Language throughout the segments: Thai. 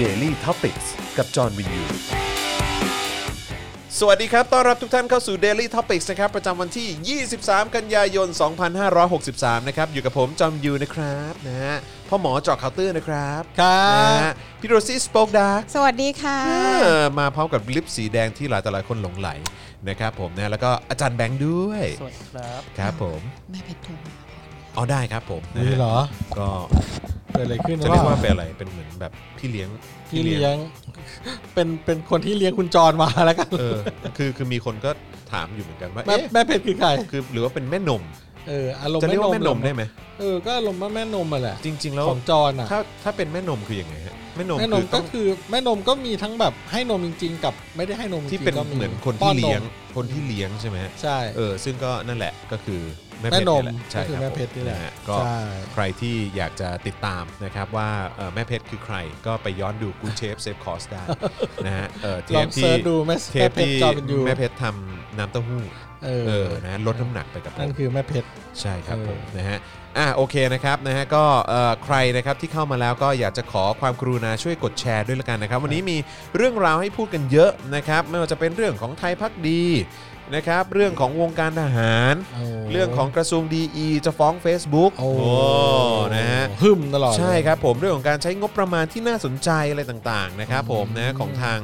Daily t o p i c กกับจอห์นวินยู สวัสดีครับ ต้อนรับทุกท่านเข้าสู่ Daily Topics นะครับ ประจำวันที่ 23 กันยายน 2563 นะครับ อยู่กับผม จอมยูนะครับนะฮะพ่อหมอเจอข่าวตื้อนะครับ ครับ นะฮะพี่โรซี่สป็อกดาร์ก สวัสดีค่ะ มาพร้อมกับลิปสีแดงที่หลายต่อหลายคนหลงไหลนะครับผมนะแล้วก็อาจารย์แบงค์ด้วย สวัสดีครับ ครับผม แม่เพชรโทรมา อ๋อได้ครับผมนะ นี่ ฮะ เหรอ ก็ เกิดอะไรขึ้น จะเรียกว่า ว่า เป็นอะไรเป็นเหมือนแบบพี่เลี้ยง พี่เลี้ยง เป็นเป็นคนที่เลี้ยงคุณจรมาแล้วกัน เออคือคือมีคนก็ถามอยู่เหมือนกันว่า แม่ เอ๊ะ แม่เพชรคือใคร คือหรือว่าเป็นแม่นม เอออารมณ์ จะเรียกว่าแม่นม เหรอ ได้ไหม เออก็อารมณ์ว่าแม่นมมาแหละ จริง ๆ แล้ว ของจรอ่ะ ถ้าถ้าเป็นแม่นมคือยังไงฮะแม่นม แม่น คื ม อต้ ก็ อง คือแม่นมก็มีทั้งแบบให้นมจริง ๆ กับไม่ได้ให้นมจริงๆ ที่เป็น ก็ เหมือนคน ป้ ที่ ม เลี้ยงคนที่เลี้ยงใช่ไหมฮะ ใช่ เออซึ่งก็นั่นแหละก็คือแม่เพ แม่ ชร น นี่แหมละใช่ ก็คือ รับ แม่เพชรนี่แหละ ผมฮก็ ใช่ ใครที่อยากจะติดตามนะครับว่าเอ่อแม่เพชรคือใครก็ไปย้อนดูกูเชฟเซฟคอสได้ นะฮะเออเท ลอ ป ง ที่ เสิร์ชดูแม่ เทป เพชร ที่ จอเป็นยู แม่เพชรทำน้ำเต้าหู้ เอ เอ อ อนะลดน้ำหนักไปกับผ นั่ ม นคือแม่เพชร ใช่ครับ เออ ผมนะฮะอ่ะโอเคนะครับนะฮะก็เอ่อใครนะครับที่เข้ามาแล้วก็อยากจะขอความกรุณาช่วยกดแชร์ด้วยละกันนะครับ วันนี้มีเรื่องราวให้พูดกันเยอะนะครับไม่ว่าจะเป็นเรื่องของไทยพักดีนะครับเรื่องของวงการทหาร โอ้ เรื่องของกระทรวงดีอีจะฟ้อง Facebook โอ้ นะฮะ หึมตลอด ใช่ เลย ครับผมเรื่องของการใช้งบประมาณที่น่าสนใจอะไรต่างๆนะครับผมนะของทาง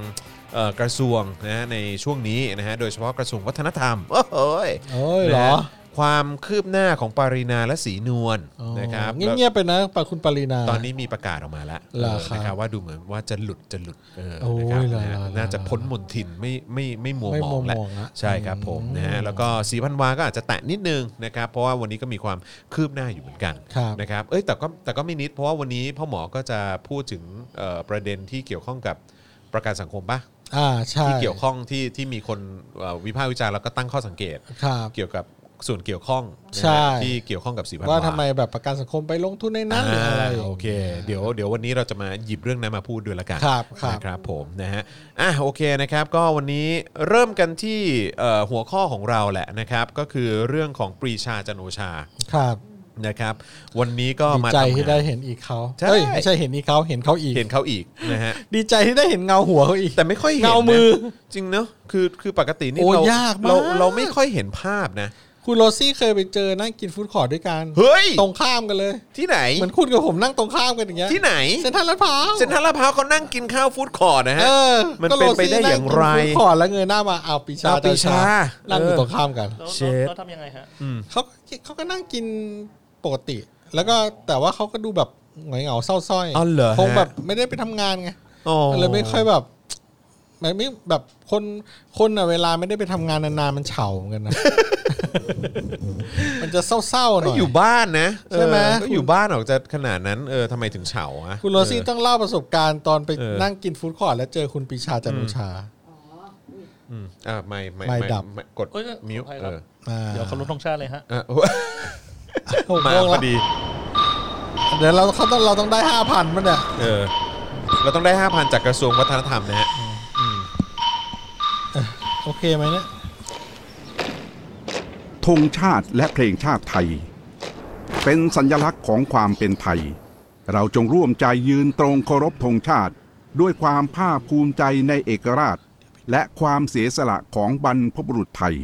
เอ่อกระทรวงนะในช่วงนี้นะฮะโดยเฉพาะกระทรวงวัฒนธรรมโอ้โหย โอ้ยเหรนะอฮะความคืบหน้าของปารินาและสีนวล อ๋อ นะครับ เงียบๆไปนะปะคุณปรินา ตอนนี้มีประกาศออกมาแล้ว เหรอครับ นะครับว่าดูเหมือนว่าจะหลุดจะหลุดเออ โอ้ย นะครับ เหรอ นะฮะ เหรอ น่าจะพ้นมนทินไม่ไม่ไม่มัว ไม่ หม มั อ ว งแล้ว หมองละ ใช่ครับผมนะฮะ อืม แล้วก็สีพันวาก็อาจจะแตะนิดนึงนะครับเพราะว่าวันนี้ก็มีความคืบหน้าอยู่เหมือนกัน ครับ นะครับ เอ้ย แต่ก็แต่ก็ไม่นิด เพราะว่าวันนี้พ่อหมอก็จะพูดถึงเอ่อประเด็นที่เกี่ยวข้องกับประกันสังคมปะ อ่าใช่ ที่เกี่ยวข้องที่ที่มีคนเอ่อวิพากษ์วิจารณ์แล้วก็ตั้งข้อสังเกต ครับ เกี่ยวกับส่วนเกี่ยวข้องนะฮะ ใช่ ที่เกี่ยวข้องกับสีพัน ว่าทำไมแบบประกันสังคมไปลงทุนในนั้นหรืออะไร อ่าโอเค เดี๋ยวเดี๋ยววันนี้เราจะมาหยิบเรื่องนั้นมาพูดด้วยละกัน ครับครับ นะครับผมนะฮะ อ่ะโอเคนะครับ ก็วันนี้เริ่มกันที่เอ่อหัวข้อของเราแหละนะครับ ก็คือเรื่องของปรีชาจันทร์โอชา ครับ นะครับ วันนี้ก็ ดี มา ใจ ทำงาน ที่ได้เห็นอีกเขา ใช่ เอ้ยไม่ใช่เห็นอีกเขาเห็นเขาอีก เห็นเขาอีกนะฮะ ดีใจที่ได้เห็นเงาหัวเขาอีก แต่ไม่ค่อยเห็นนะ เงามือ จริงเนอะคือคือปกตินี่ โอ้ เราย ากมาก เราเราไม่ค่อยเห็นภาพนะ คุณโรซี่เคยไปเจอนั่งกินฟู้ดคอร์ทด้วยกัน เฮ้ย ตรงข้ามกันเลย ที่ไหน เหมือนคุณกับผมนั่งตรงข้ามกันอย่างเงี้ย ที่ไหน เซ็นทรัลลาดพร้าว เซ็นทรัลลาดพร้าวเขานั่งกินข้าวฟู้ดคอร์ทนะฮะ เออ มันเป็นไปได้อย่างไร ก็โซี่นั่กินฟู้ดคอร์ทแล้วเงยหน้ามาเอาวปีชา อ้าวปีชา นั่งอยู่ เออ ตรงข้ามกัน แล้ว เชฟแล้วแล้วทำยังไงฮะ อืม เขาเขาก็นั่งกินปกติ แล้วก็แต่ว่าเขาก็ดูแบบเหงาเหงาๆเศร้าสร้อย อ๋อเหรอฮะ คงแบบไม่ได้ไปทำงานไง อ๋อ เลยไม่ค่อยแบบมันไม่แบบคนคนอ่ะเวลาไม่ได้ไปทำงานนานๆมันเฉาเหมือนกันนะ มันจะเศร้าๆห ก็ น่อย อยู่บ้านนะ ใช่ไหม เออก็อยู่บ้านออกจะขนาดนั้นเออทำไมถึงเฉาอะ คุณโรซี่ต้องเล่าประสบการณ์ตอนไป เออ นั่งกินฟู้ดคอร์ทแล้วเจอคุณปีชาจันทร์โอชา อืมอ่าไม่ไม่ ไม่ดับ ไม่กด เอ้ย มิว ขออภัเอยครับ อ อ่า เดี๋ยวเขาลดธงชาติเลยฮะ เออ หก มา โง พอละดี เดี๋ยวเราเขาต้องเราต้องได้ห้าพันมันเนี่ย เออเราต้องได้ห้าพันจากกระทรวงวัฒนธรรมนะฮะ โอเคไหมเนี่ย ธงชาติและเพลงชาติไทย เป็นสัญลักษณ์ของความเป็นไทย เราจงร่วมใจยืนตรงเคารพธงชาติ ด้วยความภาคภูมิใจในเอกราช และความเสียสละของบรรพบุรุษไทย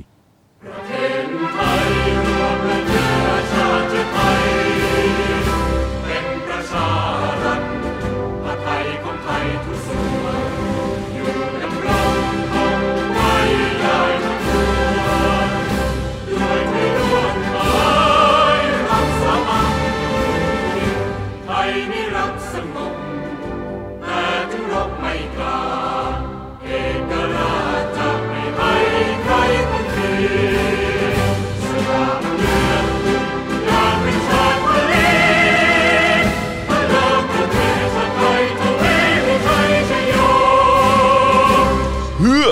ไทยนิรักสงบแต่ถึงรบไม่กล้า เอกราชจะไม่ให้ใครคนทีสลาเมืองงานวิชาทะเลพระนามประเทศไทยทะเลให้ไทยชโย เฮือ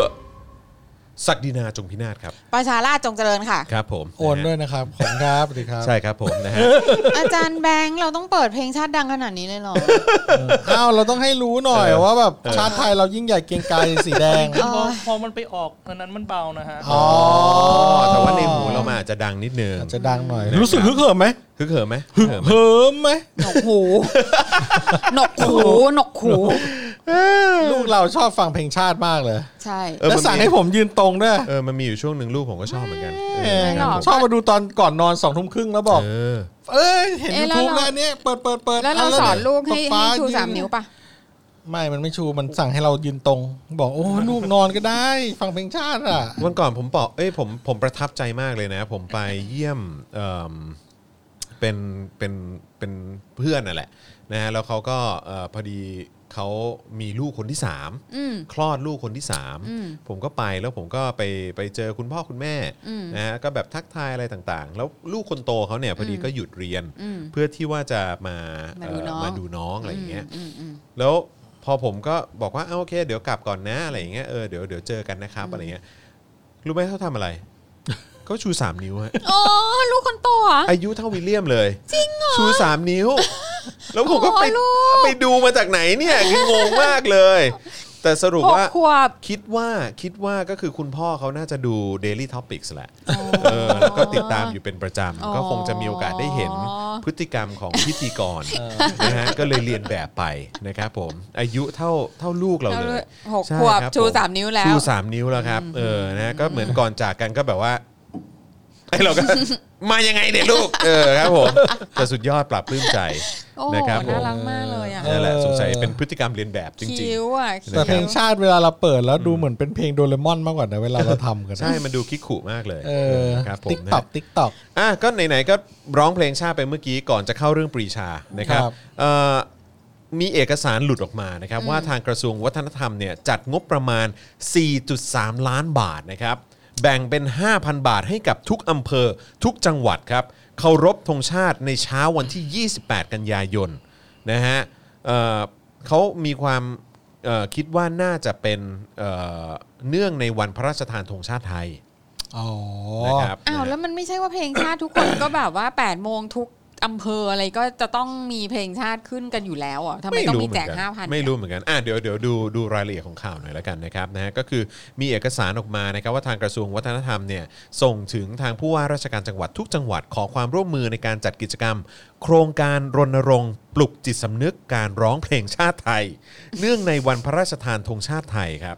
ศักดินาจงพินาศครับ ประชาราชจงเจริญค่ะ ครับผม โอนด้วยนะครับขอบคุณครับสวัสดีครับ ใช่ครับผมนะฮะ อาจารย์แบงค์เราต้องเปิดเพลงชาติดังขนาดนี้เลยเหรอ อ้าวเราต้องให้รู้หน่อย เออ ว่าแบบชาติไทยเรายิ่งใหญ่เกรียงไกรสีแดง พอพอมันไปออกอันนั้นมันเบานะฮะ อ๋อ อ๋อแต่ว่าในหูเรามันอาจจะดังนิดนึง อาจจะดังหน่อย นะครับ รู้สึกฮึกเหิมไหม ฮึกเหิมไหมฮึกเหิมไหม เหิมไหม หนกหู หนกหู หนกหู เ ลูกเราชอบฟังเพลงชาติมากเลย ใช่ เออ แล้วสั่งให้ผมยืนตรงด้วย เออมันมีอยู่ช่วงหนึ่งลูกผมก็ชอบเหมือนกันเออ หรอก ชอบมาดูตอนก่อนนอนสองทุ่มครึ่งแล้วบอก เออ เอ้ยเห็น เอ๊ะ ยู แล้ว ทูบ เรา แล้วอันเนี้ยเปิดเปิดเปิด แล้วเรา ะ สอนลูกให้ ป๊ ให้ ป๊ ชู ยื สามนิ้วปะ ไม่มันไม่ชูมันสั่งให้เรายืนตรง บอกโอ้ ลูกนอนก็ได้ ฟังเพลงชาติอ่ะ วันก่อนผมบอกเอ้ยผมผมประทับใจมากเลยนะ ผมไปเยี่ยมเอิ่มเป็นเป็นเป็นเพื่อนน่ะแหละนะฮะแล้วเขาก็เอ่อพอดีเขามีลูกคนที่สาม อืม คลอดลูกคนที่สาม อืม ผมก็ไปแล้วผมก็ไปไปเจอคุณพ่อคุณแม่ อืม นะฮะก็แบบทักทายอะไรต่างๆ แล้วลูกคนโตเขาเนี่ยพอดีก็หยุดเรียน อืม เพื่อที่ว่าจะมา มา เอ่ ดู อ น้อง มาดูน้องอะไรอย่างเงี้ย มอืม แล้วพอผมก็บอกว่าเอาโอเค เดี๋ยวกลับก่อนนะอะไรอย่างเงี้ยเออเดี๋ยวเดี๋ยวเจอกันนะครับอะไรเงี้ยรู้ไหมเขาทำอะไร เขาชูสามนิ้ว ฮะ โอ้ลูกคนโตเหรอ อายุเท่าวิลเลียมเลยจริงเหรอชูสามนิ้ว แล้วผมก็ไป โอ้ลูก ไปดูมาจากไหนเนี่ยคืองงมากเลย แต่สรุป หก ว่า ขวบ คิดว่าคิดว่าก็คือคุณพ่อเขาน่าจะดู Daily Topics แหละเออแล้วก็ติดตามอยู่เป็นประจ อ๋อ ำก็คงจะมีโอกาสได้เห็นพฤติกรรมของพิธีกรนะฮะก็เลยเรียนแบบไปนะครับผมอายุเท่าเท่าลูกเราเลย หก ใช่ ขวบ ครับ ชู ผม สามนิ้วแล้ ชู ว สามนิ้วแล้วครับเออนะฮะก็เหมือนก่อนจากกันก็แบบว่า ไอ้เราก็ มายังไงเนี่ยลูกเออครับผมแต่สุดยอดปรับปลื้มใจ โอ้ นะครับผ น่าม รักมากเลยอ่ะ นั่นแหละ เออ สงสัยเป็นพฤติกรรมเรียนแบบจริง คิ้วอ่ะ นะ แต่ คิ้ว เพลงชาติเวลาเราเปิดแล้วดูเหมือนเป็นเพลงโดเรมอนมากกว่านะเวลาเราทำกัน ๆ ใช่มันดูคิกขู่มากเลย เออ ครับผม ติ๊ก นะ ต็ ฮะ อกติ๊กต็อก อ่ะก็ไหนๆก็ร้องเพลงชาติไปเมื่อกี้ก่อนจะเข้าเรื่องปรีชานะครับ ครับ เอ่อมีเอกสารหลุดออกมานะครับว่าทางกระทรวงวัฒนธรรมเนี่ยจัดงบประมาณ 4.3 ล้านบาทนะครับแบ่งเป็น 5,000 บาทให้กับทุกอำเภอทุกจังหวัดครับเคารพธงชาติในเช้าวันที่ 28 กันยายนนะฮะเอ่อเขามีความเอ่อคิดว่าน่าจะเป็นเอ่อเนื่องในวันพระราชทานธงชาติไทย ๋อ นะครับ อ้าวแล้วมันไม่ใช่ว่าเพลงชาติทุกคนก็แบบว่า8ปดโมงทุกอำเภออะไรก็จะต้องมีเพลงชาติขึ้นกันอยู่แล้วอ่ะทำไมต้องมีแจกห้าพัน ไม่รู้เหมือนกัน อ่ะเดี๋ยวเดี๋ยวดูดูรายละเอียดของข่าวหน่อยแล้วกันนะครับนะฮะก็คือมีเอกสารออกมานะครับว่าทางกระทรวงวัฒนธรรมเนี่ยส่งถึงทางผู้ว่าราชการจังหวัดทุกจังหวัดขอความร่วมมือในการจัดกิจกรรม โครงการรณรงค์ปลุกจิตสำนึกการร้องเพลงชาติไทย เนื่องในวันพระราชทานธงชาติไทยครับ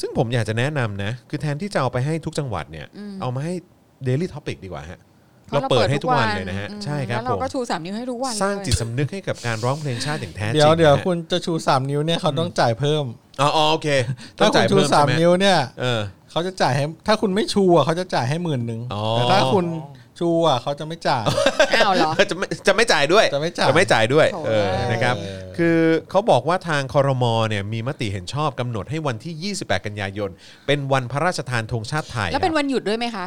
ซึ่งผมอยากจะแนะนำนะ คือแทนที่จะเอาไปให้ทุกจังหวัดเนี่ยเอามาให้ Daily Topic ดีกว่าฮะเราเปิดให้ทุกวันเลยนะฮะใช่ครับผแล้วเรา ม ก็ชูสามนิ้วให้ทุกวัน สร้าง เลย จิตสำนึกให้กับการร้องเพลงชาติอย่างแท้จริง เดี๋ยวเดี๋ยว นะฮะ คุณจะชูสามนิ้วเนี่ยเขาต้องจ่ายเพิ่ม อ๋ออ๋อโอเคต้อ ถ้างจ่ายคุณชู เพิ่ม สา ใช่ ม ไหม นิ้วเนี่ย เออ เขาจะจ่ายให้ถ้าคุณไม่ชูอ่ะเขาจะจ่ายให้หมื่นหนึ่ง อ๋อ แต่ถ้าคุณชูอ่ะเขาจะไม่จ่าย อ้าวเหรอ จะไม่จะไม่จ่ายด้วย จะไม่จ่าย ด้วย โถ่ เออนะครับคือเขาบอกว่าทางคอรมอเนี่ยมีมติเห็นชอบกำหนดให้วันที่ 28 กันยายน เป็นวันพระราชทานธงชาติไทย แล้วเป็นวันหยุดด้วยไหมคะ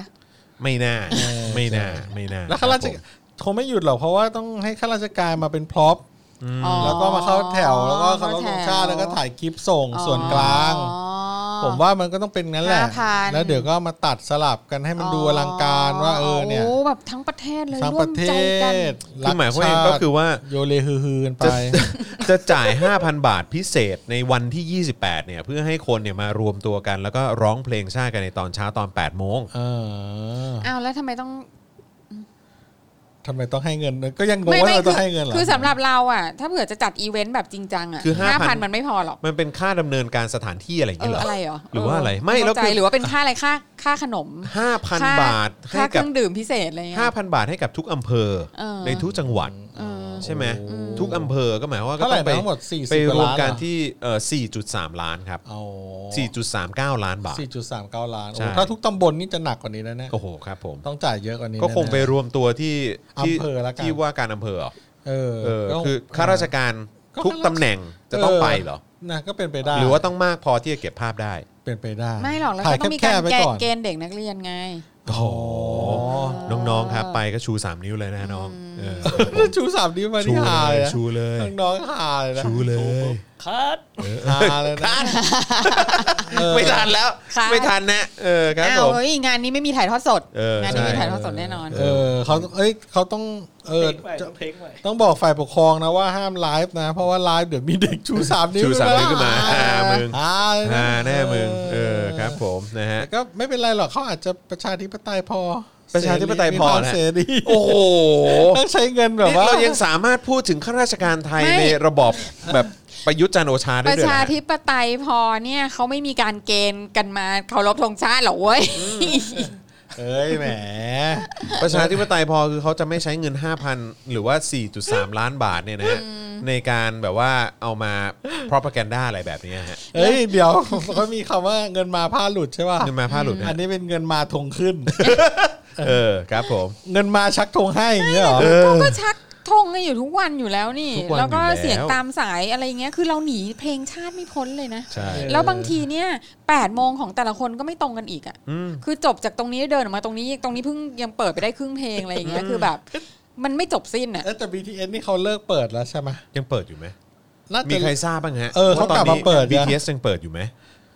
ไม่น่า เออ ไม่น่าไม่น่า แล้วข้าราช ค การ บผม คงไม่หยุดหรอกเพราะว่าต้องให้ข้าราชการมาเป็นพร็อพ อ๋อ แล้วก็มาเข้าแถวแล้วก็เขาลง แถว ชาติแล้วก็ถ่ายคลิปส่ง อ๋อ ส่วนกลาง ผมว่ามันก็ต้องเป็นงั้นแหละ 5,000 แล้วเดี๋ยวก็มาตัดสลับกันให้มันดูอลังการว่าเออเนี่ย โแบบทั้งประเทศเลย ทั้ง ร่ ป ว ระ ม เท ใจกัน ศ คือหมายความว่าก็คือว่า โยเลฮือฮือกันไป จะจะจ่าย 5,000 บาทพิเศษในวันที่ 28 เนี่ยเพื่อให้คนเนี่ยมารวมตัวกัน แล้วก็ร้องเพลงชาติกันในตอนเช้าตอน 8 โมง เออ อ้าวแล้วทำไมต้อง ทำไมต้องให้เงิน ก็ยังงงว่าเราต้องให้เงินเหรอ คือสำหรับเราอ่ะ ถ้าเผื่อจะจัดอีเวนต์แบบจริงจังอ่ะ คือ5,000 พันมันไม่พอหรอก มันเป็นค่าดำเนินการสถานที่อะไรอย่าง เอ เงี้ยเหรอออะไรเหรอ หรือว่าอะไรไม่แล้ว เข้า คื ใจ อ หรือว่าเป็นค่าอะไรค่าค่าขนมค่ 5,000 บาทให้ ค่าเค กับ รื่องดื่มพิเศษอะไรเงี้ย 5,000 บาทให้กับทุกอำเภอ เออ ในทุกจังหวัด เออ ใช่ไหมทุกอำเภอก็หมายความว่าก็ เท่าไหร่ ไป นะทั้งหมด40 ไปรวม ล้าน กัน เหรอ ที่เอ่อ4.3 ล้านครับ เอา 4.39 ล้านบาท สี่จุดสามเก้าล้าน ใช่ โอ้ถ้าทุกตำบลนี่จะหนักกว่านี้นะเนี่ย โอ้โหครับผม ต้องจ่ายเยอะกว่านี้ ก็คงไป แน่ รวมตัวที่ที่ อำเภอละกัน ที่ว่าการอำเภอเหรอ ๆเออ เออ ก็ คือข้าราชการ ก็ ทุกตำแหน่งจะต้องไปเหรอ นะก็เป็นไปได้ หรือว่าต้องมากพอที่จะเก็บภาพได้ เป็นไปได้ ไม่หรอกแล้ว ถ่าย ก็ต้องมี แค การ บๆไว้ แก ก่อน เกณฑ์เด็กนักเรียนไง โอ้โหน้องๆครับไปก็ชู 3 นิ้วเลยนะน้องเออ แล้ว ชูสามนิ้วมา ชู ที่ เล หาย ย นะ ชูเลย น้องๆหาเลยนะ ชูเลย คัด หาเลย นะเออ ไม่ทันแล้ว ค่ะ ไม่ทันนะเออครับ อ้า ผ ว ม เฮ้ยงานนี้ไม่มีถ่ายทอดสด เออง งานนี้ ใช่ ไม่ถ่ายทอดสดแน่นอน เออเขาเอ้ยเขาต้องเออ เทคใหม่ จะ เทคใหม่ ต้องบอกฝ่ายปกครองนะว่าห้ามไลฟ์นะ เพราะว่าไลฟ์เดี๋ยวมีเด็กชูสามนิ้ว ชูสามนิ้วขึ้นมาอ่ามึง อ่าเลยนะ อ่าแน่มึงเออครับผมนะฮะ แต่ก็ไม่เป็นไรหรอกเขาอาจจะประชาธิปไตยพอ ประชาธิปไตยพอนะ มีความเสรี โอ้โห ต้องใช้เงินแบบ นี่ ว่า เรายังสามารถพูดถึงข้าราชการไทย ไม่ ในระบอบแบบ ประยุทธ์จันทร์โอชา ป ได้ ระ ด้วย ชา นะ ธิปไตยพอเนี่ยเขาไม่มีการเกณฑ์กันมาเคารพธงชาติหรอกเว้ย เอ้ยแหม ประชาธิปไตยพอคือเขาจะไม่ใช้เงิน 5,000 หรือว่า 4.3 ล้านบาทเนี่ยนะฮะในการแบบว่าเอามา propaganda อะไรแบบเนี้ยฮะ เอ้ยเดี๋ยว เขามีคำว่าเงินมาผ้าหลุดใช่ป่ะ เงินมาผ้าหลุดนะ อันนี้เป็นเงินมาทงขึ้น เออครับผม เงินมาชักทงให้อย่างเงี้ยเหรอ เขาก็ชักธงกันอยู่ทุกวันอยู่แล้วนี่ ทุกวัน แล้วก็ อยู่แล้ว เสียงตามสายอะไรเงี้ย คือเราหนีเพลงชาติไม่พ้นเลยนะ ใช่ เออ แล้วบางทีเนี่ยแปดโมงของแต่ละคนก็ไม่ตรงกันอีกอ่ะ อืม คือจบจากตรงนี้เดินออกมาตรงนี้ตรงนี้เพิ่งยังเปิดไปได้ครึ่งเพลงอะไรอย่างเงี้ย คือแบบ มันไม่จบสิ้นอ่ะ เออแต่ BTS นี่เขาเลิกเปิดแล้วใช่ไหม ยังเปิดอยู่ไหม น่า มี จะ ใครทราบบ้างฮะ เออเขากลับมาเปิดนะ ว่ตอนนี้ BTS ยังเปิดอยู่ไหม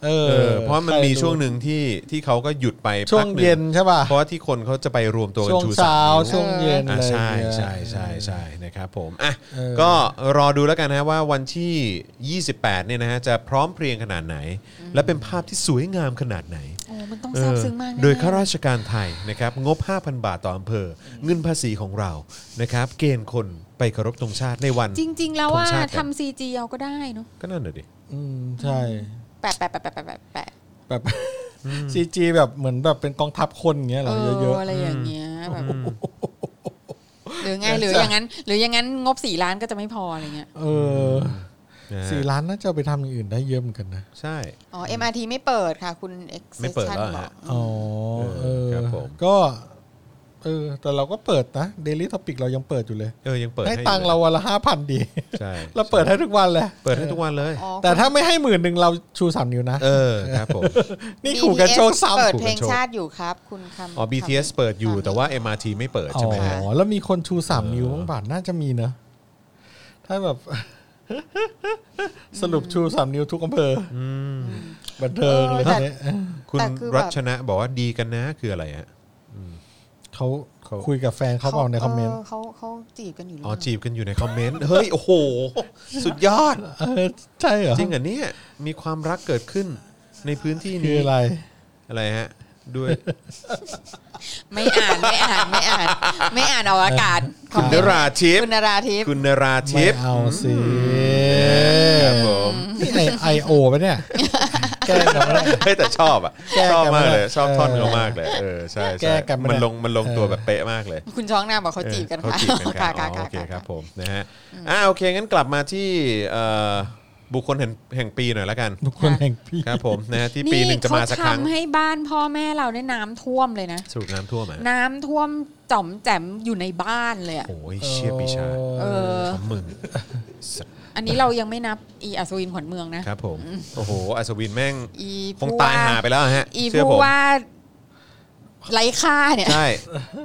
เออ เออ เพราะมันมีช่วงหนึ่งที่ที่เขาก็หยุดไป ช่วง พักห เย็นใช่ป่ะ เพราะว่าที่คนเขาจะไปรวมตัวกันช่วง ชูสา เช้าม ช่วงเย็น อ่ะ อะไรอย่า ใช่ งเงี้ย ใช่ใช่ใช่นะครับผมอ่ะ เออ ก็รอดูแล้วกันนะฮะว่าวันที่ 28 เนี่ยนะฮะจะพร้อมเพรียงขนาดไหน และเป็นภาพที่สวยงามขนาดไหน โอ้มันต้องซาบซึ้งมาก โดยข้า แน่ๆ ราชการไทยนะครับงบ 5,000 บาทต่ออำเภอ เงินภาษีของเรานะครับ เกณฑ์คนไปเคารพธงชาติในวัน จริง ๆ แล้วว่า ธงชาติกัน ทำซีจีเอาก็ได้เนาะ ก็นั่นน่ะดิ อืมใช่ แปะแปะแปะแปะแปะแปะแปะ แบบซีจีแบบเหมือนแบบเป็นกองทัพคนอย่างเงี้ยเหร เอ อ อ เยอะ อะไรอย่างเงี้ยแบบหรือไงหรืออย่างนั้น หรืออย่างนั้นงบสี่ล้านก็จะไม่พออะไรเงี้ย ๆเออ นะฮะ สี่ล้านน่าจะเอาไปทำอย่างอื่นได้เยอะเหมือนกันนะ ใช่ อ๋อ MRT ไม่เปิดค่ะ คุณเอ็กซ์ ไม่เปิดแล้ว บ ฮะ อก อ๋อ เอ เอ อ อ ครับผม ก็เออแต่เราก็เปิดนะเดลิทอปิกเรายังเปิดอยู่เลย เออยังเปิด ให้ อยู่ ตังค์เราวันละห้าพันดี ใช่ เราเปิดให้ทุกวันเลย เปิดให้ทุกวันเลย อ๋อ แต่ถ้าไม่ให้หมื่นหนึ่งเราชูสามนิ้วนะ เออครับผม นี่ขู่กันโชค BTS ซ้ำ เปิด ขู่ เพ กั ล น ง โชค ชาติอยู่ครับ คุณคำ อ๋อ BTS เปิดอยู่แต่ว่า MRT ไม่เปิด อ๋ ใช่ไหมฮะ อ แล้วมีคนชูสาม เออ นิ้วบ้างบาทน่าจะมีเนอะถ้าแบบ สรุปชูสามนิ้วทุกอำเภออบันเทิงเลยทีเนี้ย คุณ แต่คือแบบ รัชนะบอกว่าดีกันนะคืออะไรฮะ เขา เขา คุยกับแฟนเขาเปล่าในคอมเมนต์ เขาเขาจีบกันอยู่หรื อ๋อ เปล่า จีบกันอยู่ในคอมเมนต์ เฮ้ย โอ้โห สุดยอด เออใช่เหรอ จริงเหรอเนี่ย มีความรักเกิดขึ้นในพื้นที่ คือ นี้ อะไร อะไรฮะ ด้วย ไม่อ่านไม่อ่านไม่อ่าน ไม่อ่านออกอากาศ คุณนราทิพ คุ ย์ ณนราทิพย์ คุณนรา ไม่ ทิพย์ เอาสิ ครับผม นี่ไอไอโอปะเนี่ย แกล้งกันปะเนี่ย เฮ้ยแต่ชอบอ่ะ แก้ ชอบมากเลย กันมา ชอบท่อน เออ เขามากเลย เออใช่ แก้ ใช่ กันมา มัน ได้ ลงมันลงตัว เออ แบบเป๊ะมากเลย คุณช้องนาบอกเขาจีบกัน เขา ค่ะ จีบกัน ค่ะ ค่ะอ๋ค่ะอโอเคคค่ะค่ะ รับผมนะฮะอ่าโอเคงั้นกลับมาที่เอ่อบุคคลแห่งแห่งปีหน่อยละกัน ทุกคน ค่ะ แห่งพี่ ครับผมนะฮะที่ปีหนึ่งจะมาสักครั้ง นี่เขทำให้บ้านพ่อแม่เราเนี่ยน้ำท่วมเลยนะ สรุปน้ำท่วมอ่ะ น้ำท่วมจ่อมแจ่มอยู่ในบ้านเลยอะ โอ้ยเชี่ยปีชา เออ ของมึง อันนี้เรายังไม่นับอีอัศวินขวัญเมืองนะ ครับผมโอ้โหอัศวินแม่ง อี คง ผู้ ตายหาไปแล้วฮะ อี เชื่อผ ผู้ ม ว่าไร้ค่าเนี่ย ใช่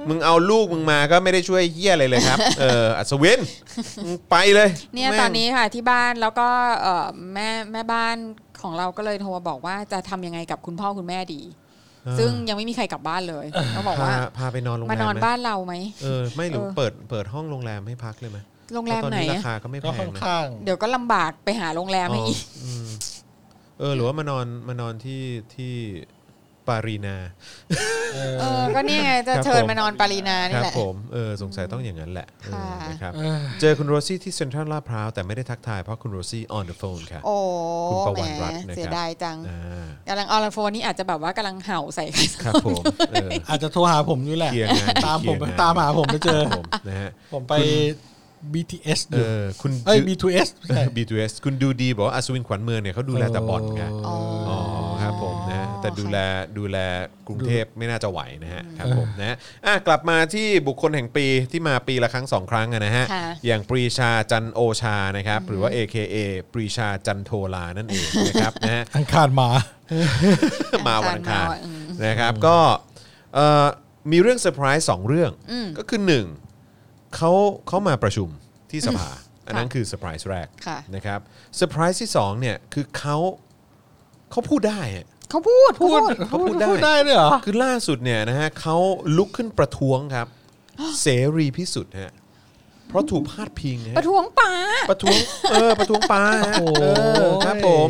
มึงเอาลูกมึงมาก็ไม่ได้ช่วยเหี้ยอะไรเลย ครับ เอออัศวินมึงไปเลย เนี่ย แม่ง ตอนนี้ค่ะที่บ้านแล้วก็เอ่อแม่แม่บ้านของเราก็เลยโทรมาบอกว่าจะทำยังไงกับคุณพ่อคุณแม่ดี ซึ่งยังไม่มีใครกลับบ้านเลยเขาบอก พา ว่า พาไปนอนโรงแรม มานอน ไห บ้านเราไหม เออไม่หรือ เออ เปิดเปิดห้องโรงแรมให้พักเลยไหม โรง เพ แร ราะ ม ตอน ไหน นี้รา อะ คาก็ไม่แพ ก็ ง ค่อน นะ ข้าง เดี๋ยวก็ลำบากไปหาโรงแรมให้อีก อ๋ออืมเออหรือว่ามานอนมานอนที่ที่ปารีนา เอ เอ อ อก็เนี่ยไงจะ ครับ เชิญ ผม มานอนปารีนา ค นี่ รับ แหละ ผมเออสงสัยต้องอย่างนั้นแหละเอค่ะอนะครับ เออ เจอคุณโรซี่ที่เซ็นทรัลลาดพร้าวแต่ไม่ได้ทักทายเพราะคุณโรซี่ on the phone ค่ะ โอ้ คุณประ แห วั ม ติรัตน์นะครับ เสียดายจัง อ่าก ำลังออนไลน์โฟนนี่อาจจะแบบว่ากำลังเห่าใส่ใครสัก ครับ คน ผมเออ อาจจะโทรหาผมอยู่แหละ เคลียร์งาน ตามผม เคลียร์งน ตามหาผมไปเจอ ครับผมนะฮะ ผมไป BTS อ เอยู่ อคุณ เอ้ย B2S ไม่ใช่ บีทูเอสคุณดูดีบอกว่าอัศวินขวัญเมืองเนี่ยเขาดูแลแต่บอลไง อ๋ออ อ๋อครับผมนะแต่ดูแลดูแลกรุงเทพไม่น่าจะไหวนะฮะครับผมนะอ่ะกลับมาที่บุคคลแห่งปีที่มาปีละครั้งสองครั้งอะนะฮะ ค่ะ อย่างปรีชาจันโอชานะครับหรือว่า AKA ปรีชาจันโทลานั่นเองนะครับนะ ฮะ อังคารมา มาวันอังคาร มาวันอืม นะครับก็เอ่อมีเรื่องเซอร์ไพรส์สองเรื่อง อืม ก็คือหนึ่งเขาเขามาประชุมที่สภา อันนั้นคือเซอร์ไพรส์แรก ค่ะ นะครับเซอร์ไพรส์ที่สองเนี่ยคือเขาเขาพูดได้อะ เขาพูดพูด เขาพูดได้ พูดได้ด้วยเหรอ คือล่าสุดเนี่ยนะฮะเขาลุกขึ้นประท้วงครับ เสรีพิสุทธิ์ฮะเพราะถูกพาดพิงฮะ ประท้วงป้า ประท้วงเออประท้วงป้าฮะ โอ้โห เออครับผม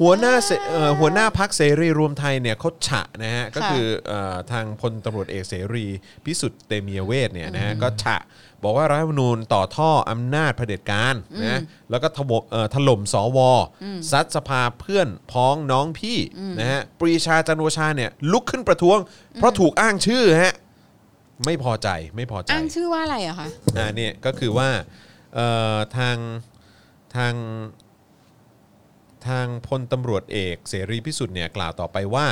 หัวหน้าเสเอ่อหัวหน้าพักเสรีรวมไทยเนี่ยเขาฉะนะฮะก็คือเอ่อทางพลตำรวจเอกเสรีพิสุทธิ์เตมียเวทเนี่ยนะฮะก็ฉะบอกว่ารัฐธรรมนูญต่อท่ออำนาจเผด็จการนะแล้วก็ถวเอ่อถล่มสวซัดสภาเพื่อนพ้องน้องพี่นะฮะปรีชาจันทร์โอชาเนี่ยลุกขึ้นประท้วง เพราะถูกอ้างชื่อฮะไม่พอใจไม่พอใจ อ้างชื่อว่าอะไรอะคะ อ่าเนี่ยก็คือว่าเอ่อทางทางทางพลตำรวจเอกเสรีพิสุทธิ์เนี่ยกล่าวต่อไปว่า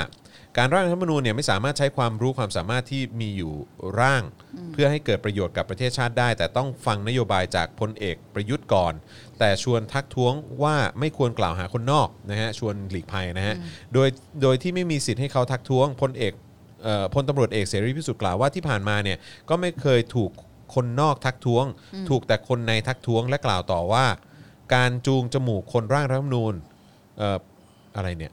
การร่างรัฐธรรมนูญเนี่ยไม่สามารถใช้ความรู้ความสามารถที่มีอยู่ร่าง เพื่อให้เกิดประโยชน์กับประเทศชาติได้ แต่ต้องฟังนโยบายจากพลเอกประยุทธ์ก่อน แต่ชวนทักท้วงว่าไม่ควรกล่าวหาคนนอกนะฮะชวนหลีกภัยนะฮะโดยโดยที่ไม่มีสิทธิ์ให้เขาทักท้วงพลเอกเอ่อพลตำรวจเอกเสรีพิสุทธิ์กล่าวว่าที่ผ่านมาเนี่ยก็ไม่เคยถูก คนนอกทักท้วง ถูกแต่คนในทักท้วงและกล่าวต่อว่า การจูงจมูกคนร่างรัฐธรรมนูญเอ่ออะไรเนี่ย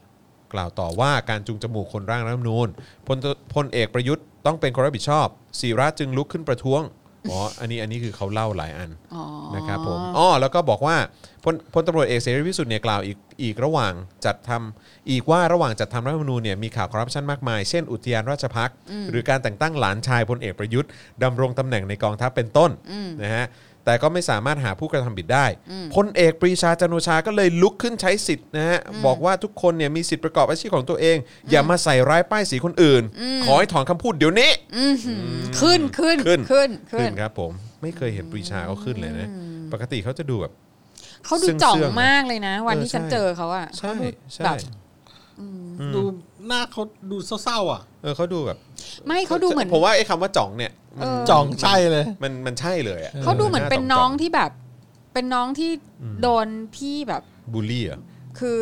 กล่าวต่อว่าการจูงจมูกคนร่างรัฐธรรมนูญพลพลเอกประยุทธ์ต้องเป็นคนรับผิดชอบศิระจึงลุกขึ้นประท้วงอ๋ออันนี้อันนี้คือเขาเล่าหลายอัน อ๋อ นะครับผมอ๋อแล้วก็บอกว่าพลพลตำรวจเอกเสรีพิสุทธิ์เนี่ยกล่าวอีกอีกระหว่างจัดทำอีกว่าระหว่างจัดทำรัฐธรรมนูญเนี่ยมีข่าวคอร์รัปชันมากมาย เช่นอุทยานราชพักษ์หรือการแต่งตั้งหลานชายพลเอกประยุทธ์ดำรงตำแหน่งในกองทัพเป็นต้นนะฮะแต่ก็ไม่สามารถหาผู้กระทำผิดได้พลเอกปรีชาจันทร์โอชาก็เลยลุกขึ้นใช้สิทธิ์นะฮะบอกว่าทุกคนเนี่ยมีสิทธิ์ประกอบอาชีพของตัวเอง อย่ามาใส่ร้ายป้ายสีคนอื่น ขอให้ถอนคำพูดเดี๋ยวนี้ อื้อหือขึ้นขึ้น ขึ้น ขึ้น ขึ้นครับผมไม่เคยเห็นปรีชาเขาขึ้นเลยนะปกติเขาจะดูแบบ เขาดูจ่อง เสื่องๆนะ มากเลยนะ วัน เออ ที่ฉัน ใช่ เจอเขาอะ ใช่ เขาดู ใช่ แบบ ดูหน้าเขาดูเศร้าๆอ่ะ เออเขาดูแบบ ไม่เขาดูเหมือน ผมว่าไอ้คำว่าจ่องเนี่ย เออ จ่องใช่เลย มันมันใช่เลยอะ เขาดูเหมือนเป็นน้อง หาจ่ ที่แบบ เป็นน้องที่โดนพี่แบบ ๆบูลลี่เหรอ่ะ คือ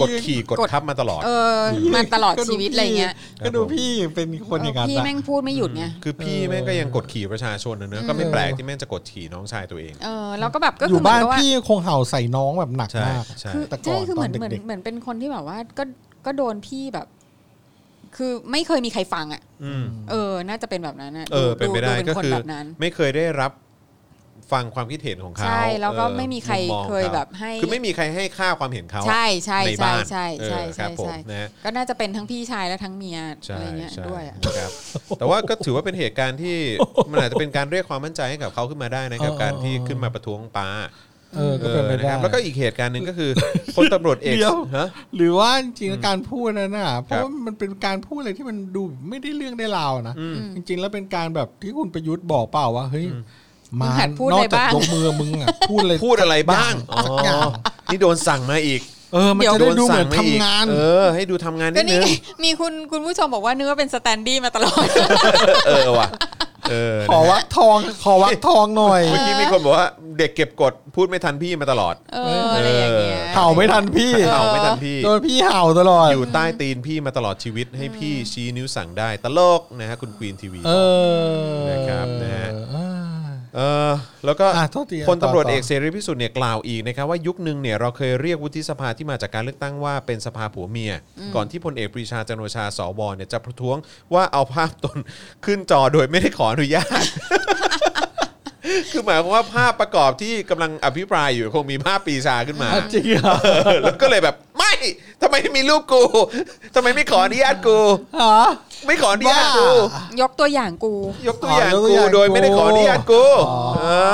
กดขี่กดทับมาตลอด เออมาตลอดชีวิตอะไรเงี้ย ครั ก็ บผม ดูพี่เป็นคนอย่างนั้น พี่ อะ แม่งพูดไม่หยุดไง คือพี่แม่งก็ยังกดขี่ประชาชนนะเนอะก็ไม่แปลกที่แม่งจะกดขี่น้องชายตัวเอง เออแล้วก็แบบก็ อ คื ยู่ อเหมือ บ้าน น กับว่า พี่คงเห่าใส่น้องแบบหนัก ใช่ มาก ใช่ คือ แต่ก่อน ใช่คือเหมือน ตอน เหมือน เด็กๆ เหมือนเป็นคนที่แบบว่าก็ก็โดนพี่แบบ คือไม่เคยมีใครฟังอ่ะ อืม เออ น่าจะเป็นแบบนั้นนะ เออเป็นไปได้ เป็น ก็ คน คือ แบบนั้น ไม่เคยได้รับฟังความคิดเห็นของเขา ใช่แล้วก็ เออ ไม่มีใคร มุมมอง เคยแบบ ขา ให้ คือไม่มีใครให้ค่าความเห็นเขา ใช่ใช่ ใน ใช่ บ้าน ใช่ใช่ เออค ใช่ รับผม ใช่ นะฮะ ก็น่าจะเป็นทั้งพี่ชายและทั้งเมีย ใช่ อะไรเงี้ย ใช่ ด้วยอะ ครับแต่ว่าก็ถือว่าเป็นเหตุการณ์ที่ มันอาจจะเป็นการเรียกความมั่นใจให้กับเขาขึ้นมาได้นะครับ เออเออ การที่ขึ้นมาประท้วงป้า เออก็เป็นไป นะ ได้ ครับแล้วก็อีกเหตุการณ์หนึ่งก็ คือ พลตำรวจเอก เดี๋ยว ฮะ หรือว่าจริงๆแล้วการพูดนั้นน่ะเพ ครั ราะ บ ว่ามันเป็นการพูดอะไรที่มันดูไม่ได้เรื่องได้ราวนะจริง ๆ แล้วเป็นการแบบที่คุณประยุทธ์บอกเปล่าว่าเฮ้ยมา หัดพูด นอ ใน กจาก บ้าน ยกมือมึงอ่ะพูดเลย พูดอะไรบ้างอ๋อ สักอย่าง นี่โดนสั่งมาอีก เออมัน เดี๋ยว จะได้ดูเหมือน โสั่มอีก ทำงาน เออ ให้ดูทำงาน ก็ นิด นี่ นึง ไงมีคุณคุณผู้ชมบอกว่าเนื้อเป็นสแตนดี้มาตลอด เออว่ะเออ ขอวักทองขอวักทองหน่อย เมื่อกี้มีคนบอกว่าเด็กเก็บกดพูดไม่ทันพี่มาตลอด เอออะไรอย่างเงี้ย เห่าไม่ทันพี่ เห่าไม่ทันพี่ โดนพี่เห่าตลอด อยู่ใต้ตีนพี่มาตลอดชีวิตให้พี่ชี้นิ้วสั่งได้ตลกนะฮะคุณควีนทีวี เออ นะครับนะฮะ เออ เออแล้วก็ อ่ะโทษที พลตำรวจ ต่อต่อ เอกเสรีพิสุทธิ์เนี่ยกล่าวอีกนะครับว่ายุคหนึ่งเนี่ยเราเคยเรียกวุฒิสภาที่มาจากการเลือกตั้งว่าเป็นสภาผัวเมีย ก่อนที่พลเอกปรีชาจันทร์โอชาสวเนี่ยจะประท้วงว่าเอาภาพตน ขึ้นจอโดยไม่ได้ขออนุญาต คือหมายความว่าภาพประกอบที่กำลังอภิปรายอยู่คงมีภาพปรีชาขึ้นมา จริงเหรอ เออแล้วก็เลยแบบไม่ทำไมมีรูปกูทำไมไม่ขออนุญาตกู ฮะ ไม่ขออนุญาตกู ยกตัวอย่างกู ยกตัวอย่าง อ๋อยกตัว กู อย่าง โดยไม่ได้ขออนุญาตกูา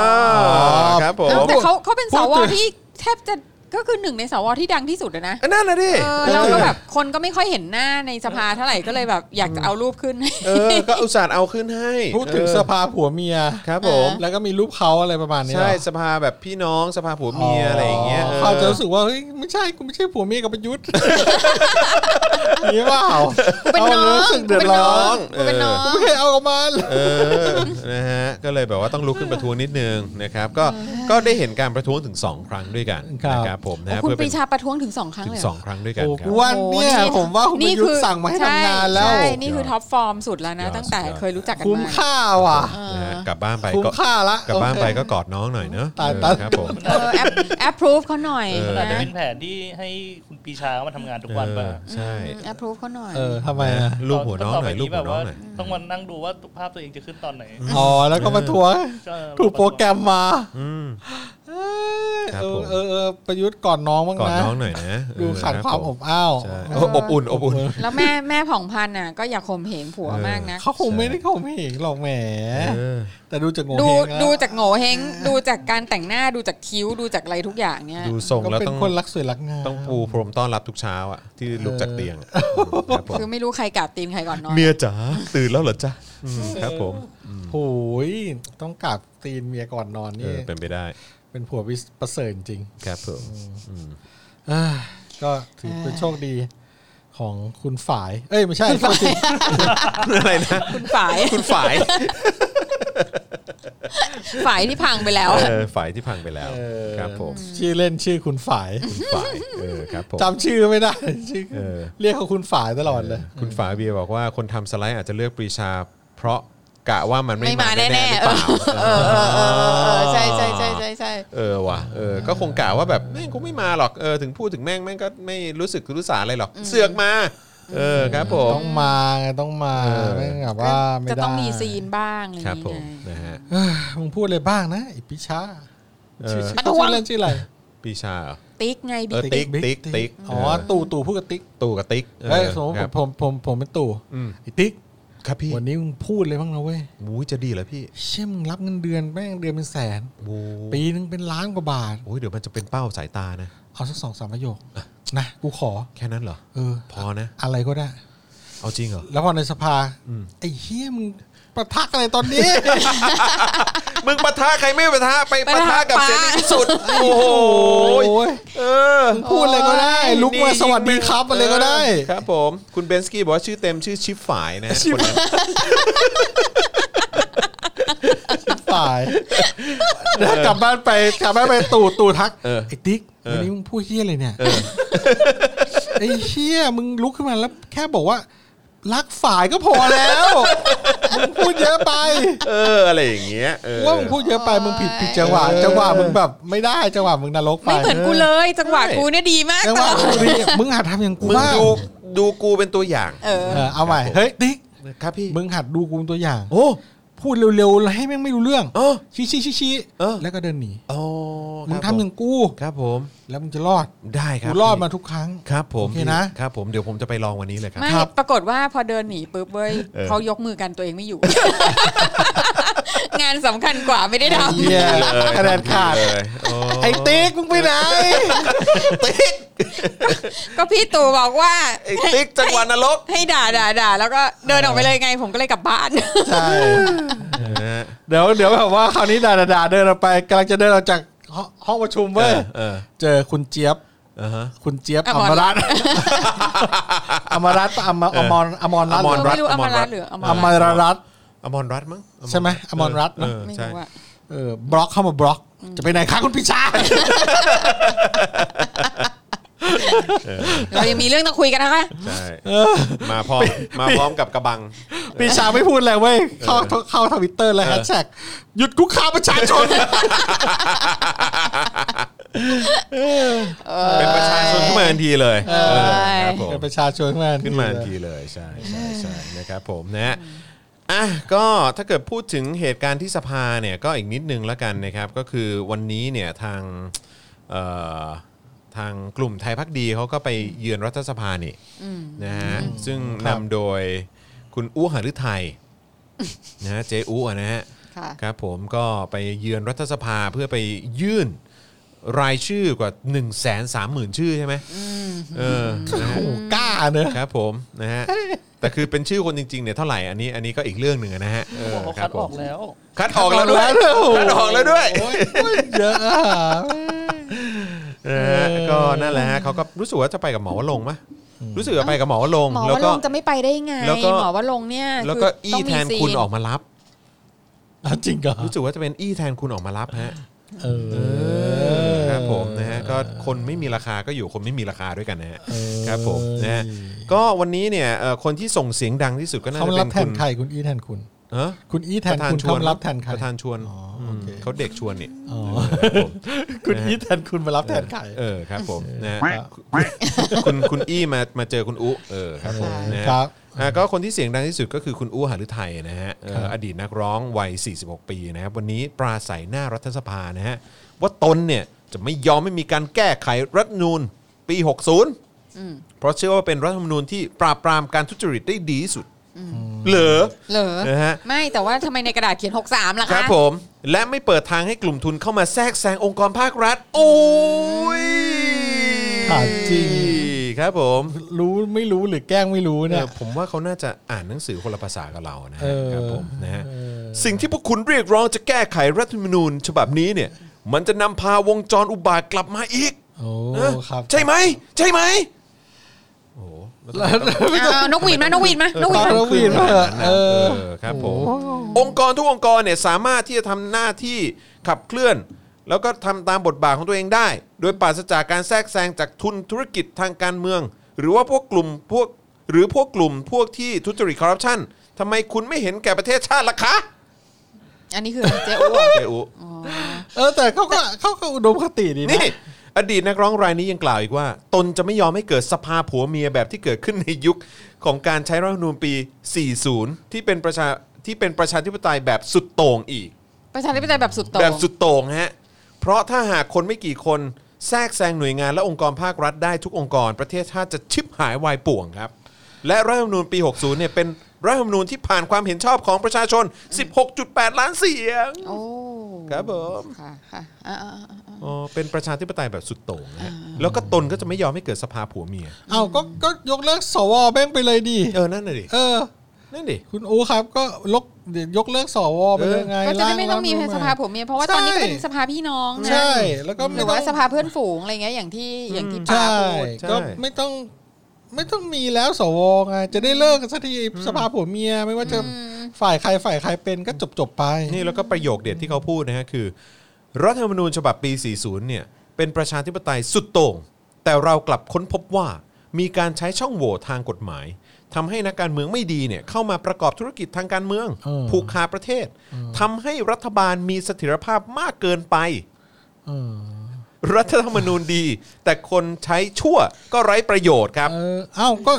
ครับผ เอ้าม แต่เขาเขาเป็น พู ส ด ว ถึง ที่แทบจะก็คือหนึ่งในสวที่ดังที่สุดอะนะ อันนั่นนะดิ เออแล้วก็แบบคนก็ไม่ค่อยเห็นหน้าในสภาเท่าไหร่ก็เลยแบบอยากจะเอารูปขึ้น เออ ก็อุตส่าห์เอาขึ้นให้ พูดถึง เออ สภาผัวเมีย ครับผม แล้วก็มีรูปเขาอะไรประมาณนี้เหร ใช่ อ สภาแบบพี่น้องสภาผัวเมียอะไรอย่างเงี้ยออ เขาจะรู้สึกว่าเฮ้ยไม่ใช่กูไม่ใช่ผัวเมียกับประยุทธ์ นี่เปล่า เป็นน้อง ขารู้สึกเดือดร้อ กู น เป็นน้อง กูไม่เคยเอากับมัน เออนะฮะก็เลยแบบว่าต้องลุกขึ้นประท้วงนิดนึงนะครับ ก็ก็ได้เห็นการประท้วงถึง 2 ครั้งด้วยกันนะครับผมนะฮะโอ้คุณ เพื่อ ป เป็ รี น ชาประท้วงถึงสองครั้ง ถึ เล ง ย ส เหร อ อง ครั้งด้วยกัน โอ้ ค กู รับ ว่าเนี่ย โอ้ ผมว่าคุณประยุทธ์ อ สั่งมาให้ทำงานแล้ว ใช่นี่คือท็อปฟอร์มสุดแล้วนะ ยอด ตั้งแต่ สุดยอด เคยรู้จักกัน คุ้ม มา ค่าว่ะ นะฮะกลับบ้านไป คุ้ม ก็ ค่าละ กลับบ้านไปก็กอดน้องหน่อยเนอะ ตาย เออ ตาย ครับผม เออแอปแอปพรูฟเขาหน่อย เออ อาจจะ นะ เป็นแผนที่ให้คุณปีชาเข้ามาทำงานทุกวันป่ะ เออใช่ แอปพรูฟเขาหน่อย เออทำไมอะ ลูกหัวน้องหน่อย ต่ไป ลูกหัวน้องหน่อย แบบาต้องมานั่งดูว่าภาพตัวเองจะขึ้นตอนไหน อ๋อแล้วก็มาทัวร์ ก็ ถูกโปรแกรมมา อืม เอ้ย ครับ เอ ผ อ ม เออเออประยุทธ์ก่อนน้องบ้าง กอด นะ น้องหน่อยนะ ดูขาด เนะ ความอบอ้าว ใช่โอ้อบอุ่นอบอุ่น แล้วแม่แม่ผ่องพันธุ์น่ะก็อยากข่มเหงผัว เออ มากนะ เขาคงไม่ได้เขาไม่เห็นหรอกแหม เออ แต่ดูจากโง ดู เฮงแล้ว ดูจากโง่เฮงดูจากการแต่งหน้าดูจากคิ้วดูจากอะไรทุกอย่างเนี่ย ดูทรง ก็ แล้ว เป็ ต้อน ง คนรักสวยรักงาม ต้องปูพรมต้อนรับทุกเช้าอ่ะที่ลุกจากเตียงอะครับผม คือไม่รู้ใครกราบตีนใครก่อนนอน เมียจ๋าตื่นแล้วเหรอจ๊ะอืมครับผม โหยต้องกราบตีนเมียก่อนนอน เอ นี่ อเป็นไปได้ เป็นผัววิสประเสริฐจริง ครับผม เอ้ยก็ถือเป็นโชคดีของคุณฝ่าย เอ้ยไม่ใช่โทษที อะไรนะ คุณฝ่าย คุณฝ่าย ฝ่ายที่พังไปแล้ว เออฝ่ายที่พังไปแล้วครับผม ชื่อเล่นชื่อคุณฝ่าย ฝ่ายเออครับผม จำชื่อไม่ได้ชื่อ เออ เรียกเขาคุณฝ่ายตลอดเลย คุณฝาเบียร์บอกว่าคนทำสไลด์อาจจะเลือกปรีชา เพราะกะว่ามันไม่ ไม่ มา มา แน่ แน่ ๆหรือ ๆเอ เปล่าอเออเออเออเออใช่ใช่ใช่ใช่ใช่ เออว่ะเออก็คงกะว่าแบบแม่งคงไม่มาหรอกเออถึงพูดถึงแม่งแม่งก็ไม่รู้สึกรู้สาอะไรหรอก เสือกมา เออครับผม ต้องมาไงต้องมา เออ ไม่งั้นแบบว่าไม่ จะ ได้ ต้องมีซีนบ้างอะไรอ ครับผย่างเงี้ ม ย นะฮะ เอ้ยมึงพูดเลยบ้างนะไอิปิชา เออ ชื่อชื่อ ประท้วง ชื่อเล่นชื่ออะไร ปรีชาเหรอ ติ๊กไง เอ บิ๊ อ ก ติ๊กติ๊กติ๊ก อ๋อ เออ ตู่ตู่พูดกับติ๊ก ตู่กับติ๊ก เฮ้ย เออ สมมติ ครับ ผมผมผมเป็นตู่ อืม ไอ้ติ๊ก ครับพี่ วันนี้มึงพูดเลยบ้างนะเว้ย มูจะดีเหรอพี่ เชี่ยมึงรับเงินเดือนแม่งเดือนเป็นแสน มู ปีนึงเป็นล้านกว่าบาท โอ้ยเดี๋ยวมันจะเป็นเป้าสายตานะ เอาสักสองสามประโยคนะกูขอ แค่นั้นเหรอ เออ พอนะ อะไรก็ได้ เอาจริงเหรอ แล้วพอในสภาไอ้เฮียมึงประทักอะไรตอนนี้ มึงปะทะใครไม่ปะทะไปปะทะกับเสรีพิสุทธิ์โอ้โห โอ้ย เออ พูดอะไรก็ได้ ลุกมาสวัสดีครับอะไรก็ได้ เออครับผมคุณเบนสกี้บอกว่าชื่อเต็มชื่อชิฟฝ่ายนะฮะคนนั้น ฝ่ายแล้วกลับบ้านไปกลับบ้านไปตู่ตู่ทักไอ้ติ๊กวันนี้มึงพูดเฮี้ยอะไรเนี่ยไอ้เฮี้ยมึงลุกขึ้นมาแล้ว แค่บอกว่า รักฝ่ายก็พอแล้ว มึงพูดเยอะไป เอออะไรอย่างเงี้ยเออ ว่ามึงพูดเยอะไปมึงผิดผิดจังหวะจังหวะมึงแบบไม่ได้จังหวะมึงนรกไป ไม่เหมือนกูเลย จังหวะกูเนี่ยดีมาก จังหวะกูดีมึงหัดทำอย่างกู มึง บ้าง ดูดูกูเป็นตัวอย่าง เออ เออเอาใหม่เฮ้ยติ๊ก ครับพี่ มึงหัดดูกูเป็นตัวอย่าง โอ้ พูดเร็วๆแล้วให้แม่งไม่รู้เรื่อง โอ้ ชี้ชี้ชี้ชี้ เออ แล้วก็เดินหนี โอ้ มึง ครับ ทำอย่างกู ครับผม แล้วมึงจะรอด ได้ครับ กูรอดมา พี่ ทุกครั้ง ครับผม โอเคนะ พี่ครับผมเดี๋ยวผมจะไปลองวันนี้เลยครับ ไม่ ครับ ปรากฏว่าพอเดินหนีปุ๊บเว้ย เออ เขายกมือกันตัวเองไม่อยู่ งานสำคัญกว่าไม่ได้ทำ เหี้ยคะแนนขาด เลยโอ้ ไอ้ติ๊กมึงไปไหน ก็พี่ตู่บอกว่า ไอ้ติ๊กจังหวะนรก ให้ด่าด่าด่าแล้วก็เดินออกไปเลยไง ผมก็เลยกลับบ้าน ใช่ นะฮะ เดี๋ยวเดี๋ยวแบบว่าคราวนี้ด่าด่าด่าเดินออกไปกำลังจะเดินออกจากห้องห้องประชุม เอ เว้ย อเออ เจอคุณเจี๊ยบ อ่าฮะ คุณเจี๊ยบ อ อ มร ม รั รั ต ต น์ น์อมรัตน์ปะอมอมรอมรรัตน์ อมรัตน์เหรอไม่รู้อมรรัตน์หรืออมร อม รัตน์ รรัตน์ อมรรัตน์มั้งอ ใช่ไหมอมรรัตน์ เออ ไม่ ใช่ รู้อะ เออบล็อกเข้ามาบล็อก จะไปไหนคะคุณพิชา เรายังมีเรื่องต้องคุยกันนะคะ ใช่ มาพร้อมมาพร้อมกับกระบัง ปีชาไม่พูดอะไรเว้ย เข้าเข้าทวิตเตอร์เลยแฮชแท็กหยุดคุกคามประชาชน เป็นประชาชนขึ้นมาทันทีเลยเออครับผม เป็นประชาชนขึ้นมา ขึ้นมาทันทีเลยใช่ใช่ใช่นะครับผมนะฮะอ่ะก็ถ้าเกิดพูดถึงเหตุการณ์ที่สภาเนี่ยก็อีกนิดนึงแล้วกันนะครับ ก็คือวันนี้เนี่ยทางเอ่อทางกลุ่มไทยพักดีเขาก็ไปเยือนรัฐสภานี่นะฮะซึ่งนำโดยคุณอู้หฤทัย นะฮะเจ๊อู้อะนะฮะ ค่ะ ครับผมก็ไปเยือนรัฐสภาเพื่อไปยื่นรายชื่อกว่า 1 3 0 0 0 0 ชื่อใช่ไหมเออนะฮะ โอ้โหกล้าเนอะ ครับผมนะฮะแต่คือเป็นชื่อคนจริงๆเนี่ยเท่าไหร่อันนี้อันนี้ก็อีกเรื่องหนึ่งนะฮะเออ เขา ค คั รั ด บ อ ผ อ ม กแล้ว คัดออกแล้วด้วย คัดออกแล้ว คัดออกแล้วด้วย เยอะอะ นะฮะก็นั่นแหละฮะเขาก็รู้สึกว่าจะไปกับหมอวลงค์ไหมรู้สึกว่าไปกับหมอวลงค์ หมอ แล้ว ว่า ก็ ลงค์จะไม่ไปได้ไง แล้วก็ หมอว่าลงค์เนี่ย แล้วก็ คือต้ อี้ ง แท มี น ซี คุณออกมารับ อ่ะจริงเหรอ รู้สึกว่าจะเป็นอี้แทนคุณออกมารับฮะ เออ ครับผมนะฮะก็คนไม่มีราคาก็อยู่คนไม่มีราคาด้วยกันนะฮะครับผมนะฮะก็วันนี้เนี่ยเอ่อคนที่ส่งเสียงดังที่สุดก็น่า เขา จะ รั เป็ บ น แท คุ น ณ ใครคุณอีแทนคุณ เออ คุณอีแท ป น ระธาน คุณ ช เขา วน รับแทนใคร ประธานชวน อ๋ออื ม โอเค เขาเด็กชวนนี่ อ๋อ ครับผม คุณอีแทนคุณมารับแทนใคร เออครับผมนะฮะ แหวะแหวะ คุณคุณอี้มามาเจอคุณอุเออครับผมนะฮะ ครับ อ่ะก็คนที่เสียงดังที่สุดก็คือคุณอู้หฤทัยนะฮะเอ่อ ครับ อดีตนักร้องวัย 46 ปีนะครับวันนี้ปราศัยหน้ารัฐสภานะฮะว่าตนเนี่ย จะไม่ยอมไม่มีการแก้ไขรัฐธรรมนูญปี อืม 60 เพราะเชื่อว่าเป็นรัฐธรรมนูญที่ปราบปรามการทุจริตได้ดีที่สุดเหลือ เหรอ นะฮะ ไม่แต่ว่าทำไมในกระดาษเขียน 63ล่ะ ค คะ รับผม และไม่เปิดทางให้กลุ่มทุนเข้ามาแทรกแซงองค์กรภาครัฐ โอ้ย อ่าจริง ครับผม รู้ไม่รู้หรือแกล้งไม่รู้ เอ เนี่ย อผมว่าเขาน่าจะอ่านหนังสือคนละภาษากับเรานะฮะ เออ ครับผมนะฮะสิ่งที่พวกคุณเรียกร้องจะแก้ไขรัฐธรรมนูญฉบับนี้เนี่ย มันจะนำพาวงจรอุบาทกลับมาอีก โอ้ นะครับ ใช่ไหม ใช่ไหมโอ้โหแล้วทำไมต้อง เอานกหวีดมานกหวีดมานกหวีดมา เราวีนมาเถอะเออ เออครับผมองค์กรทุกองค์กรเนี่ยสามารถที่จะทำหน้าที่ขับเคลื่อน แล้วก็ทำตามบทบาทของตัวเองได้ โดยปราศจากการแทรกแซงจากทุนธุรกิจทางการเมือง หรือว่าพวกกลุ่มพวกหรือพวกกลุ่มพวกที่ทุจริตคอร์รัปชันทำไมคุณไม่เห็นแก่ประเทศชาติล่ะคะ อันนี้คือเจ๊อ้ว เจอุ เออแต่เขาก็เขาก็อุดมคติดีนะ นี่ อดีตนักร้องรายนี้ยังกล่าวอีกว่า ตนจะไม่ยอมให้เกิดสภาผัวเมียแบบที่เกิดขึ้นในยุคของการใช้รัฐธรรมนูญปี 40 ที่เป็นประชาที่เป็นประชาธิปไตยแบบสุดโต่งอีก ประชาธิปไตยแบบสุดโต่ง แบบสุดโต่งฮะ เพราะถ้าหากคนไม่กี่คนแทรกแซงหน่วยงานและองค์กรภาครัฐได้ทุกองค์กร ประเทศชาติจะชิบหายวายป่วงครับ และรัฐธรรมนูญปี 60 เนี่ยเป็นรัฐธรรมนูญที่ผ่านความเห็นชอบของประชาชน 16.8 ล้านเสียง โอ้ ครับผม ค่ะค่ะอ่าอ่าอ่าอ่า อ๋อเป็นประชาธิปไตยแบบสุดโต่งนะฮะแล้วก็ตนก็จะไม่ยอมให้เกิดสภาผัวเมีย เอ้าก็ก็ยกเลิกสวแม่งไปเลยดี เออ นั่นน่ะดิ เออ นั่นดิ คุณอูครับก็ลกเดี๋ยวยกเลิกสวไปเลยไง ก็จะได้ ร่า ไม่ต้องมี รัฐธรรนูญ สภาผัวเมียเพราะว่าตอนนี้ก็เป็นสภาพี่น้องนะ ใช่แล้วก็ ห ไม่ รือ ต้อ ว่าง สภาเพื่อนฝูงอะไรเงี้ยอย่างที่อย่างที่ป้าใช่ พูด ใช่ ก็ไม่ต้องไม่ต้องมีแล้วสวไงจะได้เลิกกันสักทีสภาผัวเมียไม่ว่าจะฝ่ายใครฝ่ายใครเป็นก็จบจบๆไป นี่แล้วก็ประโยคเด็ดที่เขาพูดนะฮะคือ รัฐธรรมนูญฉบับปี 40 เนี่ย เป็นประชาธิปไตยสุดโต่ง แต่เรากลับค้นพบว่า มีการใช้ช่องโหว่ทางกฎหมายทำให้นักการเมืองไม่ดีเนี่ยเข้ามาประกอบธุรกิจทางการเมือง ผูกขาดประเทศทำให้รัฐบาลมีเสถิรภาพมากเกินไป เออ รัฐธรรมนูญดี แต่คนใช้ชั่วก็ไร้ประโยชน์ครับ เออเอ้าก็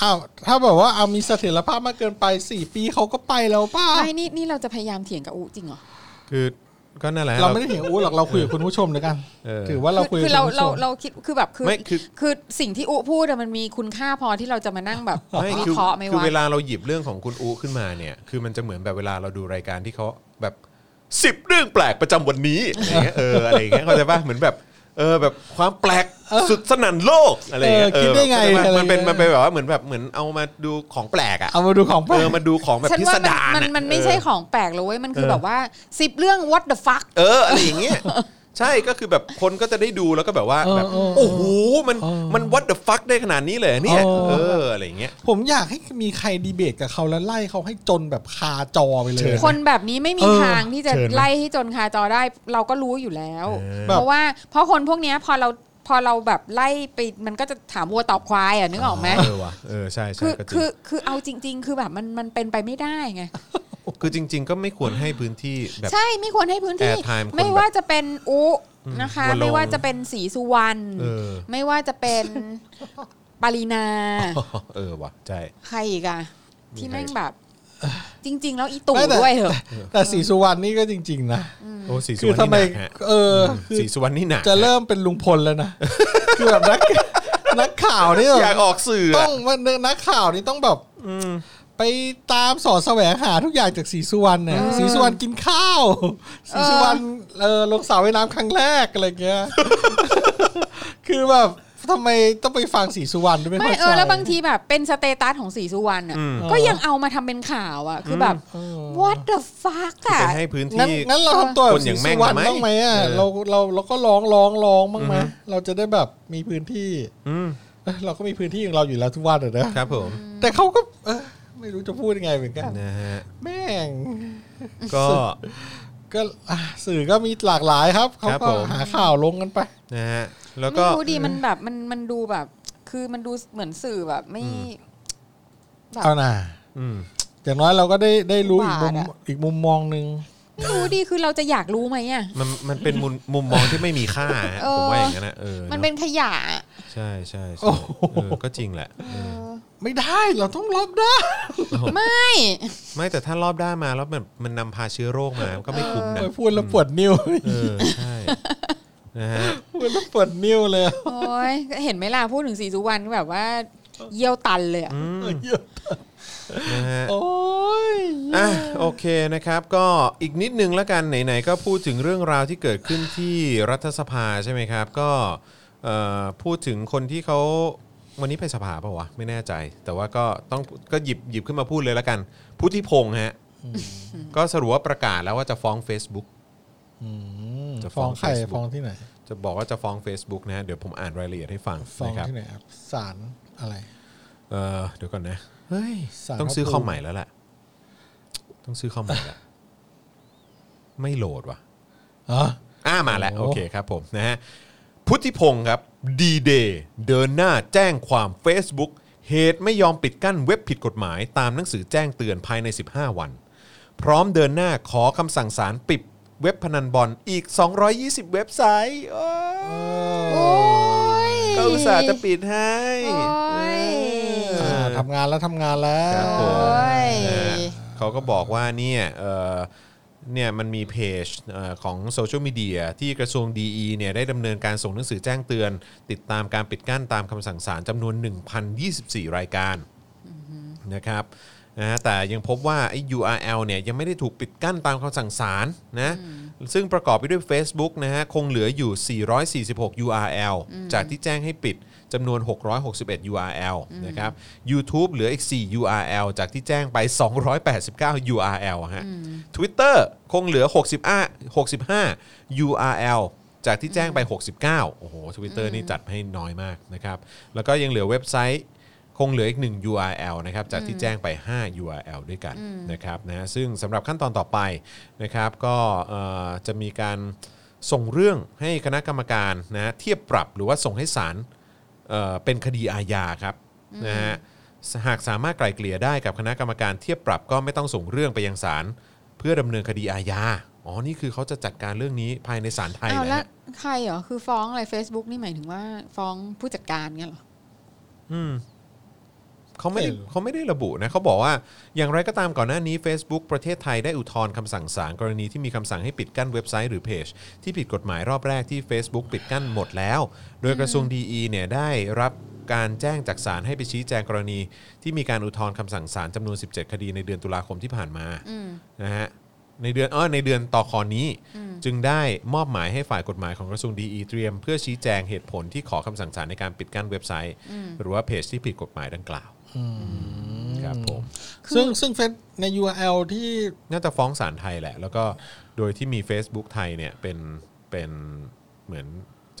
เอ้าถ้าแบบว่าเอามีเสถียรภาพมากเกินไปสี่ปีเขาก็ไปแล้วป้า ไม่นี่นี่เราจะพยายามเถียงกับอุจริงเหรอ คือก็นั่นแหละ เราไม่ได้เห็นอู้หรอกเราคุยกับคุณผู้ชมด้วยกัน เออ ถือว่าเราคุย คือเรากับคุณผู้ช เรา ม เราคิดคือแบบคือ ไม่คือ คือสิ่งที่อุพูดอะมันมีคุณค่าพอที่เราจะมานั่งแบบ ไม่ วิ คือ เคราะห์ไหม คือ วะ เวลาเราหยิบเรื่องของคุณอูขึ้นมาเนี่ย คือมันจะเหมือนแบบเวลาเราดูรายการที่เขาแบบสิบเรื่องแปลกประจำวันนี้อะไรเงี้ยเอออะไรเงี้ยเข้าใจป่ะเหมือนแบบเออแบบความแปลกสุดสนั่นโลกอะไรเงี้ย คิดได้ไง เออเข้าใจปะ อะไร มันเป็น เงี้ย มันเป็นแบบว่าเหมือนแบบเหมือนเอามาดูของแปลกอ่ะ เอามาดูของ เอ ป้า อมาดูของแบบ ฉัน พิ ว่า ส มัน ดาร มัน อะ มันไม่ใช่ เออ ของแปลกเลยเว้ยมันคือ เออ แบบว่าสิบเรื่อง what the fuck เอออะไรอย่างเงี้ยใช่ก็คือแบบคนก็จะได้ดูแล้วก็แบบว่าแบบโอ้โหมันมัน what the fuck ได้ขนาดนี้เลยเหรอเนี่ยเอออะไรอย่างเงี้ย ผมอยากให้มีใครดีเบตกับเขาแล้วไล่เขาให้จนแบบคาจอไปเลย คนแบบนี้ไม่มี เออ ทางที่จะ เชิญนะ ไล่ให้จนคาจอได้เราก็รู้อยู่แล้ว แบบ เพราะว่าเพราะคนพวกเนี้ยพอเราพอเราแบบไล่ไปมันก็จะถามวัวตอบควายอ่ะนึกออกไหม เออว่ะเออใช่ใช่ คือ ก็จริง คือคือเอาจริง ๆ คือแบบมันมันเป็นไปไม่ได้ไง คือจริง ๆ ก็ไม่ควรให้พื้นที่แบบ ใช่ไม่ควรให้พื้นที่ แอร์ไทม์คน ไม่ว่าจะเป็นอุนะคะ วโร ไม่ว่าจะเป็นสีสุวรรณ เออ ไม่ว่าจะ เป็นปารีนา เออว่ะใช่ ใครอีกอะที่แม่งแบบ จริง ๆ แล้วอีตู่ ไม่แต่ ด้วยเหรอะ แต่สีสุวรรณนี่ก็จริง ๆ นะ โอ้สีสุ คือ วรร ทำ ณ ไม นี่หนักฮะ เออคือ สีสุวรรณนี่หนัก จะเริ่มเป็นลุงพลแล้วนะ คือแบบนักนักข่าวนี่ อ แบ ยาก บ ออกสื่อ ต้ อะ องว่านักข่าวนี่ต้องแบบไปตามสอดแสวงหาทุกอย่างจากสีสุวรรณเนี่ยสีสุวรรณกินข้าวสีสุวรรณเออลงสาวว่ายน้ำครั้งแรกอะไรเงี้ย คือแบบทำไมต้องไปฟังสีสุวรรณด้วยไม่ ไม่ เข้าใจ เออแล้วบางทีแบบเป็นสเตตัสของสีสุวรรณอะก็ยังเอามาทำเป็นข่าวอะคือแบบ what the fuck ไป อะ ให้พื้น งั้น ที่ งั้นเราทำตัว ค แบบ นอ สี ย่างแม่ สุ ง วรรทำณไม บ้างไหมอ่ะ เออ เราเราเราก็ร้องร้องร้องบ้างไหมเราจะได้แบบมีพื้นที่ อืม เอ้ยเราก็มีพื้นที่ของเราอยู่แล้วทุกวันอะนะ ครับผม แต่เขาก็เออไม่รู้จะพูดยังไงเหมือนกัน นะฮะ แม่ง ก็ ก็อ่ะสื่อก็มีหลากหลายครับ เขา ครับ ก็ ผม หาข่าวลงกันไป นะฮะแล้ว ไม่ ก็ รู้ดีมันแบบมันมันดูแบบ คือมันดูเหมือนสื่อแบบ ไม่ แบบ เอาน่ะ อืม อย่างน้อยเราก็ได้ได้รู้อีกมุม บาทอะ อีกมุมมองหนึ่ง ไม่รู้ดีคือเราจะอยากรู้ไหมอะ มันมันเป็นมุมมุมมองที่ไม่มีค่าฮะ เออ ผมว่าอย่างนั้นนะเอออะ มันเป็นขยะ ใช่ใช่ใช่เออก็จริงแหละเออ ไม่ได้เราต้องลบได้ ไม่ ไม่แต่ถ้ารอบด้านมาแล้วมันมันนำพาเชื้อโรคมาก็ไม่คุ้มนะ พูดแล้วปวดนิ้ว เออใช่นะฮะ ต้องเปิดนิ้วเลยอะ โอ้ยเห็นไหมล่ะพูดถึงสีสุวรรณก็แบบว่าเยี่ยวตันเลยอะ นะฮะ โอ้ย อ่ะโอเคนะครับก็อีกนิดนึงแล้วกันไหนๆก็พูดถึงเรื่องราวที่เกิดขึ้นที่รัฐสภาใช่ไหมครับ ก็เอ่อพูดถึงคนที่เขาวันนี้ไปสภาเปล่าวะไม่แน่ใจ แต่ว่าก็ต้องก็หยิบหยิบขึ้นมาพูดเลยแล้วกันพุทธิพงษ์ ฮะก็สรุปว่าประกาศแล้วว่าจะฟ้อง Facebook จะฟ้ ฟ้ อ อง งใคร Facebook ฟ้องที่ไหน จะบอกว่าจะฟ้อง Facebook นะฮะเดี๋ยวผมอ่านรายละเอียดให้ฟัง ฟ้อง นะครับ ที่ไหนครับศาลอะไร เออเดี๋ยวก่อนนะเฮ้ย สาร ต้องซื้อคอมใหม่แล้วแหละต้องซื้อคอมใหม่ละไม่โหลดว่ะ อ๋อ อ่ามาแล้ว โอ้ โอเคครับผมนะฮะพุทธิพงศ์ครับดีเดย์เดินหน้าแจ้งความ Facebook เหตุไม่ยอมปิดกั้นเว็บผิดกฎหมาย ตามหนังสือแจ้งเตือนภายใน 15 วัน พร้อมเดินหน้าขอคำสั่งศาลปิดเว็บพนันบอลอีก 220 เว็บไซต์โอ้ โอ้ย ก็อุตส่าห์จะปิดให้ โอ้ย เอ อ่า อ ทำงานแล้วทำงานแล้ว ครับผม โอ้ย เขาก็บอกว่าเนี่ยเอ่อเนี่ยมันมีเพจเอ่อของโซเชียลมีเดียที่กระทรวงดีเนี่ยได้ดำเนินการส่งหนังสือแจ้งเตือน ติดตามการปิดกั้นตามคำสั่งศาลจำนวน 1,024 รายการนะครับนะฮะแต่ยังพบว่าไอ้ URL เนี่ยยังไม่ได้ถูกปิดกั้นตามคำสั่งศาลนะซึ่งประกอบไปด้วย Facebook นะฮะคงเหลืออยู่ 446 URL จากที่แจ้งให้ปิด จำนวน 661 URL นะครับ YouTube เหลืออีก 4 URL จากที่แจ้งไป 289 URL ฮะ Twitter คงเหลือ 60 65 URL จากที่แจ้งไป 69 โอ้โห Twitter นี่จัดให้น้อยมากนะครับ แล้วก็ยังเหลือเว็บไซต์ คงเหลืออีก 1 URL นะครับ จากที่แจ้งไป 5 URL ด้วยกันนะครับนะฮะซึ่งสำหรับขั้นตอนต่อไปนะครับก็เอ่อจะมีการส่งเรื่องให้คณะกรรมการนะเทียบปรับหรือว่าส่งให้ศาล เอ่อเป็นคดีอาญาครับนะฮะหากสามารถไกล่เกลี่ยได้กับคณะกรรมการเทียบปรับก็ไม่ต้องส่งเรื่องไปยังศาลเพื่อดำเนินคดีอาญาอ๋อนี่คือเขาจะจัดการเรื่องนี้ภายในศาลไทย เอา แห ละ ละ ใครเหรอ คือฟ้องอะไร Facebook นี่หมายถึงว่าฟ้องผู้จัดการเงี้ยเหรอ เขาไม่ได้ ไม่รู้ เขาไม่ได้ระบุนะเขาบอกว่าอย่างไรก็ตามก่อนหน้านี้ Facebook ประเทศไทยได้อุทธรณ์คำสั่งศาลกรณีที่มีคำสั่งให้ปิดกั้นเว็บไซต์หรือเพจที่ผิดกฎหมายรอบแรกที่ Facebook ปิดกั้นหมดแล้ว โดยกระทรวงดีเนี่ยได้รับการแจ้งจากศาลให้ไปชี้แจงกรณี ที่มีการอุทธรณ์คำสั่งศาลจำนวน 17 คดีในเดือนตุลาคมที่ผ่านมา อืม นะฮะในเดือนอ้อในเดือนต่อคอนี้ จึงได้มอบหมายให้ฝ่ายกฎหมายของกระทรวงดีเตรียม เพื่อชี้แจงเหตุผลที่ขอคำสั่งศาลในการปิดกั้นเว็บไซต์ หรือว่าเพจที่ผิดกฎหมายดังกล่าวครับผม ซึ่งซึ่งเฟซใน URL ที่ น่าจะฟ้องศาลไทยแหละ แล้วก็โดยที่มี Facebook ไทยเนี่ยเป็นเป็นเหมือน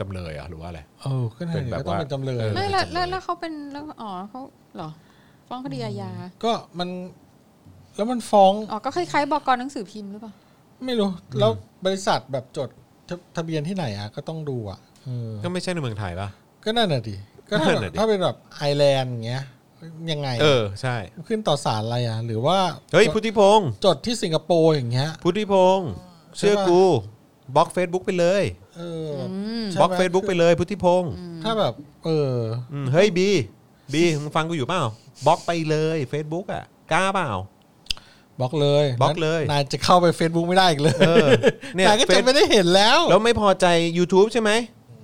จำเลยเหรอ่ะหรือว่าอะไร เออก็นั่น เป็น ดิ แบบ ก็ต้องเป็นจำเลย ว่า ออ ไม่ละ จะ แล้ว เลย แล้วเขาเป็นแล้วอ๋อเขาเหรอ ฟ้องคดีอาญา ก็มัน แล้วมันฟ้อง อ๋อ ก็คล้ายๆบกหนังสือพิมพ์หรือเปล่า ไม่รู้ แล้วบริษัทแบบจดทะทะเบียนที่ไหนอ่ะ ก็ต้องดูอ่ะเออ ก็ไม่ใช่ในเมืองไทยปะ ก็นั่นน่ะดิก็ถ้า นั่นน่ะดิ ถ้าเป็นแบบไอร์แลนด์อย่างเงี้ยยังไงอะ เออใช่ ขึ้นต่อศาลอะไรอ่ะ หรือว่า เฮ้ยพุทธิพงศ์ จดที่สิงคโปร์อย่างเงี้ย พุทธิพงศ์เชื่อกูบล็อก Facebook ไปเลย เอออ มบใช่ไหม ล็อก Facebook ไปเลยพุทธิพงศ์ ถ้าแบบ เออ อืมเฮ้ยบี บีมึงฟังกูอยู่เปล่าบล็อกไปเลย Facebook อ่ะกล้าเปล่า บล็อกเลย บล็อกเลย นายจะเข้าไป Facebook ไม่ได้อีกเลย เออ เนี่ย นายก็จะไม่ได้เห็นแล้ว แล้วไม่พอใจ YouTube ใช่ไหม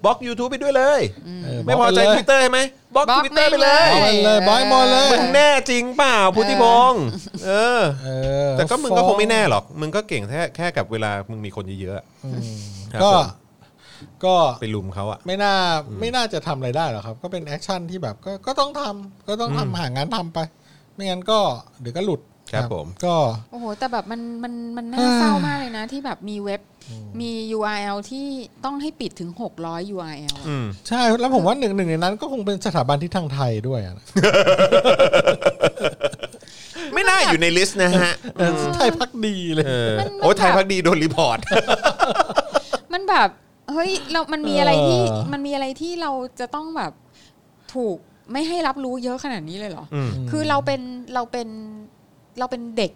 บล็อก YouTube ไปด้วยเลย เออบล็ ไม่ อก พอใจ ปเลย Twitter ใช่ไหมบล็อก บล็อก Twitter ไป ไม่ เล เลยย เอามันเลยบล็อกให้หมดเลย มึงแน่จริงเปล่าพุทธิพงศ์เออ เออ แต่ก็มึงก็ ฟ้อ คงไม่แน่หรอก มึงก็เก่งแค่แค่กับเวลามึงมีคน เยอะๆอะ อืม ครับ ก็ ผม ก็ ไปลุมเขาอ่ะ ไม่น่าไม่น่าจะทำอะไรได้หรอกครับ ก็เป็นแอคชั่นที่แบบก็ก็ต้องทำก็ต้องทำ อืม หางานทำไป ไม่งั้นก็เดี๋ยวก็หลุด ครับผม ก็ โอ้โห แต่แบบมันมันมันน่าเศร้ามากเลยนะ ที่แบบมีเว็บ มี URL ที่ต้องให้ปิดถึง 600 URL อะ อืม ใช่แล้วผมว่าหนึ่งหนึ่งในนั้นก็คงเป็นสถาบันที่ทางไทยด้วย อะนะ ไม่น่าอยู่ในลิสต์นะ ฮะ เออไทยพักดีเลย เออโอ้ยไทยพักดีโดนรีพอร์ต มันแบบเฮ้ยเรา มันมีอะไรที่ เออ มันมีอะไรที่เราจะต้องแบบถูกไม่ให้รับรู้เยอะขนาดนี้เลยเหรอ อืม คือเราเป็นเราเป็นเราเป็นเด็ก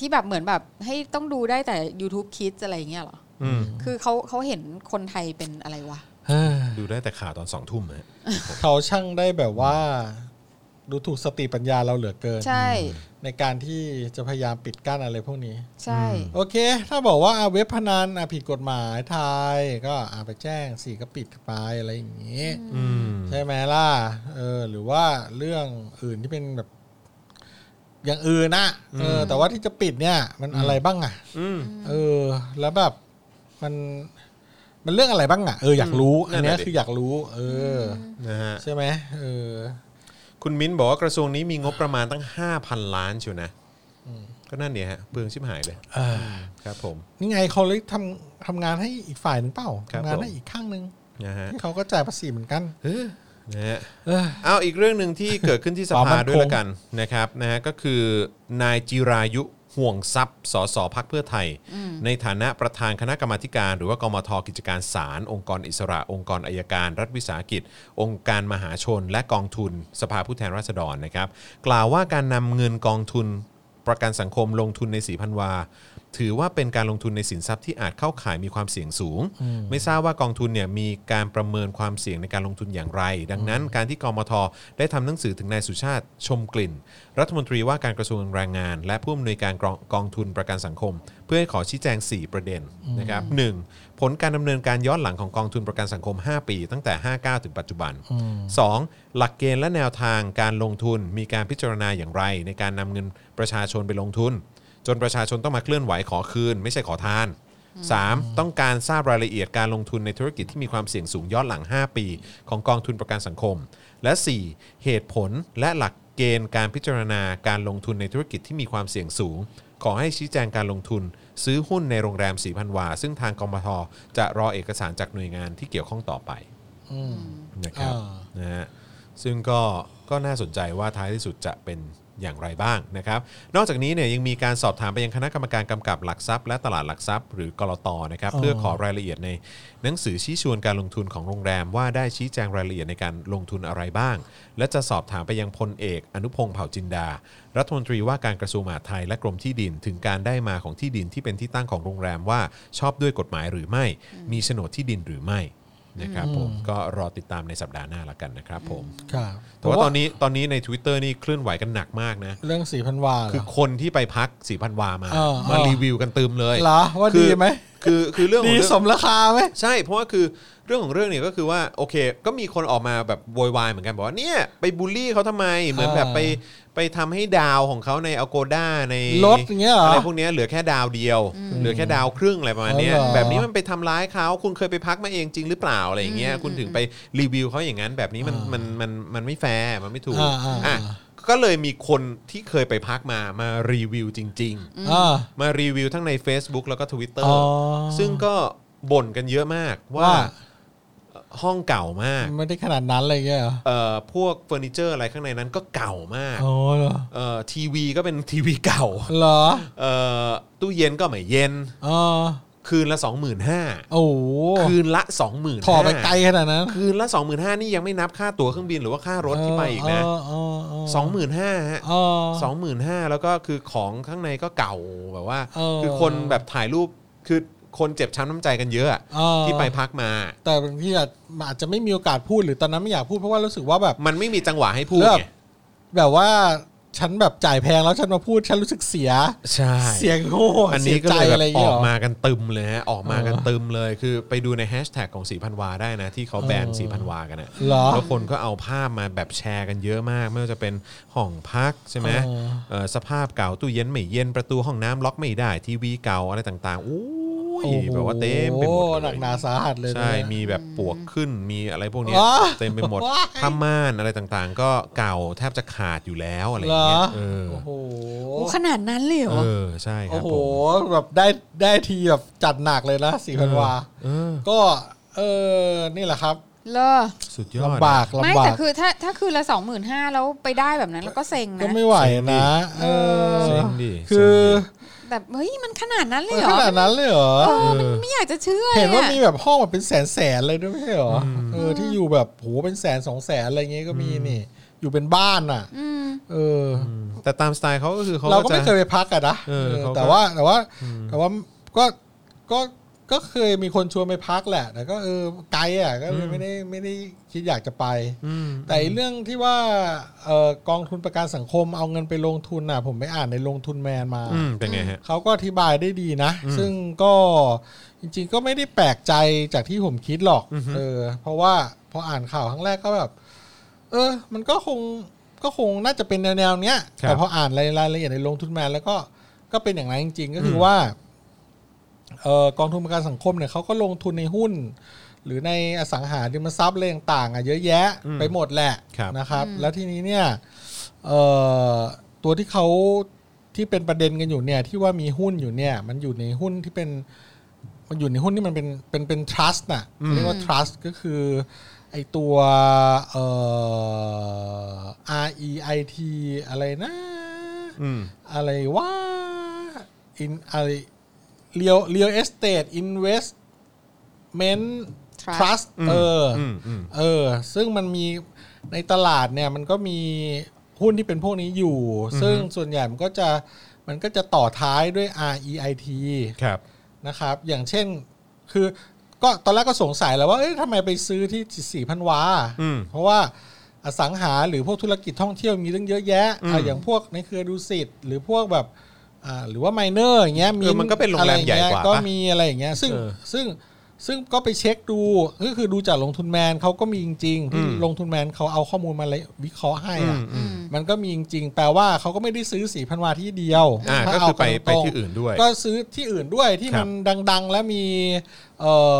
ที่แบบเหมือนแบบให้ต้องดูได้แต่ YouTube Kids อะไรอย่างเงี้ยเหรอ อืม คือเขาเขาเห็นคนไทยเป็นอะไรวะ เฮ้ย ดูได้แต่ข่าวตอนสองทุ่มฮะ เขาช่างได้แบบว่า ดูถูกสติปัญญาเราเหลือเกิน ใช่ ในการที่จะพยายามปิดกั้นอะไรพวกนี้ ใช่ โอเค ถ้าบอกว่าอ่ะเว็บพนันอ่ะผิดกฎหมายไทย ก็อ่ะไปแจ้งสี่ก็ปิดไปอะไรอย่างนี้ อืม ใช่ไหมล่ะ เออ หรือว่าเรื่องอื่นที่เป็นแบบ อย่างอื่นนะเออ แต่ว่าที่จะปิดเนี่ย มันอะไรบ้างอ่ะเออ แล้วแบบมัน มันเรื่องอะไรบ้างอ่ะ เอออยากรู้ นั่ อั นน่ะนเนี้ย ดิ คืออยากรู้ เออ นะฮะ อใช่ไหมเออ คุณมิ้นบอกว่ากระทรวงนี้มีงบประมาณตั้ง 5,000 ล้านชิวนะก็นั่นเนี่ยฮะเบืองชิบหายเลย เออ ครับผม นี่ไงเขาเลยทำทำงานให้อีกฝ่ายหนึ่งเปล่า ครับ ทำงาน ผม ให้อีกข้างหนึ่ง นะฮะ เขาก็จ่ายภาษีเหมือนกัน นะฮะ เอ้ย เอาอีกเรื่องหนึ่งที่เกิดขึ้นที่ส ความมั่ ภาน คง ด้วยละกันนะครับนะฮะก็คือนายจิรายุห่วงทรัพย์สสพักเพื่อไทย ในฐานะประธานคณะกรรมาธิการ หรือว่ากมทกิจการศาลองค์กรอิสระ องค์กรอายการ รัฐวิสาหกิจ องค์การมหาชน และกองทุนสภาผู้แทนราษฎรนะครับ กล่าวว่าการนำเงินกองทุน ประกันสังคมลงทุนในสีพันวา ถือว่าเป็นการลงทุนในสินทรัพย์ที่อาจเข้าข่ายมีความเสี่ยงสูง ไม่ทราบว่ากองทุนเนี่ยมีการประเมินความเสี่ยงในการลงทุนอย่างไร ดังนั้น การที่กมทได้ทำหนังสือถึงนายสุชาติชมกลิ่น รัฐมนตรีว่าการกระทรวงแรงงาน และผู้อำนวยการกองกองทุนประกันสังคม เพื่อให้ขอชี้แจง 4 ประเด็นนะครับหนึ่งผลการดำเนินการย้อนหลังของกองทุนประกันสังคม 5 ปี ตั้งแต่ 59 ถึงปัจจุบัน 2. หลักเกณฑ์และแนวทางการลงทุนมีการพิจารณาอย่างไร ในการนำเงินประชาชนไปลงทุน จนประชาชนต้องมาเคลื่อนไหวขอคืน ไม่ใช่ขอทาน 3. ต้องการทราบรายละเอียดการลงทุนในธุรกิจที่มีความเสี่ยงสูงย้อนหลัง 5 ปี ของกองทุนประกันสังคม และ 4. เหตุผลและหลักเกณฑ์การพิจารณาการลงทุนในธุรกิจที่มีความเสี่ยงสูง ขอให้ชี้แจงการลงทุน ซื้อหุ้นในโรงแรมสีพันวา ซึ่งทางกมทจะรอเอกสารจากหน่วยงานที่เกี่ยวข้องต่อไป อืม นะครับ อ่า นะฮะซึ่งก็ก็น่าสนใจว่าท้ายที่สุดจะเป็นอย่างไรบ้างนะครับ นอกจากนี้เนี่ยยังมีการสอบถามไปยังคณะกรรมการกำกับหลักทรัพย์และตลาดหลักทรัพย์หรือกลตนะครับเพื่อขอรายละเอียดในหนังสือชี้ชวนการลงทุนของโรงแรม ว่าได้ชี้แจงรายละเอียดในการลงทุนอะไรบ้าง และจะสอบถามไปยังพลเอก อนุพงษ์เผ่าจินดา รัฐมนตรีว่าการกระทรวงมหาดไทยและกรมที่ดินถึงการได้มาของที่ดินที่เป็นที่ตั้งของโรงแรมว่าชอบด้วยกฎหมายหรือไม่ มีโฉนดที่ดินหรือไม่ นะครับผมก็รอติดตามในสัปดาห์หน้าละกันนะครับผม ครับ แต่ว่าตอนนี้ตอนนี้ใน Twitter นี่เคลื่อนไหวกันหนักมากนะ เรื่องสี่พันวาเหรอ คือคนที่ไปพักสีพันวามา เออ มา เออ รีวิวกันตืมเลย เหรอว่า คือ ดีไหม คือคือเรื่องของ ดี เรื่อง สมราคาไหม ใช่เพราะว่าคือเรื่องของเรื่องเนี่ยก็คือว่าโอเค ก็มีคนออกมาแบบโวยวายเหมือนกันบอกว่าเนี่ยไปบูลลี่เขาทำไมเหมือนแบบไปไปทำให้ดาวของเขาในอโกด้าใน ลดอย่างเงี้ยเหรอ อะไรพวกเนี้ยเหลือแค่ดาวเดียว เหลือแค่ดาวครึ่งอะไรประมาณเนี้ย อ๋อเหรอ แบบนี้มันไปทำร้ายเขาคุณเคยไปพักมาเองจริงหรือเปล่าอะไรอย่างเงี้ยคุณถึงไปรีวิวเขาอย่างนั้นแบบนี้มันมันมันมันไม่แฟร์มันไม่ถูก อ่าอ่า อ่ะก็เลยมีคนที่เคยไปพักมามารีวิวจริง ๆ อ่า มารีวิวทั้งใน Facebook แล้วก็ Twitter อ๋อ ซึ่งก็บ่นกันเยอะมากว่า ว่า ห้องเก่ามาก ไม่ได้ขนาดนั้นเลยเงี้ยเหรอ เอ่อพวกเฟอร์นิเจอร์อะไรข้างในนั้นก็เก่ามาก อ๋อเหรอ เอ่อทีวีก็เป็น ทีวีเก่า เหรอ เอ่อตู้เย็นก็ไม่เย็น อ๋อ คืนละ 25,000 โอ้โห คืนละ 25,000 ถอไปไกลขนาดนั้น คืนละ 25,000 นี่ยังไม่นับค่าตั๋วเครื่องบินหรือว่าค่ารถที่ไปอีกนะ เออเออเออ 25,000ฮะ เออ สองหมื่นห้าแล้วก็คือของข้างในก็เก่าแบบว่า เออ คือคนแบบถ่ายรูปคือคนเจ็บช้ำน้ำใจกันเยอะอะ เออ ที่ไปพักมา แต่บางทีอาจอาจจะไม่มีโอกาสพูดหรือตอนนั้นไม่อยากพูดเพราะว่ารู้สึกว่าแบบ มันไม่มีจังหวะให้พูด เลิก ไง แบบว่าฉันแบบจ่ายแพงแล้วฉันมาพูดฉันรู้สึกเสีย ใช่ เสียงโง่ อัน เสี นี้ ย ก็ ใจ เลย อะ แบ ไร บ อย่าออย กงเงี้เหรอ มากันตึมเลยฮะออกมากันตึมเลย คือไปดูในแฮชแท็กของสีพันวาได้นะ ที่เขาแบน เออ สีพันวากันอะ เหรอ แล้วคนก็เอาภาพมาแบบแชร์กันเยอะมาก ไม่ว่าจะเป็นห้องพักใช่ไหม เออ เอ่อสภาพเก่าตู้เย็นไม่เย็นประตูห้องน้ำล็อกไม่ได้ทีวีเก่าอะไรต่างๆอู้ย โอ้โห แบบว่าเต็มไปหมดเลย หนักหนาสาหัสเลยนะ ใช่ มีแบบปวกขึ้น มีอะไรพวกเนี้ย อ๋อ เต็มไปหมด ว้าย ผ้าม่านอะไรต่างๆ ก็เก่าแทบจะขาดอยู่แล้วอะไรอย่างเงี้ย เออ โอ้โห โอ้ขนาดนั้นเลยเหรอ เออ ใช่ค โอ้ รับ โห ผม แบบได้ได้ทีแบบจัดหนักเลยนะสี่พันวา เออ ก็เออนี่แหละครับ เลอ สุดยอด ลำบาก ไม่ ลำบา แต่ ก คือถ้าถ้าคืนละสองหมื่นห้าแล้วไปได้แบบนั้นแล้วก็เซ็ง ก็ นะ ไม่ไหวนะเออ เซ็งดิ คือ แต่เฮ้ยมันขนาดนั้นเลยเหร ข อ นาดนั้นเลยเหรอ เออมันไม่อยากจะเชื่อ เห็นว่า ล มี ยอะ แบบห้องแบบเป็นแสนแสนๆเลยด้วยไม่ใช่เหรออเออที่อยู่แบบโหเป็นแสนสองแสนอะไรเงี้ยก็มีนี่ อยู่เป็นบ้านอ่ะ อืม เอออ เซ็งดิแต่ตามสไตล์เขาก็คือเขา เราก็ จะ ไม่เคยไปพักอะนะ เออ เออ เขาก็ แต่ว่าแต่ว่าแต่ว่าก็ก็ ก็เคยมีคนชวนไปพักแหละ แต่ก็เออไกลอ่ะก็เลยไม่ได้ไม่ได้คิดอยากจะไป แต่ไอ้เรื่องที่ว่าเออกองทุนประกันสังคมเอาเงินไปลงทุนอ่ะ ผมไปอ่านในลงทุนแมนมา อืมเป็นไงฮะ เขาก็อธิบายได้ดีนะ ซึ่งก็จริง ๆ ก็ไม่ได้แปลกใจจากที่ผมคิดหรอก เออ เพราะว่าพออ่านข่าวครั้งแรกก็แบบ เออ มันก็คงก็คงน่าจะเป็นแนวๆเนี้ย ครับ แต่พออ่านรายรายละเอียดในลงทุนแมนแล้วก็ก็เป็นอย่างนั้นจริง ๆ ก็คือว่าเออกองทุนประกันสังคมเนี่ยเขาก็ลงทุนในหุ้น หรือในอสังหาริมทรัพย์อะไรต่างๆอ่ะเยอะแยะไปหมดแหละ ครับ นะครับ อืม แล้วทีนี้เนี่ยเอ่อตัวที่เขาที่เป็นประเด็นกันอยู่เนี่ย ที่ว่ามีหุ้นอยู่เนี่ย มันอยู่ในหุ้นที่เป็น มันอยู่ในหุ้นที่มันเป็นเป็นเป็น trust น่ะเรียกว่า trust ก็คือไอตัวเอ่อ R E I T อะไรนะ อืม อะไรว่า in อะไร real real estate investment Trust trust เอออ มอืม เออ ซึ่งมันมีในตลาดเนี่ย มันก็มีหุ้นที่เป็นพวกนี้อยู่ ซึ่งส่วนใหญ่มันก็จะมันก็จะต่อท้ายด้วย REIT ครับ นะครับ อย่างเช่น คือก็ตอนแรกก็สงสัยแล้วว่า เอ๊ะทำไมไปซื้อที่สี่พันวา อืม เพราะว่าอสังหาหรือพวกธุรกิจท่องเที่ยวมีตั้งเยอะแยะอ่ะอย่างพวกในเครือดูสิตหรือพวกแบบอ่าหรือว่าไมเนอร์อย่างเงี้ย เออมันก็เป็นโรงแรมใหญ่กว่า อะไรอย่งเงี้ยก็ ปะ มีอะไรอย่างเงี้ยซึ่ง เออ ซึ่งซึ่งก็ไปเช็คดูก็คือดูจากลงทุนแมนเขาก็มีจริงๆที่ อืม ลงทุนแมนเขาเอาข้อมูลมาเลยวิเคราะห์ให้ อื อ่ะ มอืม มันก็มีจริงๆแปลว่าเขาก็ไม่ได้ซื้อสีพันวาที่เดียว อ่า ถ้ ก็คือไป เา ไป ตรงๆ ที่อื่นด้วย ก็ซื้อที่อื่นด้วยที่ ครับมันดัง ๆ และมีเออ